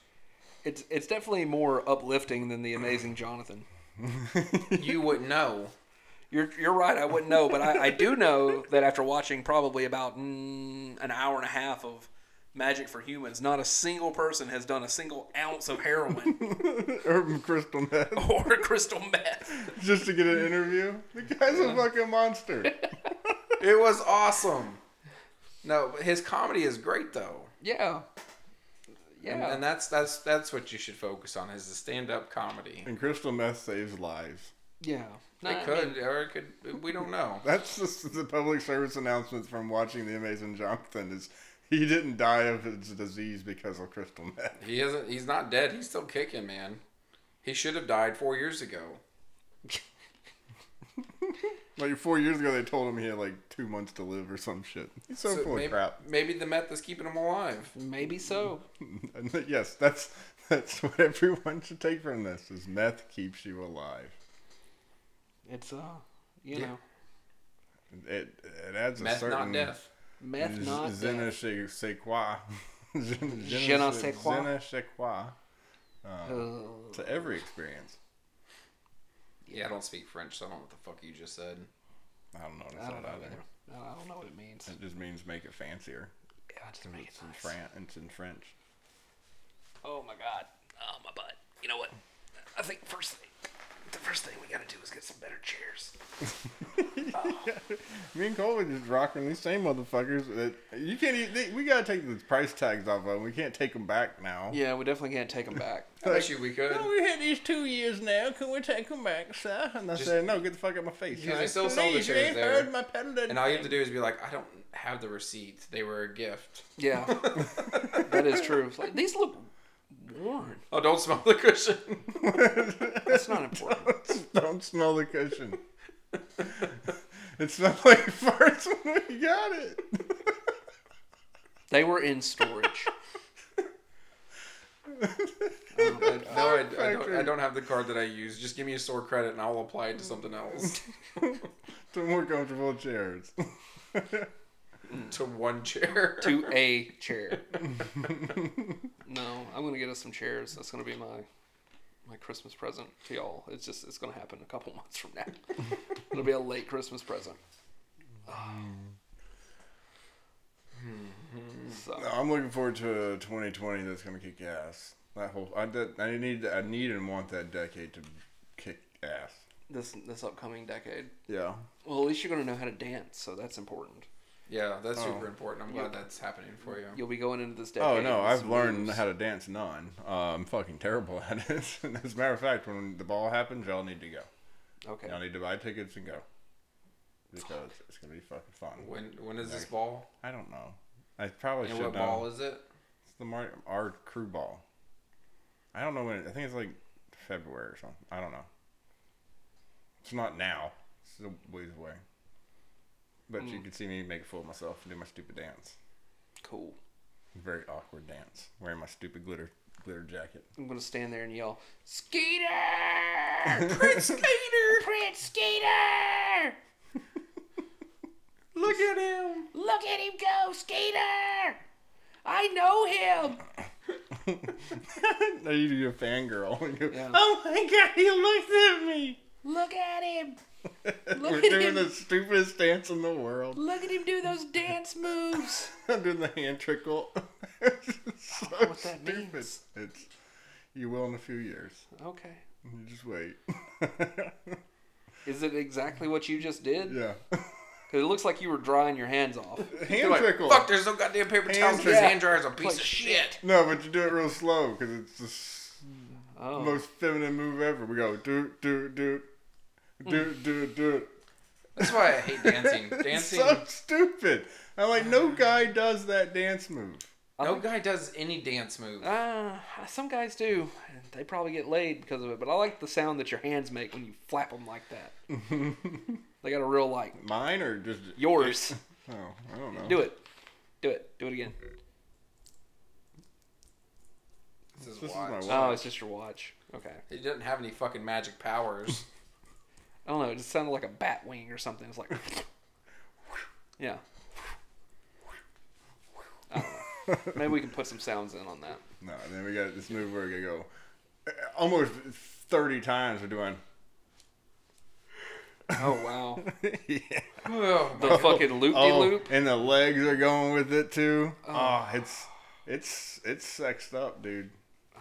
Speaker 2: It's it's definitely more uplifting than the Amazing Jonathan.
Speaker 3: You would know.
Speaker 2: You're, you're right. I wouldn't know, but I, I do know that after watching probably about mm, an hour and a half of Magic for Humans, not a single person has done a single ounce of heroin
Speaker 4: Urban Crystal Meth,
Speaker 3: Oh.
Speaker 2: or crystal meth.
Speaker 4: just to get an interview. The guy's a fucking monster.
Speaker 3: It was awesome. No, but his comedy is great though.
Speaker 2: Yeah,
Speaker 3: And,
Speaker 2: yeah.
Speaker 3: and that's that's that's what you should focus on is the stand up comedy.
Speaker 4: and crystal meth saves lives.
Speaker 2: yeah. No, I
Speaker 3: It could
Speaker 2: mean,
Speaker 3: or it could. We don't know.
Speaker 4: That's just the public service announcement from watching The Amazing Jonathan is he didn't die of his disease because of crystal meth.
Speaker 3: He isn't. He's not dead. He's still kicking, man. He should have died four years ago.
Speaker 4: Like four years ago, they told him he had like two months to live or some shit. He's so,
Speaker 3: So
Speaker 4: full
Speaker 3: maybe,
Speaker 4: of Oh, crap.
Speaker 3: Maybe the meth is keeping him alive.
Speaker 2: maybe so.
Speaker 4: And th- yes, that's that's what everyone should take from this: is meth keeps you alive.
Speaker 2: It's uh, you
Speaker 3: Yeah.
Speaker 2: know,
Speaker 4: It it adds a
Speaker 3: Meth,
Speaker 4: certain
Speaker 3: not death.
Speaker 2: meth
Speaker 4: z-
Speaker 2: not
Speaker 4: je ne
Speaker 2: death.
Speaker 4: sais quoi. Je ne-
Speaker 2: Je ne
Speaker 4: sais-
Speaker 2: sais quoi.
Speaker 4: je ne sais quoi Um,
Speaker 2: Uh,
Speaker 4: to every experience.
Speaker 3: Yeah, I don't speak French, so I don't know what the fuck you just said.
Speaker 4: I don't know what it
Speaker 2: I don't
Speaker 4: said
Speaker 2: know
Speaker 4: either.
Speaker 2: either. I don't know what it means.
Speaker 4: eh? It just means make it fancier.
Speaker 2: Yeah, just make it
Speaker 4: It's in
Speaker 2: nice.
Speaker 4: Fran- It's in French.
Speaker 2: Oh my god. Oh my butt. You know what? I think first thing, the first thing we gotta do is get some better chairs.
Speaker 4: Me and Cole were just rocking these same motherfuckers. That you can't. Even, they- we gotta take the price tags off of them. We can't take them back now.
Speaker 2: Yeah, we definitely can't take them back.
Speaker 3: I bet you we could.
Speaker 4: we had these two years now. Can we take them back, sir? And I said, No, get the fuck out of my face.
Speaker 3: Because they still sold the chairs there.
Speaker 4: patented.
Speaker 3: And all you have to do is be like, I don't have the receipt. They were a gift.
Speaker 2: Yeah, that is true. It's like, these look worn.
Speaker 3: Oh, don't smell the cushion.
Speaker 2: That's not important.
Speaker 4: Don't smell the cushion. It smelled like farts when we got it.
Speaker 2: They were in storage.
Speaker 3: I, no, I, I don't, I don't have the card that I use. Just give me a store credit and I'll apply it to something else.
Speaker 4: To more comfortable chairs.
Speaker 3: to one chair.
Speaker 2: to a chair. no, I'm gonna get us some chairs. That's gonna be my my Christmas present to y'all. It's just it's gonna happen a couple months from now. It'll be a late Christmas present.
Speaker 4: No, I'm looking forward to 2020. That's gonna kick ass. That whole I did, I need I need and want that decade to kick ass.
Speaker 2: This this upcoming decade.
Speaker 4: Yeah.
Speaker 2: Well, at least you're gonna know how to dance, so that's important.
Speaker 3: Yeah, that's super important. I'm glad that's happening for you.
Speaker 2: You'll be going into this decade.
Speaker 4: Oh no,
Speaker 2: with
Speaker 4: I've
Speaker 2: some
Speaker 4: learned
Speaker 2: moves.
Speaker 4: how to dance none. Uh, I'm fucking terrible at it. As a matter of fact, when the ball happens, y'all need to go.
Speaker 2: Okay.
Speaker 4: Y'all need to buy tickets and go because it's gonna be fucking fun.
Speaker 3: When when is this ball?
Speaker 4: I don't know. I probably
Speaker 3: And
Speaker 4: should
Speaker 3: what
Speaker 4: know.
Speaker 3: ball is it?
Speaker 4: It's the Mar- our crew ball. I don't know when. It, I think it's like February or something. I don't know. It's not now. It's still ways away. But
Speaker 3: Hmm.
Speaker 4: you can see me make a fool of myself and do my stupid dance.
Speaker 2: Cool.
Speaker 4: Very awkward dance. Wearing my stupid glitter glitter jacket.
Speaker 2: I'm gonna stand there and yell,
Speaker 5: Skeeter! Prince Skeeter! Prince Skeeter!
Speaker 3: Look at him.
Speaker 5: Look at him go, Skeeter! I know him!
Speaker 4: now you do a fangirl. You go,
Speaker 2: Yeah.
Speaker 4: Oh my god, he looks at me.
Speaker 5: Look at him! Look
Speaker 4: We're
Speaker 5: at
Speaker 4: doing
Speaker 5: him.
Speaker 4: the stupidest dance in the world.
Speaker 5: Look at him do those dance moves!
Speaker 4: I'm doing the hand trickle. It's so
Speaker 2: what that
Speaker 4: stupid.
Speaker 2: means.
Speaker 4: It's you will in a few years.
Speaker 2: "Okay."
Speaker 4: You just wait.
Speaker 2: Is it exactly what you just did?
Speaker 4: yeah.
Speaker 2: Because it looks like you were drying your hands off.
Speaker 4: Hand trickle.
Speaker 3: Fuck, there's no goddamn paper towels.
Speaker 4: Hands
Speaker 3: This
Speaker 4: up.
Speaker 3: hand dryer is a piece
Speaker 2: Like,
Speaker 3: of shit.
Speaker 4: No, but you do it real slow because it's the s-
Speaker 2: Oh.
Speaker 4: most feminine move ever. We go do do do do
Speaker 2: Mm.
Speaker 4: do do.
Speaker 3: That's why I hate dancing. Dancing.
Speaker 4: So stupid. I'm like, no guy does that dance move.
Speaker 3: No guy does any dance move.
Speaker 2: Uh, some guys do. They probably get laid because of it. But I like the sound that your hands make when you flap them like that. they got a real like
Speaker 4: Mine or just
Speaker 2: yours.
Speaker 4: Oh, I don't know.
Speaker 2: Do it. Do it. Do it again.
Speaker 3: This is
Speaker 4: This is
Speaker 3: why.
Speaker 4: my
Speaker 2: Oh,
Speaker 4: watch.
Speaker 2: it's just your watch. Okay.
Speaker 3: He doesn't have any fucking magic powers.
Speaker 2: I don't know. It just sounded like a bat wing or something. It's like, yeah. I don't know. Maybe we can put some sounds in on that.
Speaker 4: No, and then we got this move where we gotta go uh, almost thirty times. We're doing.
Speaker 2: Oh wow.
Speaker 3: Oh,
Speaker 2: The fucking loop de loop.
Speaker 4: Oh, and the legs are going with it too. Oh, it's it's it's sexed up, dude.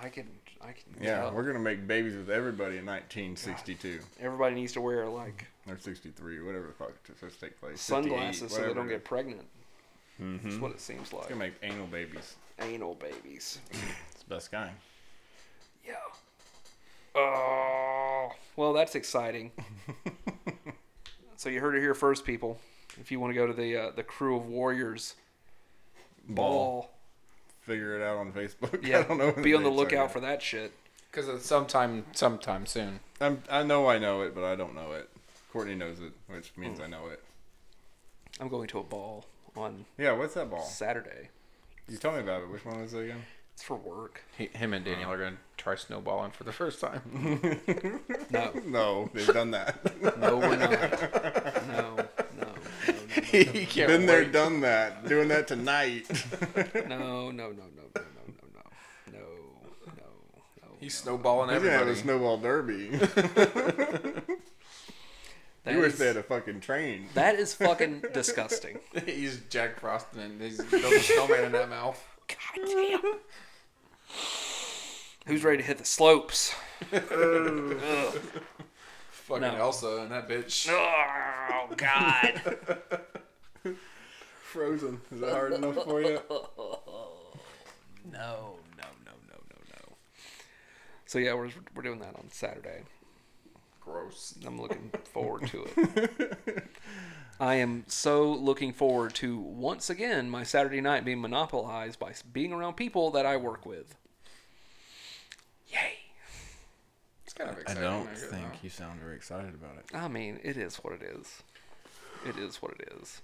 Speaker 2: I can. I can.
Speaker 4: Yeah,
Speaker 2: tell.
Speaker 4: we're gonna make babies with everybody in 1962
Speaker 2: Everybody needs to wear like
Speaker 4: or 63, whatever the fuck it's supposed to take place. 58,
Speaker 2: sunglasses so they
Speaker 4: whatever
Speaker 2: don't
Speaker 4: it is.
Speaker 2: get pregnant.
Speaker 4: Mm-hmm.
Speaker 2: That's what it seems like.
Speaker 4: Gonna make anal babies.
Speaker 2: Anal babies.
Speaker 4: It's the best kind.
Speaker 2: Yo. Oh. Well, that's exciting. so you heard it here first, people. If you want to go to the uh, the crew of warriors
Speaker 4: Ball.
Speaker 2: ball,
Speaker 4: Figure it out on Facebook.
Speaker 2: yeah,
Speaker 4: I don't know. when
Speaker 2: be on the
Speaker 4: dates are
Speaker 2: lookout
Speaker 4: yet.
Speaker 2: for that shit.
Speaker 3: Because it's sometime, sometime soon.
Speaker 4: I'm, I know I know it, but I don't know it. Courtney knows it, which
Speaker 2: Hmm.
Speaker 4: means I know it.
Speaker 2: I'm going to a ball on
Speaker 4: Yeah, what's that ball?
Speaker 2: Saturday.
Speaker 4: You tell me about it. Which one was it again?
Speaker 2: It's for work.
Speaker 3: He, him and Daniel are going to try snowballing for the first time.
Speaker 2: No,
Speaker 4: No, they've done that.
Speaker 2: no, we're not. No, no,
Speaker 3: he can't
Speaker 4: Been there, done that. Doing that tonight.
Speaker 2: no, no, no, no, no, no, no, no, no, no, no.
Speaker 3: He's snowballing
Speaker 4: We're gonna have
Speaker 3: everybody.
Speaker 4: a snowball derby.
Speaker 2: That
Speaker 4: you wish
Speaker 2: is-
Speaker 4: they had a fucking train.
Speaker 2: That is fucking disgusting.
Speaker 3: He's Jack Frost and he's building a snowman in that mouth.
Speaker 2: Who's ready to hit the slopes?
Speaker 3: Fucking Elsa and that bitch.
Speaker 5: Oh, God!
Speaker 4: Frozen. Is that hard enough for you?
Speaker 2: No, no, no, no, no, no. So yeah, we're we're doing that on Saturday.
Speaker 3: Gross.
Speaker 2: I'm looking forward to it. I am so looking forward to once again my Saturday night being monopolized by being around people that I work with. Yay!
Speaker 3: kind of
Speaker 4: I
Speaker 3: exciting.
Speaker 4: don't
Speaker 3: guess,
Speaker 4: think
Speaker 3: huh?
Speaker 4: you sound very excited about it.
Speaker 2: I mean, it is what it is. It is what it is.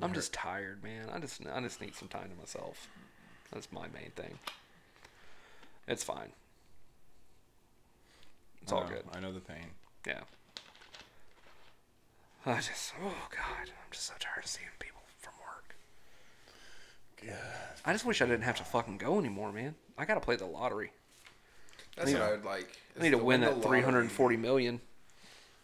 Speaker 2: I'm just tired, man. I just I just need some time to myself. That's my main thing. It's fine. It's all
Speaker 4: I know,
Speaker 2: good.
Speaker 4: I know the pain.
Speaker 2: Yeah. I just oh god, I'm just so tired of seeing people from work. I just wish I didn't have to fucking go anymore, man. I gotta play the lottery.
Speaker 3: That's what I would like.
Speaker 2: I need to win that
Speaker 3: three hundred.
Speaker 2: 340 million.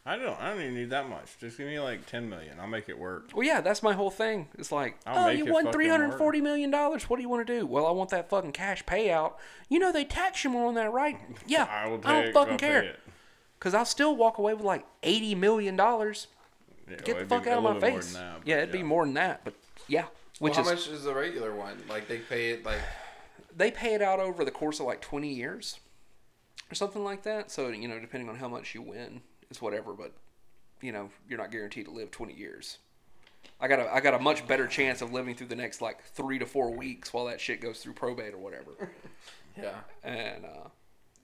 Speaker 4: I don't. I don't even need that much. Just give me like ten million. I'll make it work.
Speaker 2: Well, yeah, that's my whole thing. It's like,
Speaker 4: I'll
Speaker 2: oh,
Speaker 4: make
Speaker 2: you
Speaker 4: it
Speaker 2: won
Speaker 4: fucking
Speaker 2: three hundred forty million dollars. What do you want to do? Well, I want that fucking cash payout. You know they tax you more on that, right? Yeah,
Speaker 4: I
Speaker 2: I,
Speaker 4: will take.
Speaker 2: don't fucking
Speaker 4: I'll pay
Speaker 2: care
Speaker 4: it.
Speaker 2: because I'll still walk away with like eighty million dollars. Get
Speaker 4: Yeah, well,
Speaker 2: the
Speaker 4: Oh, it'd
Speaker 2: fuck
Speaker 4: be
Speaker 2: out
Speaker 4: a
Speaker 2: of my
Speaker 4: little more
Speaker 2: face.
Speaker 4: than that, but
Speaker 2: yeah, it'd be more than that, but yeah. Which
Speaker 3: Well,
Speaker 2: is
Speaker 3: how much is the regular one? Like they pay it like
Speaker 2: they pay it out over the course of like 20 years or something like that. So, you know, depending on how much you win, it's whatever, but you know, you're not guaranteed to live 20 years. I got a I got a much better chance of living through the next like 3 to 4 weeks while that shit goes through probate or whatever.
Speaker 3: yeah.
Speaker 2: And uh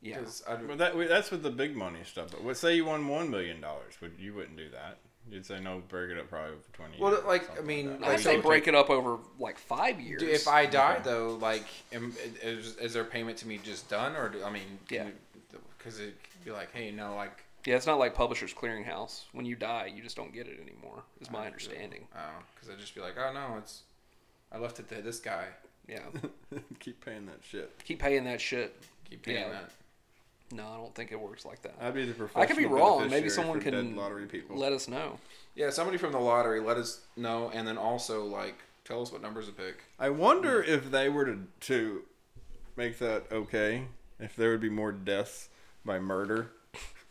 Speaker 2: yeah.
Speaker 3: 'Cause I'd-
Speaker 4: But that that's with the big money stuff. But what, say you won one million dollars, would you wouldn't do that? You'd say no, break it up probably for twenty.
Speaker 3: Well,
Speaker 4: years or
Speaker 3: like I
Speaker 4: something
Speaker 3: mean,
Speaker 4: that.
Speaker 3: like,
Speaker 2: I'd say
Speaker 3: so
Speaker 2: break it up over like 5 years.
Speaker 3: if I die though, like, am, is, is their payment to me just done, or do, I mean,
Speaker 2: Yeah.
Speaker 3: because it could be like, hey, no, like,
Speaker 2: Yeah, it's not like Publishers Clearinghouse. When you die, you just don't get it anymore. Is my understanding.
Speaker 3: oh, because I'd just be like, oh no, it's, I left it to this guy.
Speaker 2: Yeah.
Speaker 4: keep paying that shit.
Speaker 2: Keep paying that shit.
Speaker 3: Keep paying
Speaker 2: Yeah.
Speaker 3: that.
Speaker 2: No, I don't think it works like that.
Speaker 4: I'd be the professional.
Speaker 2: I could be wrong. Maybe
Speaker 4: beneficiary
Speaker 2: someone
Speaker 4: for dead
Speaker 2: can
Speaker 4: lottery people.
Speaker 2: let us know.
Speaker 3: Yeah, somebody from the lottery, let us know, and then also like tell us what numbers to pick.
Speaker 4: I wonder
Speaker 2: Hmm.
Speaker 4: if they were to to make that okay, if there would be more deaths by murder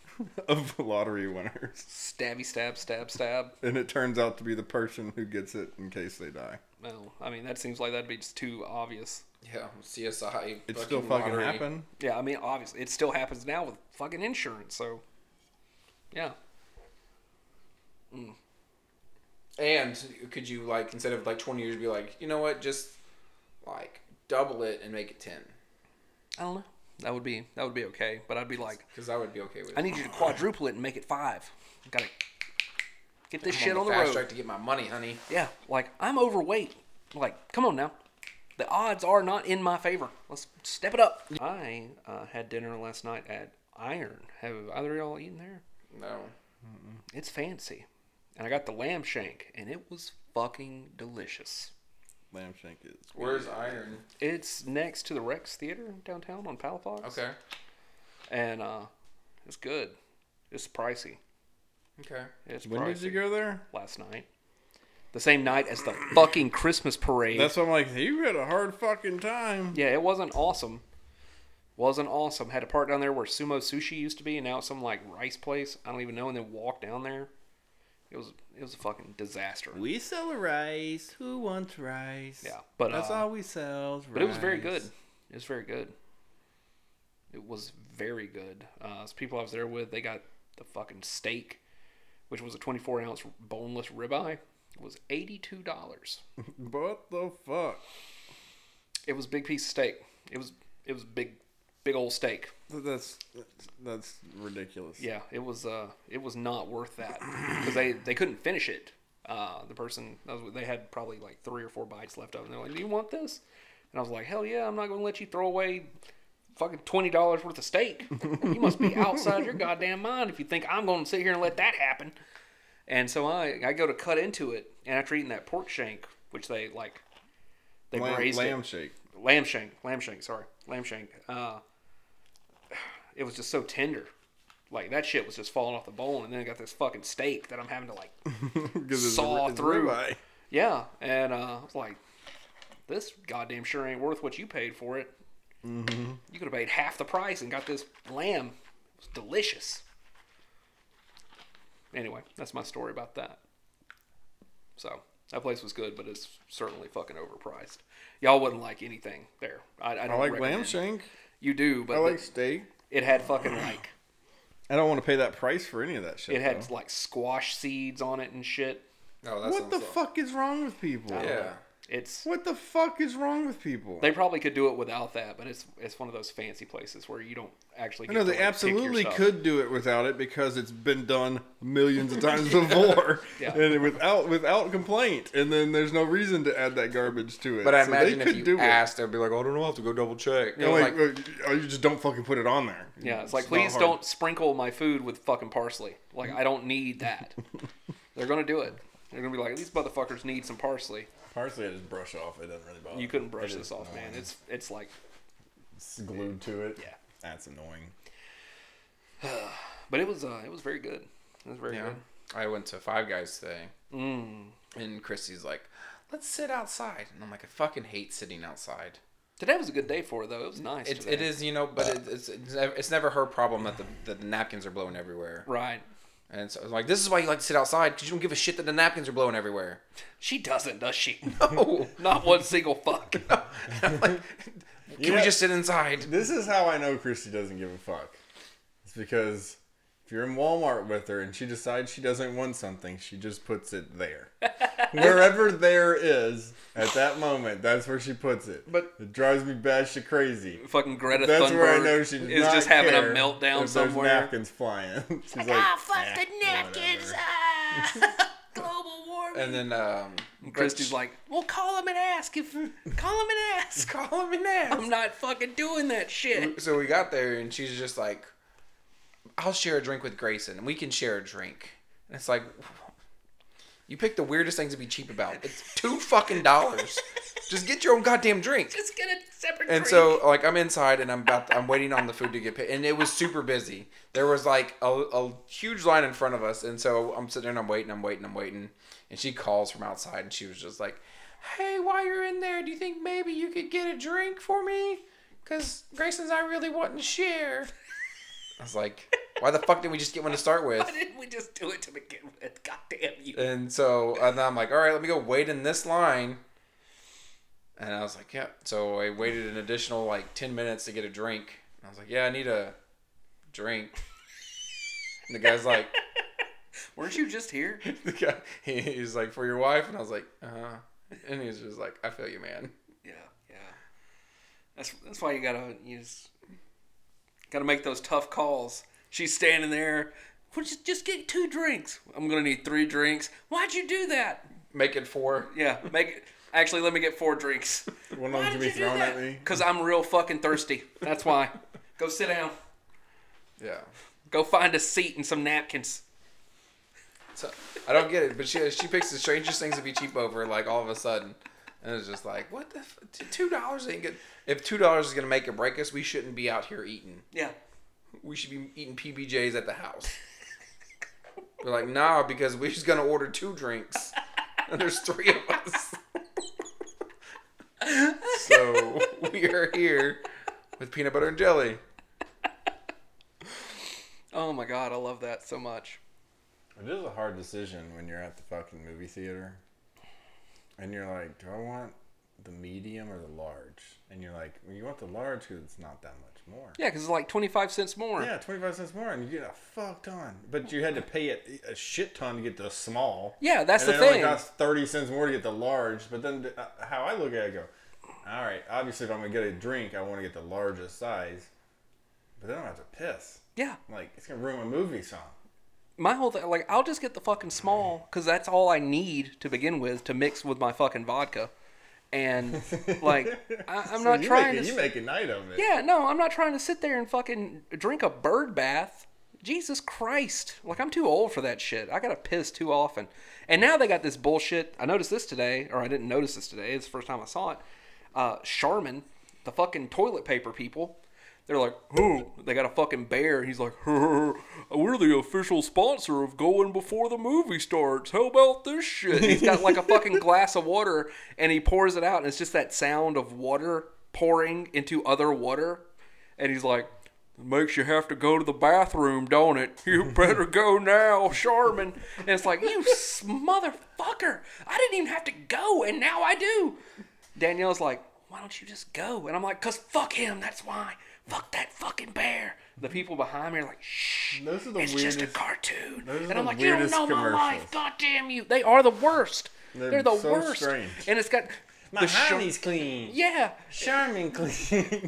Speaker 4: of lottery winners,
Speaker 2: Stabby stab stab stab.
Speaker 4: and it turns out to be the person who gets it in case they die.
Speaker 2: No, I mean that seems like that'd be just too obvious.
Speaker 3: Yeah, CSI.
Speaker 4: It still fucking
Speaker 3: lottery.
Speaker 4: happen.
Speaker 2: Yeah, I mean obviously it still happens now with fucking insurance. So, yeah,
Speaker 3: And could you like instead of like twenty years, be like, you know what, just like double it and make it ten,
Speaker 2: I don't know. That would be that would be okay. But I'd be like,
Speaker 3: because I would be okay with. it.
Speaker 2: I need you to quadruple it and make it five. Got to get this
Speaker 3: I'm
Speaker 2: shit on the
Speaker 3: fast
Speaker 2: road.
Speaker 3: track to get my money, honey.
Speaker 2: Yeah, like I'm overweight. Like, come on now. The odds are not in my favor. Let's step it up. I uh, had dinner last night at Iron. Have either of y'all eaten there?
Speaker 3: No.
Speaker 2: It's fancy. And I got the lamb shank, and it was fucking delicious.
Speaker 4: Lamb shank is.
Speaker 3: Where's iron?
Speaker 2: It's next to the Rex Theater downtown on Palafox.
Speaker 3: Okay.
Speaker 2: And uh, it's good. It's pricey.
Speaker 3: Okay.
Speaker 2: It's
Speaker 4: When
Speaker 2: pricey.
Speaker 4: did you go there?
Speaker 2: Last night. The same night as the fucking Christmas parade.
Speaker 4: That's why I'm like, you had a hard fucking time.
Speaker 2: Yeah, it wasn't awesome. Wasn't awesome. Had a part down there where Sumo Sushi used to be, and now it's some like rice place. I don't even know. And then walked down there. It was it was a fucking disaster.
Speaker 4: We sell rice. Who wants rice?
Speaker 2: Yeah, but
Speaker 4: That's
Speaker 2: uh,
Speaker 4: all we sell. is
Speaker 2: but it was very
Speaker 4: rice.
Speaker 2: good. It was very good. It was very good. Uh, it's people I was there with, they got the fucking steak, which was a 24 ounce boneless ribeye. It was $82.
Speaker 4: What the fuck?
Speaker 2: It was a big piece of steak. It was it was big big old steak.
Speaker 4: That's that's, that's ridiculous.
Speaker 2: Yeah, it was uh, it was not worth that because they they couldn't finish it. Uh, the person that was, they had probably like three or four bites left of, it, and they're like, "Do you want this?" And I was like, "Hell yeah! I'm not going to let you throw away fucking twenty dollars worth of steak. You must be outside your goddamn mind if you think I'm going to sit here and let that happen." And so I I go to cut into it, and after eating that pork shank, which they like, they
Speaker 4: Lamb,
Speaker 2: braised it
Speaker 4: lamb shake.
Speaker 2: lamb shank, lamb shank, sorry, lamb shank. Uh, it was just so tender. Like that shit was just falling off the bone, and then I got this fucking steak that I'm having to like,
Speaker 4: 'Cause it's a
Speaker 2: Saw
Speaker 4: ri- it's a
Speaker 2: through.
Speaker 4: ribeye.
Speaker 2: yeah. And uh, I was like, this goddamn sure ain't worth what you paid for it.
Speaker 4: Mm-hmm.
Speaker 2: You could have paid half the price and got this lamb. It was delicious. Anyway, that's my story about that. So that place was good, but it's certainly fucking overpriced. Y'all wouldn't like anything there. I, I, don't
Speaker 4: I like
Speaker 2: recommend-
Speaker 4: lamb shank.
Speaker 2: you do, but
Speaker 4: I like
Speaker 2: the-
Speaker 4: steak.
Speaker 2: it had fucking like
Speaker 4: I don't want to pay that price for any of that shit.
Speaker 2: it had
Speaker 4: though.
Speaker 2: like squash seeds on it and shit.
Speaker 3: No, that's
Speaker 4: What the fuck is wrong with people?
Speaker 3: Yeah.
Speaker 2: It's
Speaker 4: What the fuck is wrong with people?
Speaker 2: they probably could do it without that, but it's it's one of those fancy places where you don't actually. Get
Speaker 4: No,
Speaker 2: to,
Speaker 4: they
Speaker 2: like, pick your
Speaker 4: absolutely
Speaker 2: stuff.
Speaker 4: could do it without it because it's been done millions of times before,
Speaker 2: Yeah.
Speaker 4: and it- without without complaint. And then there's no reason to add that garbage to it.
Speaker 3: But I
Speaker 4: So
Speaker 3: imagine
Speaker 4: they
Speaker 3: if
Speaker 4: could
Speaker 3: you
Speaker 4: do
Speaker 3: asked, they'd be like, "Oh, "I don't know. I have to go double check."
Speaker 4: it. You know,
Speaker 3: They're
Speaker 4: like, uh, you just don't fucking put it on there.
Speaker 2: Yeah, it's like
Speaker 4: not
Speaker 2: please
Speaker 4: hard.
Speaker 2: don't sprinkle my food with fucking parsley. Like I don't need that. They're gonna do it. They're gonna be like these motherfuckers need some parsley.
Speaker 4: Parsley, I just brush off. It doesn't really bother.
Speaker 2: You couldn't brush
Speaker 4: It
Speaker 2: this
Speaker 4: is
Speaker 2: off, man.
Speaker 4: annoying.
Speaker 2: It's it's like
Speaker 4: It's glued to it.
Speaker 2: Yeah.
Speaker 4: that's annoying.
Speaker 2: but it was uh it was very good. It was very good.
Speaker 3: I went to Five Guys today, and Christy's like, "Let's sit outside," and I'm like, "I fucking hate sitting outside."
Speaker 2: Today was a good day for it though. It was nice.
Speaker 3: It,
Speaker 2: today.
Speaker 3: it is, you know, but it, it's it's nev- it's never her problem that the, that the napkins are blowing everywhere.
Speaker 2: Right.
Speaker 3: And so I was like, "This is why you like to sit outside because you don't give a shit that the napkins are blowing everywhere."
Speaker 2: She doesn't, does she?
Speaker 3: No.
Speaker 2: Not one single fuck.
Speaker 3: I'm like, can we
Speaker 4: know-
Speaker 3: just sit inside?
Speaker 4: This is how I know Christy doesn't give a fuck. It's because if you're in Walmart with her and she decides she doesn't want something, she just puts it there. Wherever there is at that moment, that's where she puts it.
Speaker 2: But-
Speaker 4: it drives me batshit crazy.
Speaker 2: Fucking Greta
Speaker 4: That's
Speaker 2: Thunberg
Speaker 4: where I know she does
Speaker 2: is
Speaker 4: not
Speaker 2: just having a
Speaker 4: care
Speaker 2: meltdown
Speaker 4: if
Speaker 2: somewhere.
Speaker 4: There's napkins flying. She's like,
Speaker 5: Ah, fuck
Speaker 4: "Eh,
Speaker 5: the napkins.
Speaker 4: whatever."
Speaker 5: Ah, global warming.
Speaker 3: And then um,
Speaker 2: Christy's like,
Speaker 5: Well, call him and ask if. Call him and ask.
Speaker 3: call him in there.
Speaker 2: I'm not fucking doing that
Speaker 4: Mm.
Speaker 2: shit.
Speaker 3: So we got there, and she's just like, "I'll share a drink with Grayson, and we can share a drink." And it's like, you pick the weirdest things to be cheap about. It's two fucking dollars. Just get your own goddamn drink.
Speaker 5: Just get a separate
Speaker 3: And so, like, I'm inside, and I'm about, I'm waiting on the food to get paid, and it was super busy. There was like a, a huge line in front of us, and so I'm sitting there, and I'm waiting, I'm waiting, I'm waiting, and she calls from outside, and she was just like, "Hey, while you're in there, do you think maybe you could get a drink for me? Because Grayson's I really wanting to share." I was like, "Why the fuck did we just get one to start with?"
Speaker 2: Why didn't we just do it to begin with? God damn you.
Speaker 3: And so and then I'm like, all right, let me go wait in this line. And I was like, yeah. So I waited an additional like 10 minutes to get a drink. And I was like, yeah, I need a drink. And the guy's like,
Speaker 2: Weren't you just here?
Speaker 3: the guy, he, he's like, for your wife? And I was like, uh huh. And he's just like, I feel you, man.
Speaker 2: Yeah, yeah. That's that's why you gotta you just gotta make those tough calls. She's standing there. Well, just just get two drinks. I'm gonna need three drinks. Why'd you do that?
Speaker 3: Make it four.
Speaker 2: Yeah, make it. Actually, let me get four drinks
Speaker 4: One of them can be thrown at me.
Speaker 2: because I'm real fucking thirsty. That's why. Go sit down.
Speaker 3: Yeah.
Speaker 2: Go find a seat and some napkins.
Speaker 3: So I don't get it, but she she picks the strangest things to be cheap over, like all of a sudden, and it's just like, what the f- two dollars ain't good. If two dollars is gonna make or break us, we shouldn't be out here eating.
Speaker 2: Yeah.
Speaker 3: We should be eating PBJs at the house. We're like, nah, because we're just gonna order two drinks, and there's three of us. so we are here with peanut butter and jelly.
Speaker 2: Oh my god, I love that so much.
Speaker 4: It is a hard decision when you're at the fucking movie theater and you're like, do I want the medium or the large? And you're like, well, you want the large because it's not that much more.
Speaker 2: Yeah, because it's like twenty five cents more.
Speaker 4: Yeah, 25 cents more and you get a fuck ton. But you had to pay a, a shit ton to get the small.
Speaker 2: Yeah, that's
Speaker 4: and
Speaker 2: the
Speaker 4: it only
Speaker 2: thing.
Speaker 4: costs 30 cents more to get the large. But then uh, how I look at it, I go, all right, obviously if I'm going to get a drink, I want to get the largest size. But then I don't have to piss.
Speaker 2: Yeah.
Speaker 4: Like, it's going to ruin my movie song.
Speaker 2: my whole thing, like, I'll just get the fucking small because that's all I need to begin with to mix with my fucking vodka, and like, I, I'm not
Speaker 4: you
Speaker 2: trying
Speaker 4: make,
Speaker 2: to.
Speaker 4: You make a night of it.
Speaker 2: yeah, no, I'm not trying to sit there and fucking drink a bird bath. Jesus Christ! Like, I'm too old for that shit. I gotta piss too often, and now they got this bullshit. I noticed this today, or I didn't notice this today. It's the first time I saw it. Uh, Charmin, the fucking toilet paper people. They're like, oh, they got a fucking bear. He's like, "Huh, we're the official sponsor of going before the movie starts. How about this shit? He's got like a fucking glass of water and he pours it out, and it's just that sound of water pouring into other water. And he's like, it makes you have to go to the bathroom, don't it? You better go now, Charmin. And it's like, you s- motherfucker, I didn't even have to go, and now I do. Danielle's like, why don't you just go? And I'm like, cause fuck him, that's why. Fuck that fucking bear. The people behind me are like, shh,
Speaker 4: Those are the
Speaker 2: it's just a
Speaker 4: weirdest-
Speaker 2: cartoon.
Speaker 4: those are
Speaker 2: And
Speaker 4: the
Speaker 2: I'm like, you don't
Speaker 4: weirdest
Speaker 2: know my life,
Speaker 4: commercials.
Speaker 2: god damn you. They are the worst. They're,
Speaker 4: They're
Speaker 2: the
Speaker 4: so
Speaker 2: worst.
Speaker 4: strange.
Speaker 2: And it's got the shor-
Speaker 7: clean.
Speaker 2: yeah,
Speaker 7: Charmin clean.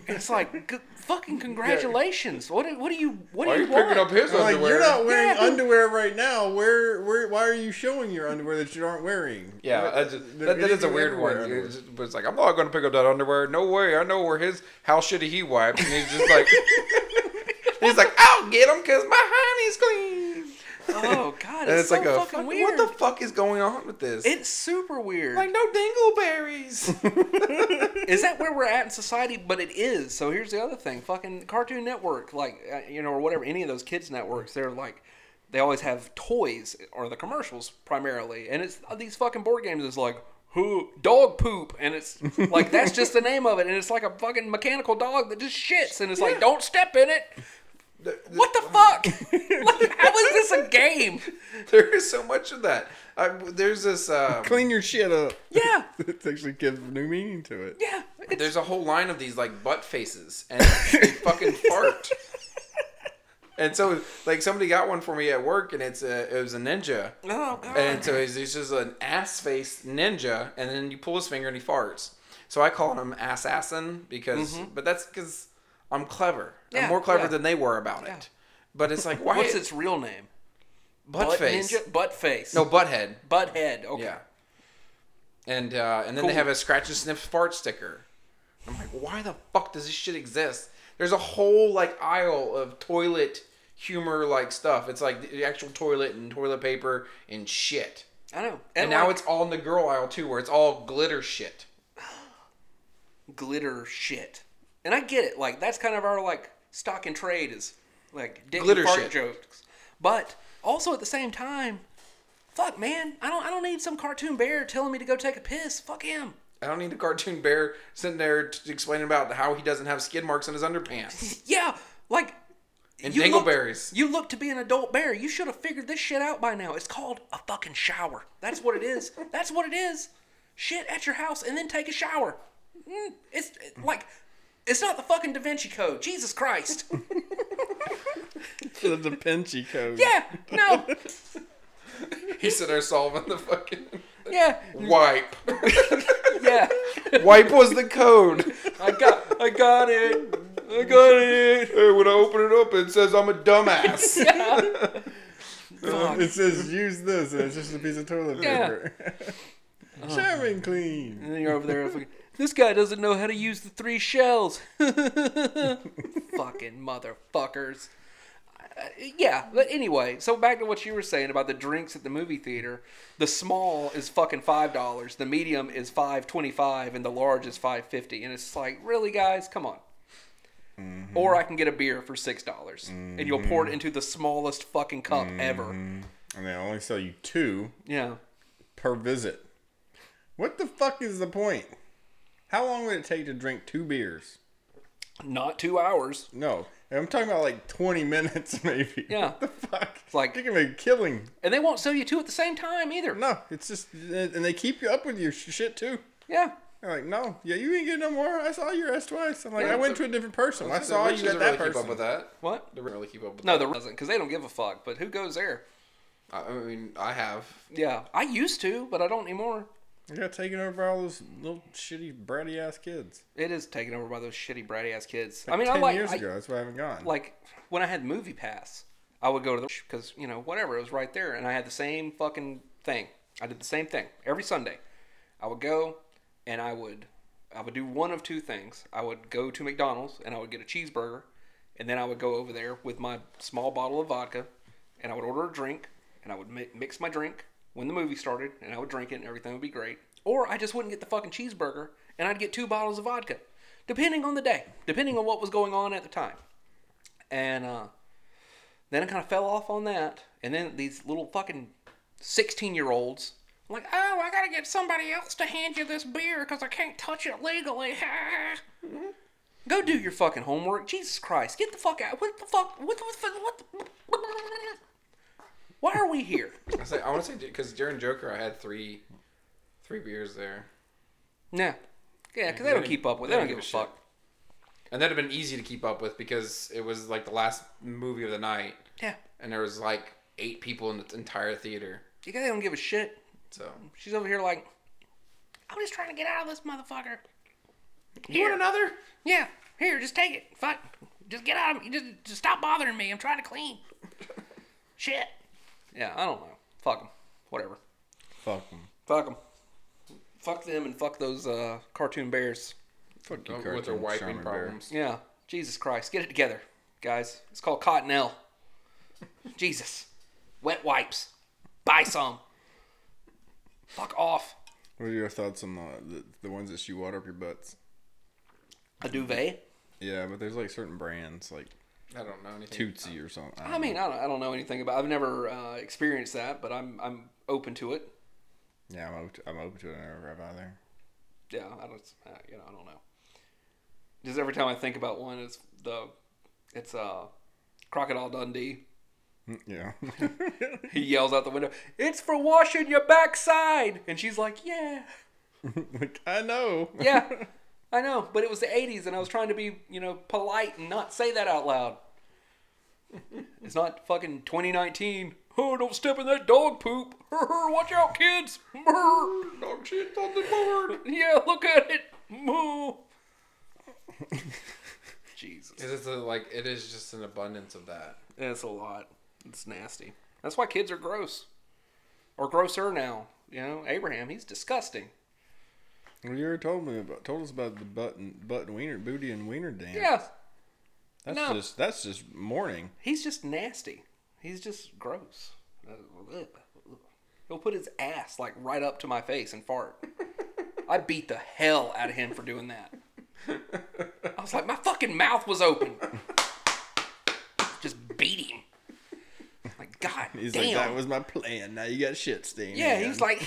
Speaker 2: it's like good, fucking congratulations. What do, what do you what
Speaker 3: Why are
Speaker 2: do
Speaker 3: you
Speaker 2: you want?
Speaker 3: picking up his
Speaker 4: I'm like
Speaker 3: underwear?
Speaker 4: you're not wearing
Speaker 2: Yeah.
Speaker 4: underwear right now. Where, where? Why are you showing your underwear that you aren't wearing? uh,
Speaker 3: yeah, that's,
Speaker 4: They're
Speaker 3: that, that is a
Speaker 4: getting
Speaker 3: weird one.
Speaker 4: everywhere
Speaker 3: It's, but it's like I'm not going to pick up that underwear. No way. I know where his. How shitty he wipes. And he's just like, he's like, I'll get him because my hiney's clean.
Speaker 2: Oh god,
Speaker 3: And it's,
Speaker 2: it's, so
Speaker 3: like a
Speaker 2: fucking
Speaker 3: fuck- what
Speaker 2: weird.
Speaker 3: the fuck is going on with this?
Speaker 2: it's super weird.
Speaker 3: like no dingleberries.
Speaker 2: is that where we're at in society? But it is. So here's the other thing: fucking Cartoon Network, like uh, you know, or whatever, any of those kids networks, they're like, they always have toys or the commercials primarily, and it's uh, these fucking board games is like. Who dog poop and it's like that's just the name of it and it's like a fucking mechanical dog that just shits and it's like don't step in it. What the fuck? Like, How is this a game?
Speaker 3: there is so much of that. I, there's this. Um,
Speaker 4: Clean your shit up.
Speaker 2: Yeah,
Speaker 4: it actually gives new meaning to it.
Speaker 2: yeah. It's
Speaker 3: There's a whole line of these like butt faces, and they fucking fart. And so, like, somebody got one for me at work, and it's a it was a ninja,
Speaker 2: oh god.
Speaker 3: and so he's, he's just an ass face ninja, and then you pull his finger and he farts. So I call him assassin because, but that's because I'm clever.
Speaker 2: Mm-hmm. Yeah,
Speaker 3: I'm more clever
Speaker 2: yeah.
Speaker 3: than they were about
Speaker 2: Yeah.
Speaker 3: it. But it's like why
Speaker 2: What's
Speaker 3: is
Speaker 2: its real name?
Speaker 3: butt, face?
Speaker 2: Ninja? Butt face.
Speaker 3: No butthead.
Speaker 2: Butt head. Okay.
Speaker 3: Yeah. And uh, and then they
Speaker 2: Cool.
Speaker 3: have a scratch and sniff fart sticker. I'm like, why the fuck does this shit exist? There's a whole like aisle of toilet humor like stuff. It's like the actual toilet and toilet paper and shit.
Speaker 2: I know.
Speaker 3: And, now it's all in the girl aisle too, where it's all glitter shit.
Speaker 2: glitter shit. And I get it. Like that's kind of our like stock and trade is like dick
Speaker 3: Glitter
Speaker 2: and fart
Speaker 3: shit.
Speaker 2: jokes. But also at the same time, fuck man, I don't I don't need some cartoon bear telling me to go take a piss. Fuck him.
Speaker 3: I don't need a cartoon bear sitting there t- explaining about how he doesn't have skid marks on his underpants
Speaker 2: Yeah, like
Speaker 3: and
Speaker 2: you look-
Speaker 3: dingleberries.
Speaker 2: you look to be an adult bear. You should have figured this shit out by now. It's called a fucking shower. That's what it is. That's what it is. Shit at your house and then take a shower. Mm, It's it- like, it's not the fucking Da Vinci Code. Jesus Christ.
Speaker 4: The Da Vinci Code.
Speaker 2: Yeah, no,
Speaker 3: He's sitting there solving the fucking
Speaker 2: yeah,
Speaker 3: wipe.
Speaker 2: yeah.
Speaker 3: wipe was the code.
Speaker 2: I got, I got it. I got it.
Speaker 3: Hey, when I open it up, it says I'm a dumbass.
Speaker 2: Fuck.
Speaker 4: It says use this, and it's just a piece of toilet
Speaker 2: Yeah.
Speaker 4: paper. Charmin clean.
Speaker 2: And then you're over there. Fucking, this guy doesn't know how to use the three shells. fucking motherfuckers. Uh, yeah, but anyway, so back to what you were saying about the drinks at the movie theater. The small is fucking five dollars, the medium is five twenty five, and the large is five fifty. And it's like, really, guys, come on. Or I can get a beer for six dollars, and you'll pour it into the smallest fucking cup ever.
Speaker 4: And they only sell you two
Speaker 2: Yeah.
Speaker 4: per visit. What the fuck is the point? How long would it take to drink two beers?
Speaker 2: Not two hours.
Speaker 4: No, And I'm talking about like 20 minutes maybe.
Speaker 2: Yeah.
Speaker 4: What the fuck? It's
Speaker 2: like-
Speaker 4: you're gonna be killing.
Speaker 2: And they won't sell you two at the same time either.
Speaker 4: No, it's just and they keep you up with your sh- shit too.
Speaker 2: Yeah.
Speaker 4: They're like, no, yeah, you ain't get no more. I saw your ass twice. I'm like, I went to a different person. I saw you at that
Speaker 3: really
Speaker 4: person.
Speaker 3: keep up with that.
Speaker 2: What?
Speaker 3: They really keep up with
Speaker 2: No,
Speaker 3: that.
Speaker 2: there wasn't because they don't give a fuck. But who goes there?
Speaker 3: I I mean, I have.
Speaker 2: Yeah, I used to, but I don't anymore.
Speaker 4: You got taken over by all those little shitty bratty ass kids.
Speaker 2: It is taken over by those shitty bratty ass kids.
Speaker 4: Like
Speaker 2: I mean,
Speaker 4: ten
Speaker 2: I like
Speaker 4: years
Speaker 2: I-
Speaker 4: ago. That's why I haven't gone.
Speaker 2: like when I had Movie Pass, I would go to the because you know whatever it was right there, and I had the same fucking thing. I did the same thing every Sunday. I would go and I would I would do one of two things. I would go to McDonald's and I would get a cheeseburger, and then I would go over there with my small bottle of vodka, and I would order a drink, and I would mi- mix my drink when the movie started, and I would drink it, and everything would be great. Or I just wouldn't get the fucking cheeseburger, and I'd get two bottles of vodka, depending on the day, depending on what was going on at the time and uh, then I kind of fell off on that. And then these little fucking sixteen-year-olds, I'm like, oh, I gotta get somebody else to hand you this beer because I can't touch it legally. Go do your fucking homework, Jesus Christ! Get the fuck out! What the fuck? What the what? The, what the, why are we here?
Speaker 3: I say I want to say because during Joker, I had three, three beers there,
Speaker 2: Nah. Yeah, because they don't keep up with. They don't give a
Speaker 3: shit.
Speaker 2: fuck.
Speaker 3: and that'd have been easy to keep up with because it was like the last movie of the night,
Speaker 2: Yeah,
Speaker 3: and there was like eight people in the entire theater.
Speaker 2: you guys don't give a shit.
Speaker 3: So
Speaker 2: She's over here like,
Speaker 5: I'm just trying to get out of this motherfucker.
Speaker 3: You want another?
Speaker 5: Yeah, here, just take it. Fuck, just get out of me. Just, just stop bothering me. I'm trying to clean. Shit.
Speaker 2: Yeah, I don't know. Fuck them. Whatever.
Speaker 4: Fuck them.
Speaker 2: Fuck them. Fuck them and fuck those uh, cartoon bears.
Speaker 4: Fuck you,
Speaker 3: Oh, with their
Speaker 4: cartoon
Speaker 3: wiping
Speaker 4: Charmin Bear.
Speaker 3: problems.
Speaker 2: Yeah. Jesus Christ. Get it together, guys. It's called Cottonelle. Jesus. Wet wipes. Buy some. Fuck off.
Speaker 4: What are your thoughts on the, the the ones that shoot water up your butts?
Speaker 2: A duvet?
Speaker 4: Yeah, but there's like certain brands like
Speaker 3: I don't know anything.
Speaker 4: Tootsie or something.
Speaker 2: I mean, I don't, I don't know anything about. I've never uh, experienced that, but I'm I'm open to it.
Speaker 4: yeah, I'm open, I'm open to it. I never grab out of there.
Speaker 2: Yeah, I don't. Uh, you know, I don't know. Just every time I think about one, it's the, it's uh, Crocodile Dundee.
Speaker 4: Yeah,
Speaker 2: He yells out the window, "It's for washing your backside," and she's like, "Yeah,
Speaker 4: like I know.
Speaker 2: yeah, I know." But it was the '80s, and I was trying to be, you know, polite and not say that out loud. It's not fucking 2019. Oh, don't step in that dog poop. Watch out, kids.
Speaker 3: Dog shit on the board.
Speaker 2: Yeah, look at it. Moo. Jesus.
Speaker 3: It is a, like it is just an abundance of that.
Speaker 2: It's a lot. It's nasty. That's why kids are gross. Or grosser now. You know, Abraham, he's disgusting.
Speaker 4: Well, you already told me about told us about the button button wiener booty and wiener dance.
Speaker 2: Yeah,
Speaker 4: that's
Speaker 2: no.
Speaker 4: just that's just morning.
Speaker 2: he's just nasty. He's just gross. Ugh. He'll put his ass like right up to my face and fart. I beat the hell out of him for doing that. I was like, my fucking mouth was open.
Speaker 5: Just beat him.
Speaker 2: Like, God
Speaker 4: He's
Speaker 2: damn.
Speaker 4: like, that was my plan. Now you got shit stained.
Speaker 2: yeah, he's like,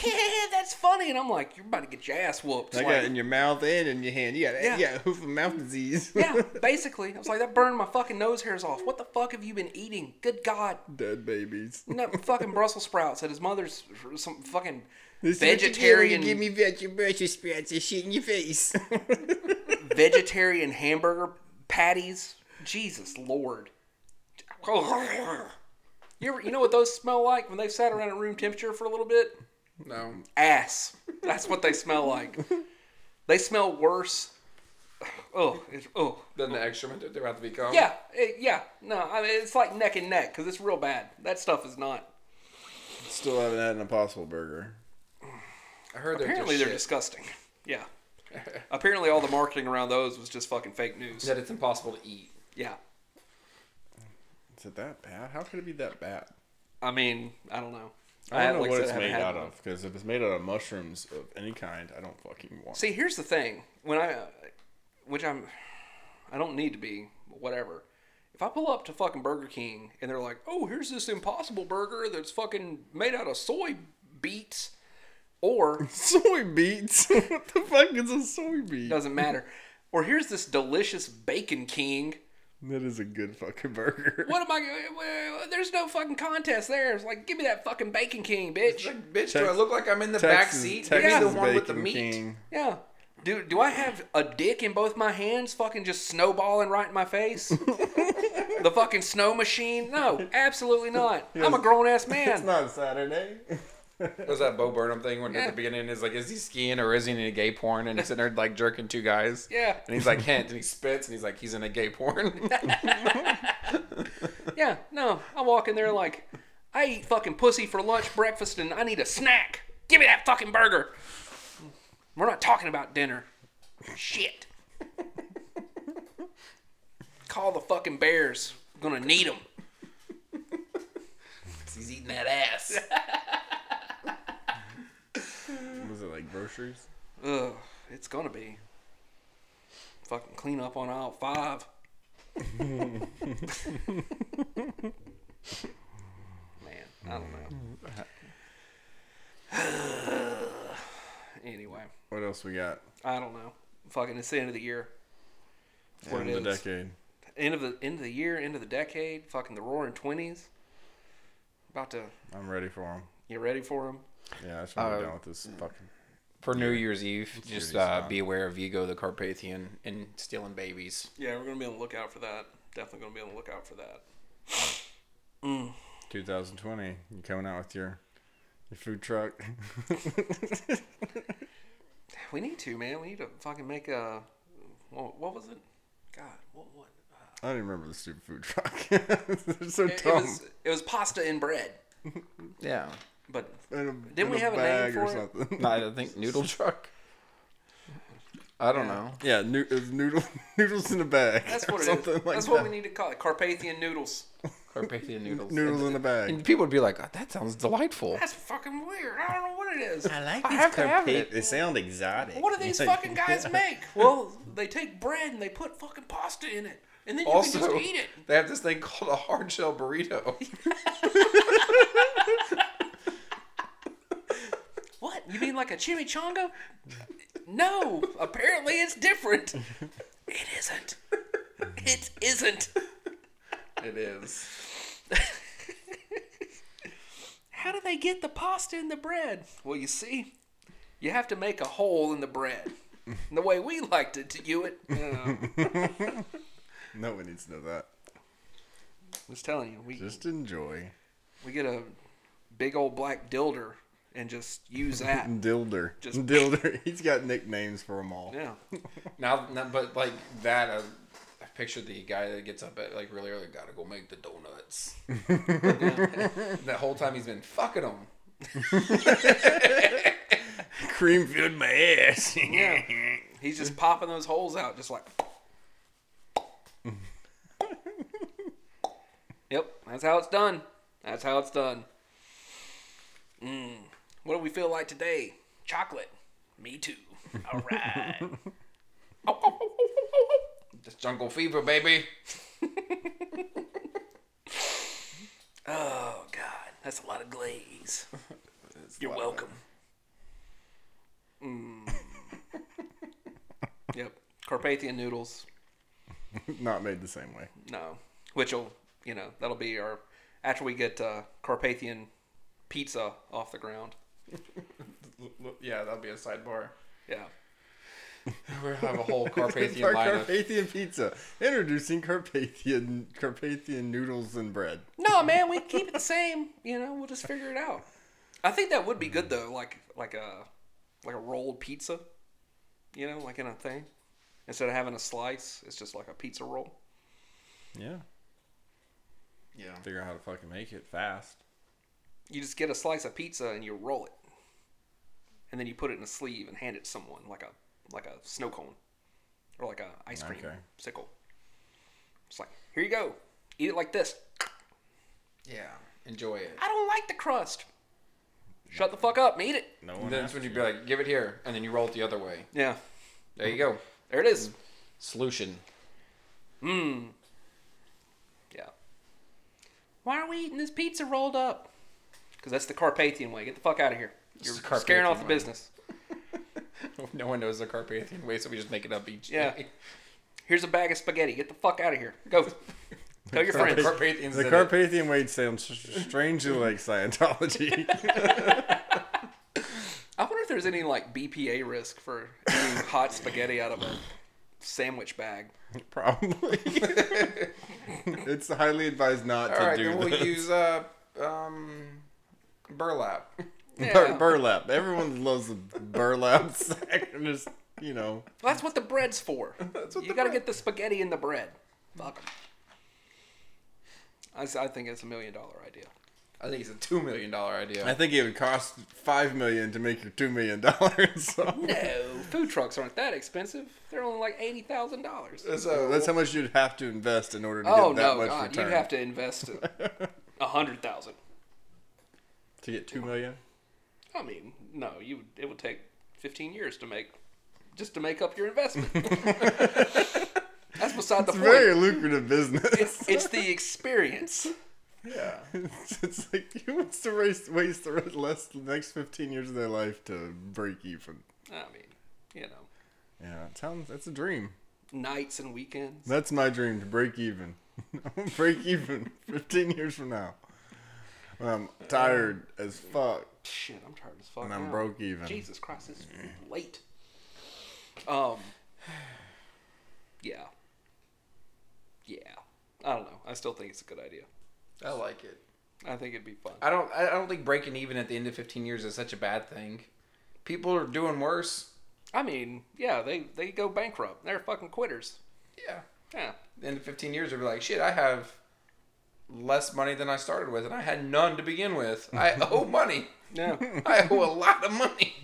Speaker 2: that's funny. And I'm like, you're about to get your ass whooped.
Speaker 4: I
Speaker 2: Like,
Speaker 4: got it in your mouth and in your hand. You got
Speaker 2: Yeah.
Speaker 4: yeah, hoof and mouth disease.
Speaker 2: yeah, basically. I was like, that burned my fucking nose hairs off. What the fuck have you been eating? Good God.
Speaker 4: Dead babies.
Speaker 2: No fucking Brussels sprouts at his mother's some fucking
Speaker 4: This is what you get when
Speaker 2: vegetarian
Speaker 4: You give me veg- Brussels sprouts and shit in your face.
Speaker 2: vegetarian hamburger patties. Jesus Lord. You, ever, you know what those smell like when they've sat around at room temperature for a little bit?
Speaker 3: No,
Speaker 2: Ass. That's what they smell like. They smell worse. Oh, it's, oh.
Speaker 3: then the excrement that they're about to become.
Speaker 2: Yeah, it- yeah. No, I mean it's like neck and neck because it's real bad. That stuff is not.
Speaker 4: Still haven't had an Impossible Burger.
Speaker 3: I heard
Speaker 2: Apparently they're
Speaker 3: they're just
Speaker 2: disgusting. Yeah. Apparently all the marketing around those was just fucking fake news.
Speaker 3: that it's impossible to eat.
Speaker 2: Yeah.
Speaker 4: Is it that bad? How could it be that bad?
Speaker 2: I mean, I don't know.
Speaker 4: I don't know
Speaker 2: like
Speaker 4: what
Speaker 2: said,
Speaker 4: it's
Speaker 2: haven't
Speaker 4: made
Speaker 2: had
Speaker 4: out
Speaker 2: one.
Speaker 4: of. Because if it's made out of mushrooms of any kind, I don't fucking want.
Speaker 2: See, here's the thing. When I, which I'm, I don't need to be, but whatever. If I pull up to fucking Burger King and they're like, oh, here's this impossible burger that's fucking made out of soy beets, or
Speaker 4: soy beets. what the fuck is a soy beet?
Speaker 2: doesn't matter, or here's this delicious bacon king.
Speaker 4: That is a good fucking burger.
Speaker 2: What am I? gonna- There's no fucking contest there. It's like, give me that fucking bacon king, bitch.
Speaker 3: Like, bitch, do I
Speaker 4: Tex-
Speaker 3: look like I'm in the back seat?
Speaker 4: Texas
Speaker 3: Give me the one with the
Speaker 4: Bacon
Speaker 3: meat.
Speaker 4: King.
Speaker 2: Yeah. Do, do I have a dick in both my hands fucking just snowballing right in my face? the fucking snow machine? No, absolutely not. I'm a grown ass man.
Speaker 4: not Saturday.
Speaker 3: Was that Bo Burnham thing when at the beginning is like, is he skiing or is he in a gay porn? And he's sitting there like jerking two guys.
Speaker 2: Yeah.
Speaker 3: And he's like hint, and he spits, and he's like, he's in a gay porn.
Speaker 2: Yeah, no. I walk in there like, I eat fucking pussy for lunch, breakfast, and I need a snack. Give me that fucking burger. We're not talking about dinner. Shit. Call the fucking bears. gonna need them.
Speaker 3: he's eating that ass.
Speaker 4: Was it like groceries?
Speaker 2: Ugh, it's gonna be. Fucking clean up on aisle five. Man, I don't know. anyway,
Speaker 4: What else we got?
Speaker 2: I don't know. Fucking, it's the end of the year. That's what
Speaker 4: End
Speaker 2: it
Speaker 4: of the
Speaker 2: is.
Speaker 4: decade.
Speaker 2: End of the end of the year, end of the decade. Fucking the roaring twenties. About to.
Speaker 4: I'm ready for them.
Speaker 2: You ready for them?
Speaker 4: Yeah, I just
Speaker 2: Uh,
Speaker 4: want to be done with this fucking.
Speaker 3: For New Year's Eve, just
Speaker 4: Year's
Speaker 3: uh,
Speaker 4: Eve.
Speaker 3: be aware of Vigo the Carpathian and stealing babies.
Speaker 2: Yeah, we're gonna be on the lookout for that. Definitely gonna be on the lookout for that.
Speaker 4: 2020. You coming out with your your food truck?
Speaker 2: We need to, man. We need to fucking make a. What, what was it? God, what what?
Speaker 4: I don't remember the stupid food truck. They're so
Speaker 2: It, it
Speaker 4: dumb.
Speaker 2: was it was pasta and bread,
Speaker 6: Yeah.
Speaker 2: but
Speaker 4: in a,
Speaker 2: Didn't
Speaker 4: in
Speaker 2: we
Speaker 4: a
Speaker 2: have a name
Speaker 4: bag
Speaker 2: for
Speaker 4: or
Speaker 2: it?
Speaker 4: something.
Speaker 6: I don't think noodle truck. I don't know.
Speaker 4: yeah, noo- it was noodle, noodles in a bag.
Speaker 2: that's
Speaker 4: or
Speaker 2: what it is.
Speaker 4: something Like
Speaker 2: that's
Speaker 4: that.
Speaker 2: what we need to call it. Carpathian noodles.
Speaker 6: Carpathian noodles.
Speaker 4: Noodles in a bag.
Speaker 6: And people would be like, oh, "That sounds delightful."
Speaker 2: That's fucking weird. I don't know what it is.
Speaker 7: like
Speaker 6: I have to have it.
Speaker 4: They sound exotic.
Speaker 2: What do these fucking guys make? Well, they take bread and they put fucking pasta in it, and then you
Speaker 6: Also,
Speaker 2: can just eat it.
Speaker 6: they have this thing called a hard shell burrito.
Speaker 2: What? You mean like a chimichanga? No, apparently it's different. It isn't. It isn't.
Speaker 6: it is.
Speaker 2: How do they get the pasta in the bread? Well, you see, you have to make a hole in the bread. And the way we like to do it, uh,
Speaker 4: No one needs to know that.
Speaker 2: I was telling you, we,
Speaker 4: Just enjoy.
Speaker 2: we get a big old black dilder and just use that.
Speaker 4: Dilder.
Speaker 2: Just-
Speaker 4: Dilder. He's got nicknames for them all.
Speaker 2: Yeah.
Speaker 3: Now, now but like that, I, I picture the guy that gets up at like really early, gotta go make the donuts. that whole time he's been fucking them.
Speaker 4: Cream filled my ass.
Speaker 2: Yeah. He's just popping those holes out, just like. yep, that's how it's done. That's how it's done. Mm. What do we feel like today? Chocolate. Me too. All right.
Speaker 3: This jungle fever, baby.
Speaker 2: oh God, that's a lot of glaze. You're welcome. Mm. yep, Carpathian noodles.
Speaker 4: Not made the same way.
Speaker 2: No, which will you know that'll be our after we get uh, Carpathian pizza off the ground.
Speaker 3: Yeah, that'll be a sidebar.
Speaker 2: Yeah,
Speaker 3: We'll have a whole
Speaker 4: Our
Speaker 3: Carpathian line of
Speaker 4: Carpathian pizza. Introducing Carpathian Carpathian noodles and bread.
Speaker 2: no man, we keep it the same. You know, we'll just figure it out. I think that would be good though, like like a like a rolled pizza. You know, like in a thing. Instead of having a slice, it's just like a pizza roll.
Speaker 4: Yeah.
Speaker 3: Yeah.
Speaker 4: Figure out how to fucking make it fast.
Speaker 2: You just get a slice of pizza and you roll it, and then you put it in a sleeve and hand it to someone like a like a snow cone, or like a ice cream
Speaker 4: Okay.
Speaker 2: sickle. It's like here you go, eat it like this.
Speaker 3: Yeah, enjoy it.
Speaker 2: I don't like the crust. Shut the fuck up and eat it.
Speaker 4: No
Speaker 3: And
Speaker 4: one.
Speaker 3: then
Speaker 4: That's
Speaker 3: that's when
Speaker 4: when
Speaker 3: you'd be like, give it here, and then you roll it the other way.
Speaker 2: Yeah,
Speaker 3: There you go.
Speaker 2: there it
Speaker 3: Mm.
Speaker 2: is.
Speaker 3: Solution.
Speaker 2: Yeah. Why are we eating this pizza rolled up? Because that's the Carpathian way. Get the fuck out of here. You're
Speaker 3: is the
Speaker 2: scaring off the
Speaker 3: Carpathian way.
Speaker 2: business.
Speaker 3: No one knows the Carpathian way, so we just make it up each
Speaker 2: Yeah.
Speaker 3: day.
Speaker 2: Here's a bag of spaghetti. Get the fuck out of here. Go. Tell your friends.
Speaker 3: Carpathians
Speaker 4: the
Speaker 3: did it.
Speaker 4: Carpathian way sounds strangely like Scientology.
Speaker 2: I wonder if there's any like BPA risk for eating hot spaghetti out of a sandwich bag.
Speaker 4: Probably. it's highly advised not
Speaker 3: All
Speaker 4: to
Speaker 3: right,
Speaker 4: do
Speaker 3: then we'll
Speaker 4: this.
Speaker 3: use uh, um, burlap.
Speaker 2: Yeah.
Speaker 4: Bur-
Speaker 3: uh,
Speaker 4: burlap. Everyone loves the burlap sack. And just, you know,
Speaker 2: Well, that's what the bread's for. you got to get the spaghetti in the bread. Fuck 'em. I, s- I think it's a million dollar idea.
Speaker 3: I think it's a two million dollar idea.
Speaker 4: I think it would cost five million to make your two million dollars. So
Speaker 2: No, food trucks aren't that expensive. They're only like eighty thousand dollars.
Speaker 3: So
Speaker 4: that's how much you'd have to invest in order to
Speaker 2: Oh
Speaker 4: get that
Speaker 2: no,
Speaker 4: much
Speaker 2: God,
Speaker 4: return.
Speaker 2: you'd have to invest a hundred thousand.
Speaker 4: to get two million.
Speaker 2: I mean, no, you would, it would take fifteen years to make just to make up your investment. that's beside the
Speaker 4: It's a
Speaker 2: point.
Speaker 4: very lucrative business.
Speaker 2: It's the experience.
Speaker 4: It's, it's like who wants to waste waste the rest- less the next fifteen years of their life to break even.
Speaker 2: I mean, you know,
Speaker 4: Yeah, it sounds that's a dream.
Speaker 2: nights and weekends.
Speaker 4: That's my dream to break even. break even 15 years from now. When I'm tired as fuck
Speaker 2: Shit, I'm tired as fuck.
Speaker 4: and I'm
Speaker 2: now.
Speaker 4: broke Mm. even.
Speaker 2: Jesus Christ, it's late. Um. Yeah. Yeah. I don't know. I still think it's a good idea.
Speaker 3: I like it.
Speaker 2: I think it'd be fun.
Speaker 3: I don't. I don't think breaking even at the end of fifteen years is such a bad thing. People are doing worse.
Speaker 2: I mean, yeah, they they go bankrupt. They're fucking quitters.
Speaker 3: Yeah.
Speaker 2: Yeah.
Speaker 3: In 15 years, they'll be like, shit, I have less money than I started with, and I had none to begin with. I owe money.
Speaker 2: Yeah.
Speaker 3: I owe a lot of money.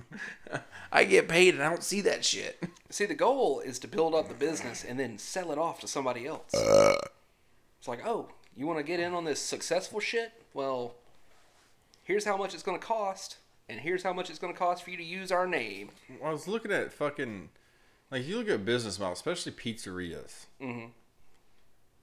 Speaker 3: I get paid and I don't see that shit.
Speaker 2: See, the goal is to build up the business and then sell it off to somebody else. It's like, oh, you want to get in on this successful shit? Well, here's how much it's going to cost, and here's how much it's going to cost for you to use our name.
Speaker 4: I was looking at fucking like you look at business models, especially pizzerias. Mm-hmm.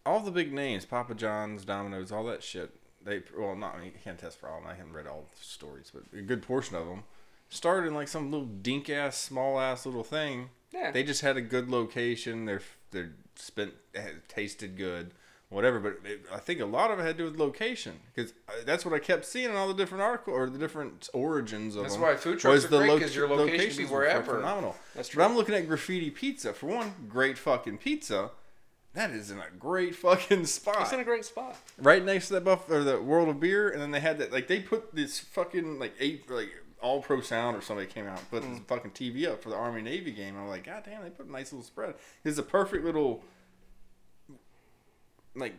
Speaker 4: All the big names, Papa John's, Domino's, all that shit. They well, not I mean, you can't test for all. of 'em. I haven't read all the stories, but a good portion of them started in like some little dink ass, small ass little thing.
Speaker 2: Yeah.
Speaker 4: They just had a good location. They're they're spent had- tasted good, whatever. But it, I think a lot of it had to do with location because that's what I kept seeing in all the different article or the different origins of
Speaker 3: That's
Speaker 4: them,
Speaker 3: why food trucks
Speaker 4: was
Speaker 3: are
Speaker 4: the
Speaker 3: great
Speaker 4: loc-
Speaker 3: 'cause your location can be
Speaker 4: locations were
Speaker 3: wherever.
Speaker 4: Phenomenal.
Speaker 2: That's
Speaker 4: But I'm looking at graffiti pizza for one. Great fucking pizza. That is in a great fucking spot,
Speaker 2: It's in a great spot.
Speaker 4: right next to that buff or the World of Beer, and then they had that like they put this fucking like eight like All Pro Sound or somebody came out and put this fucking TV up for the Army Navy game. I'm like, God damn, they put a nice little spread. It's a perfect little like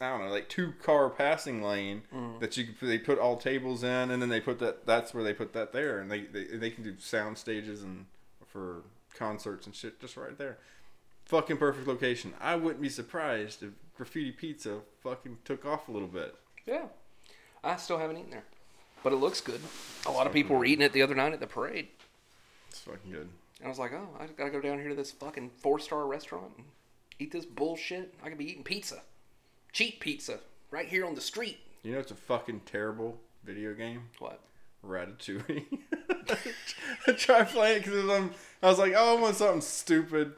Speaker 4: I don't know, like two car passing lane that you could, they put all tables in, and then they put that. That's where they put that there, and they they, they can do sound stages and for concerts and shit just right there. Fucking perfect location. I wouldn't be surprised if Graffiti Pizza fucking took off a little bit.
Speaker 2: Yeah. I still haven't eaten there. But it looks good. A lot of people were eating it the other night at the parade.
Speaker 4: It's fucking good.
Speaker 2: And I was like, oh, I just gotta go down here to this fucking four star restaurant and eat this bullshit. I could be eating pizza. Cheap pizza. Right here on the street.
Speaker 4: You know, it's a fucking terrible video game.
Speaker 2: What?
Speaker 4: Ratatouille. I tried playing because I'm. I was like, oh, I want something stupid.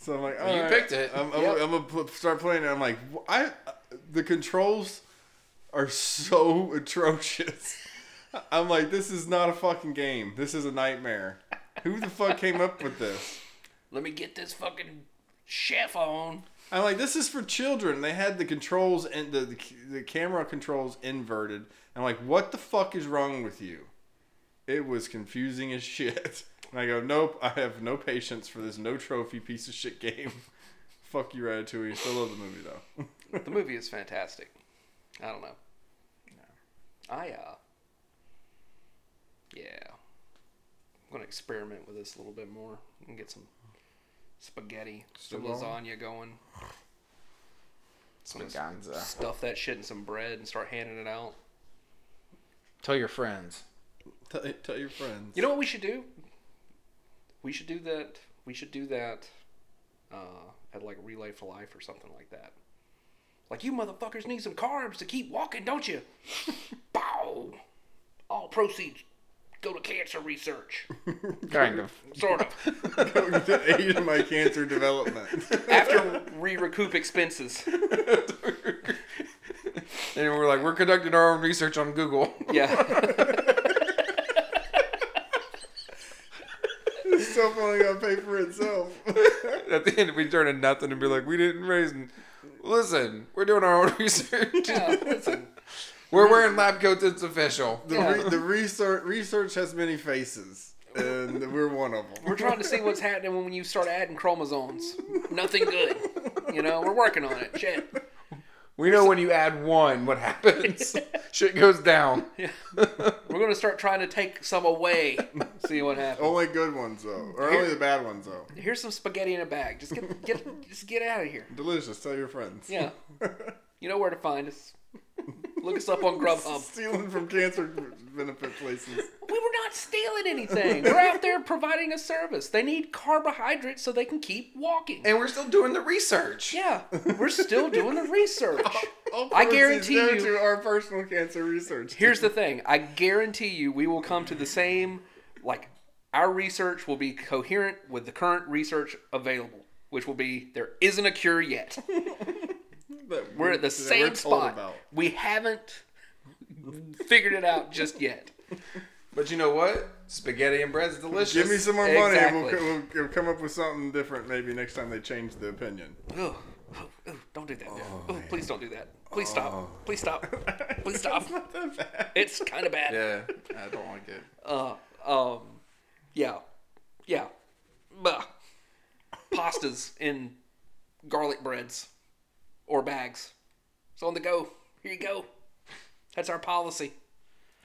Speaker 4: So I'm like, oh,
Speaker 3: you picked it.
Speaker 4: I'm, I'm,
Speaker 2: Yep.
Speaker 4: I'm gonna pl- start playing it. I'm like, wh- I. The controls are so atrocious. I'm like, this is not a fucking game. This is a nightmare. Who the fuck came up with this?
Speaker 2: Let me get this fucking chef on.
Speaker 4: I'm like, this is for children. They had the controls and the, the the camera controls inverted. I'm like, what the fuck is wrong with you? It was confusing as shit. And I go, nope, I have no patience for this no trophy piece of shit game. fuck you, Ratatouille. Still love the movie though.
Speaker 2: The movie is fantastic. I don't know. I uh Yeah. I'm gonna experiment with this a little bit more and get some spaghetti, some
Speaker 4: going?
Speaker 2: lasagna going. Some
Speaker 3: Ganza.
Speaker 2: stuff that shit in some bread and start handing it out.
Speaker 3: Tell your friends.
Speaker 4: tell, tell your friends.
Speaker 2: You know what we should do? We should do that. We should do that uh, at like Relay for Life or something like that. Like you motherfuckers need some carbs to keep walking, don't you? Bow. All proceeds go to cancer research.
Speaker 3: Kind of.
Speaker 2: Sort of.
Speaker 4: to aid in my cancer development.
Speaker 2: After we recoup expenses.
Speaker 3: And we're like, we're conducting our own research on Google.
Speaker 2: Yeah.
Speaker 4: Stuff only gonna pay for itself.
Speaker 3: At the end, we turn to nothing and be like, we didn't raise. n- Listen, we're doing our own research.
Speaker 2: yeah listen.
Speaker 3: We're wearing lab coats. It's official.
Speaker 4: The, re- the research research has many faces, and we're one of them.
Speaker 2: We're trying to see what's happening when you start adding chromosomes. Nothing good. You know, we're working on it. Shit.
Speaker 3: We know when you add one, what happens. Shit goes down.
Speaker 2: We're going to start trying to take some away. See what happens.
Speaker 4: Only good ones though, or only the bad ones though.
Speaker 2: Here's some spaghetti in a bag. Just get, get, just get out of here.
Speaker 4: Delicious. Tell your friends.
Speaker 2: Yeah, you know where to find us. Look us up on Grubhub.
Speaker 4: Stealing from cancer benefit places.
Speaker 2: We were not stealing anything. We're out there providing a service. They need carbohydrates so they can keep walking.
Speaker 3: And we're still doing the research.
Speaker 2: Yeah, we're still doing the research. I
Speaker 4: Proceeds
Speaker 2: guarantee
Speaker 4: go
Speaker 2: you.
Speaker 4: to our personal cancer research.
Speaker 2: Here's the thing. I guarantee you, we will come to the same. Like our research will be coherent with the current research available, which will be there isn't a cure yet.
Speaker 4: that
Speaker 2: We're at the
Speaker 4: that we're
Speaker 2: same
Speaker 4: told
Speaker 2: spot.
Speaker 4: about.
Speaker 2: We haven't figured it out just yet.
Speaker 3: But you know what? Spaghetti and bread's delicious.
Speaker 4: Give me some more money, and we'll,
Speaker 2: Exactly.
Speaker 4: co- we'll, we'll come up with something different maybe next time they change the opinion.
Speaker 2: Ugh. Ugh, don't do that.
Speaker 4: Oh,
Speaker 2: Ugh, please don't do that. Please stop. Please stop. Please stop.
Speaker 4: Not that bad.
Speaker 2: it's kind of bad.
Speaker 3: Yeah, I don't like it.
Speaker 2: Uh, um, yeah. pastas in garlic breads or bags. So on the go. Here you go. That's our policy.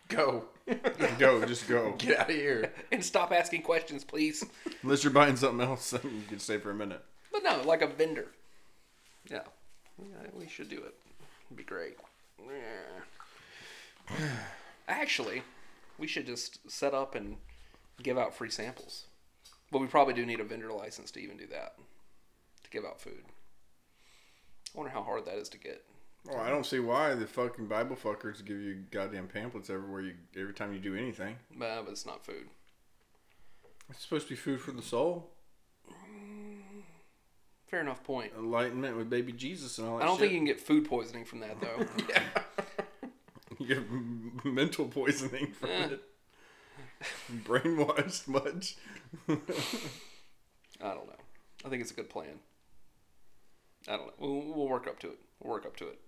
Speaker 3: Go.
Speaker 4: Go, just go.
Speaker 3: Get out of here.
Speaker 2: And stop asking questions, please.
Speaker 4: Unless you're buying something else, then you can stay for a minute.
Speaker 2: But no, like a vendor. Yeah. Yeah, we should do it. It'd be great. Yeah. Actually, we should just set up and give out free samples. But we probably do need a vendor license to even do that. To give out food. I wonder how hard that is to get.
Speaker 4: Oh, I don't see why the fucking Bible fuckers give you goddamn pamphlets everywhere you every time you do anything.
Speaker 2: Nah, but it's not food.
Speaker 4: It's supposed to be food for the soul,
Speaker 2: Fair enough point.
Speaker 4: enlightenment with baby Jesus and all that.
Speaker 2: I don't
Speaker 4: shit.
Speaker 2: think you can get food poisoning from that though.
Speaker 4: You get m- mental poisoning from it. Brainwashed much.
Speaker 2: I don't know. I think it's a good plan. I don't know. We'll, we'll work up to it. We'll work up to it.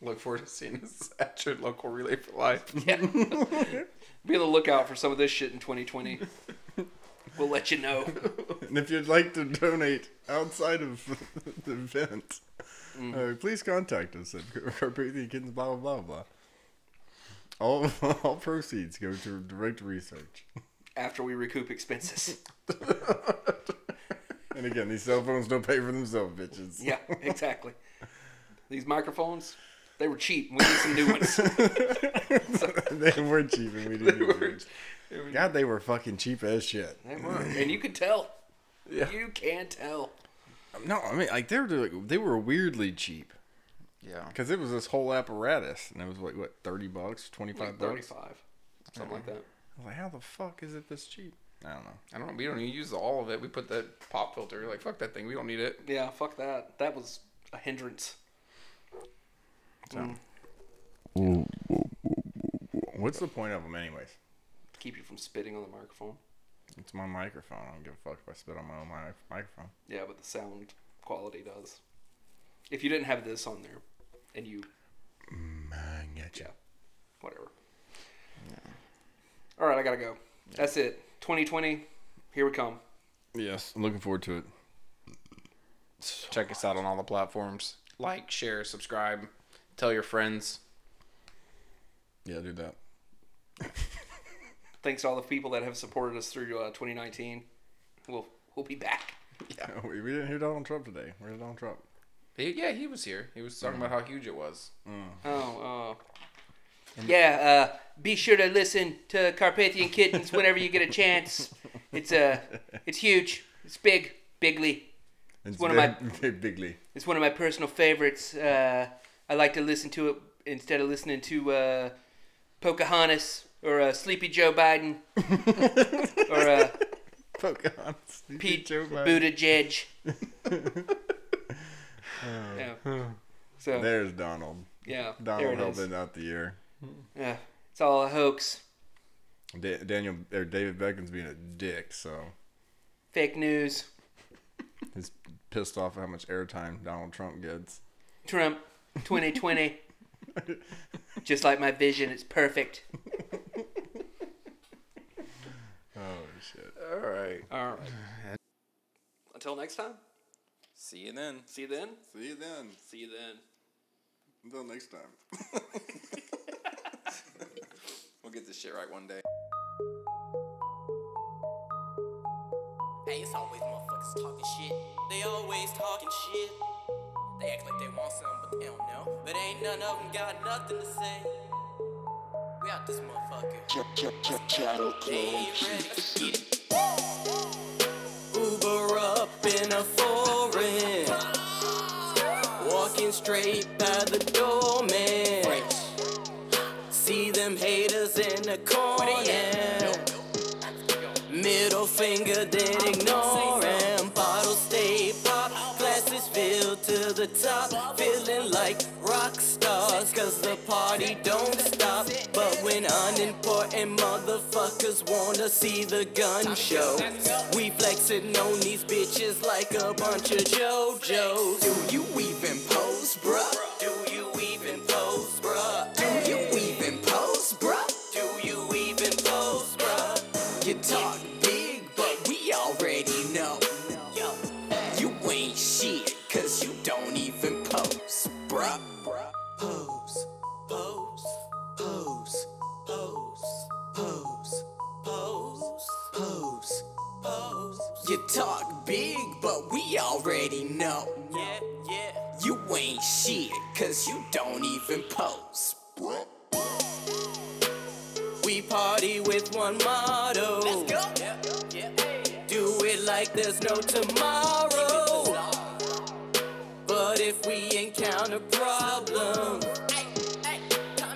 Speaker 3: Look forward to seeing us at your local relay for life.
Speaker 2: Be on the lookout for some of this shit in 2020. we'll let you know.
Speaker 4: And if you'd like to donate outside of the event, uh, please contact us at Carpathian Kittens, blah, blah, blah, blah. All, all proceeds go to direct research.
Speaker 2: After we recoup expenses.
Speaker 4: And again, these cell phones don't pay for themselves, bitches.
Speaker 2: Yeah, exactly. These microphones, they were cheap. We need some new ones.
Speaker 4: they were cheap and we didn't use it. God, they were fucking cheap as shit.
Speaker 2: They were, and you can tell.
Speaker 4: Yeah.
Speaker 2: You can tell.
Speaker 4: No, I mean, like, they were, like, they were weirdly cheap.
Speaker 3: Yeah.
Speaker 4: Because it was this whole apparatus, and it was like what thirty bucks, twenty five
Speaker 2: Like
Speaker 4: bucks.
Speaker 2: 35, something like that.
Speaker 4: I was like, how the fuck is it this cheap? I don't know.
Speaker 3: I don't. We don't even use all of it. We put that pop filter. Like fuck that thing. We don't need it.
Speaker 2: Yeah, fuck that. That was a hindrance.
Speaker 4: What's the point of them, anyways?
Speaker 2: To keep you from spitting on the microphone.
Speaker 4: It's my microphone. I don't give a fuck if I spit on my own mi- microphone.
Speaker 2: Yeah, but the sound quality does. If you didn't have this on there, and you
Speaker 4: I get you.
Speaker 2: yeah, whatever. All right, I gotta go. That's it. 2020, here we come.
Speaker 4: Yes, I'm looking forward to it.
Speaker 3: Check us out on all the platforms. Like, share, subscribe, tell your friends.
Speaker 4: Yeah, do that.
Speaker 2: Thanks to all the people that have supported us through uh, 2019. We'll we'll be back.
Speaker 4: we we didn't hear Donald Trump today. Where's Donald Trump?
Speaker 3: He, yeah, he was here. He was talking about how huge it was.
Speaker 2: Oh, uh, yeah. Uh, be sure to listen to Carpathian Kittens whenever you get a chance. It's uh, it's huge. It's big, bigly.
Speaker 4: It's
Speaker 2: one of my-
Speaker 4: very bigly.
Speaker 2: It's one of my personal favorites. Uh, I like to listen to it instead of listening to uh, Pocahontas or uh, Sleepy Joe Biden or uh,
Speaker 4: Pocahontas.
Speaker 2: Pete
Speaker 4: Joe Biden.
Speaker 2: Buttigieg.
Speaker 4: Uh,
Speaker 2: yeah. So
Speaker 4: There's Donald.
Speaker 2: yeah,
Speaker 4: Donald
Speaker 2: there it is.
Speaker 4: helping out the year.
Speaker 2: Yeah, it's all a hoax,
Speaker 4: Da- Daniel or David Beckham's being a dick, so
Speaker 2: fake news.
Speaker 4: he's pissed off at how much airtime Donald Trump gets.
Speaker 2: Trump 2020. Just like my vision, it's perfect.
Speaker 4: Oh shit.
Speaker 3: All right.
Speaker 2: All right. Until next time.
Speaker 1: See you then.
Speaker 2: See you then.
Speaker 4: See you then.
Speaker 2: See you then.
Speaker 4: Until next time.
Speaker 1: We'll get this shit right one day.
Speaker 8: Hey, it's always motherfuckers talking shit. They always talking shit. They act like they want something, but they don't know. But ain't none of them got nothing to say. We out this motherfucker. They ain't ready. Let's get it. Uber up in a foreign. Walking straight by the door, man. See them haters in the corner. Middle finger, then ignore him. Bottles stay pop, glasses filled to the top. Feeling like rock stars, cause the party don't stop. But when unimportant motherfuckers wanna see the gun show, we flexing on these bitches like a bunch of JoJo's. Do you even pose, bruh? Do you even pose, bruh? Do you even pose, bruh? Do you even pose, bruh? You talk big, but we already know You talk big, but we already know. Yeah, yeah. You ain't shit, cause you don't even post. We party with one motto. Let's go. Do it like there's no tomorrow. But if we encounter problems,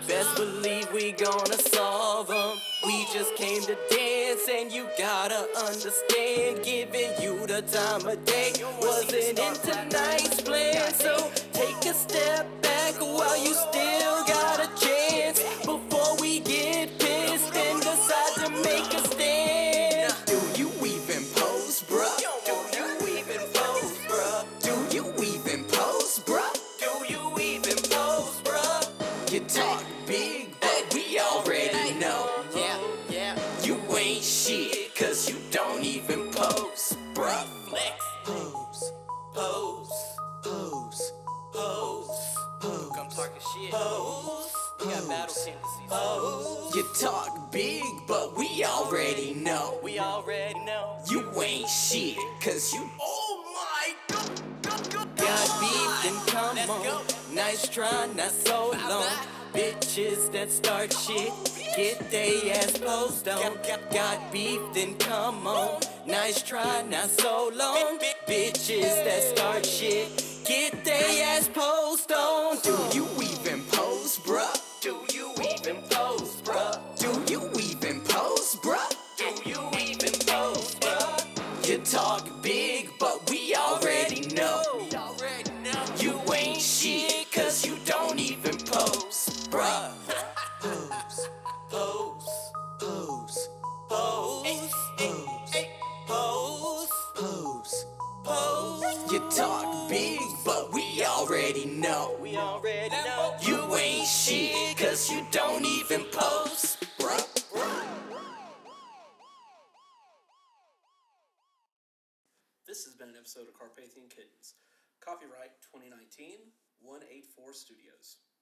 Speaker 8: Best believe we gonna solve 'em. We just came to dance and you gotta understand. Giving you the time of day wasn't in tonight's plan. So take a step back while you still got a chance. Before we get pissed and decide to make a stand. Do you even pose, bruh? Do you even pose, bruh? Do you even pose, bruh? Do you even pose, bruh? You talk big, but we already know. Yeah, yeah. You ain't shit, cause you don't even pose, bruh. Flex. Pose, pose, pose, pose, pose. I'm talking shit. Pose. You got battle tendencies. Pose. You talk big, but we already know. We already know. You ain't shit, cause you. Oh my god. Got beef, then come on. Nice try, not so long. Bitches that start shit, get they ass posed on. Got beef, then come on. Nice try, not so long. Bitches that start shit, get they ass posed on. Do you even pose, bruh? Do you even pose, bruh? Do you even pose, bruh? Do you even pose, bruh? You talk big, but we already know. You ain't shit, cause you don't even pose, bruh. Pose, pose, pose, pose, pose, pose, pose, pose. You talk big, but we already know. We already know. You ain't shit, cause you don't even pose, bruh.
Speaker 2: This has been an episode of Carpathian Kittens. Copyright 2019, 184 Studios.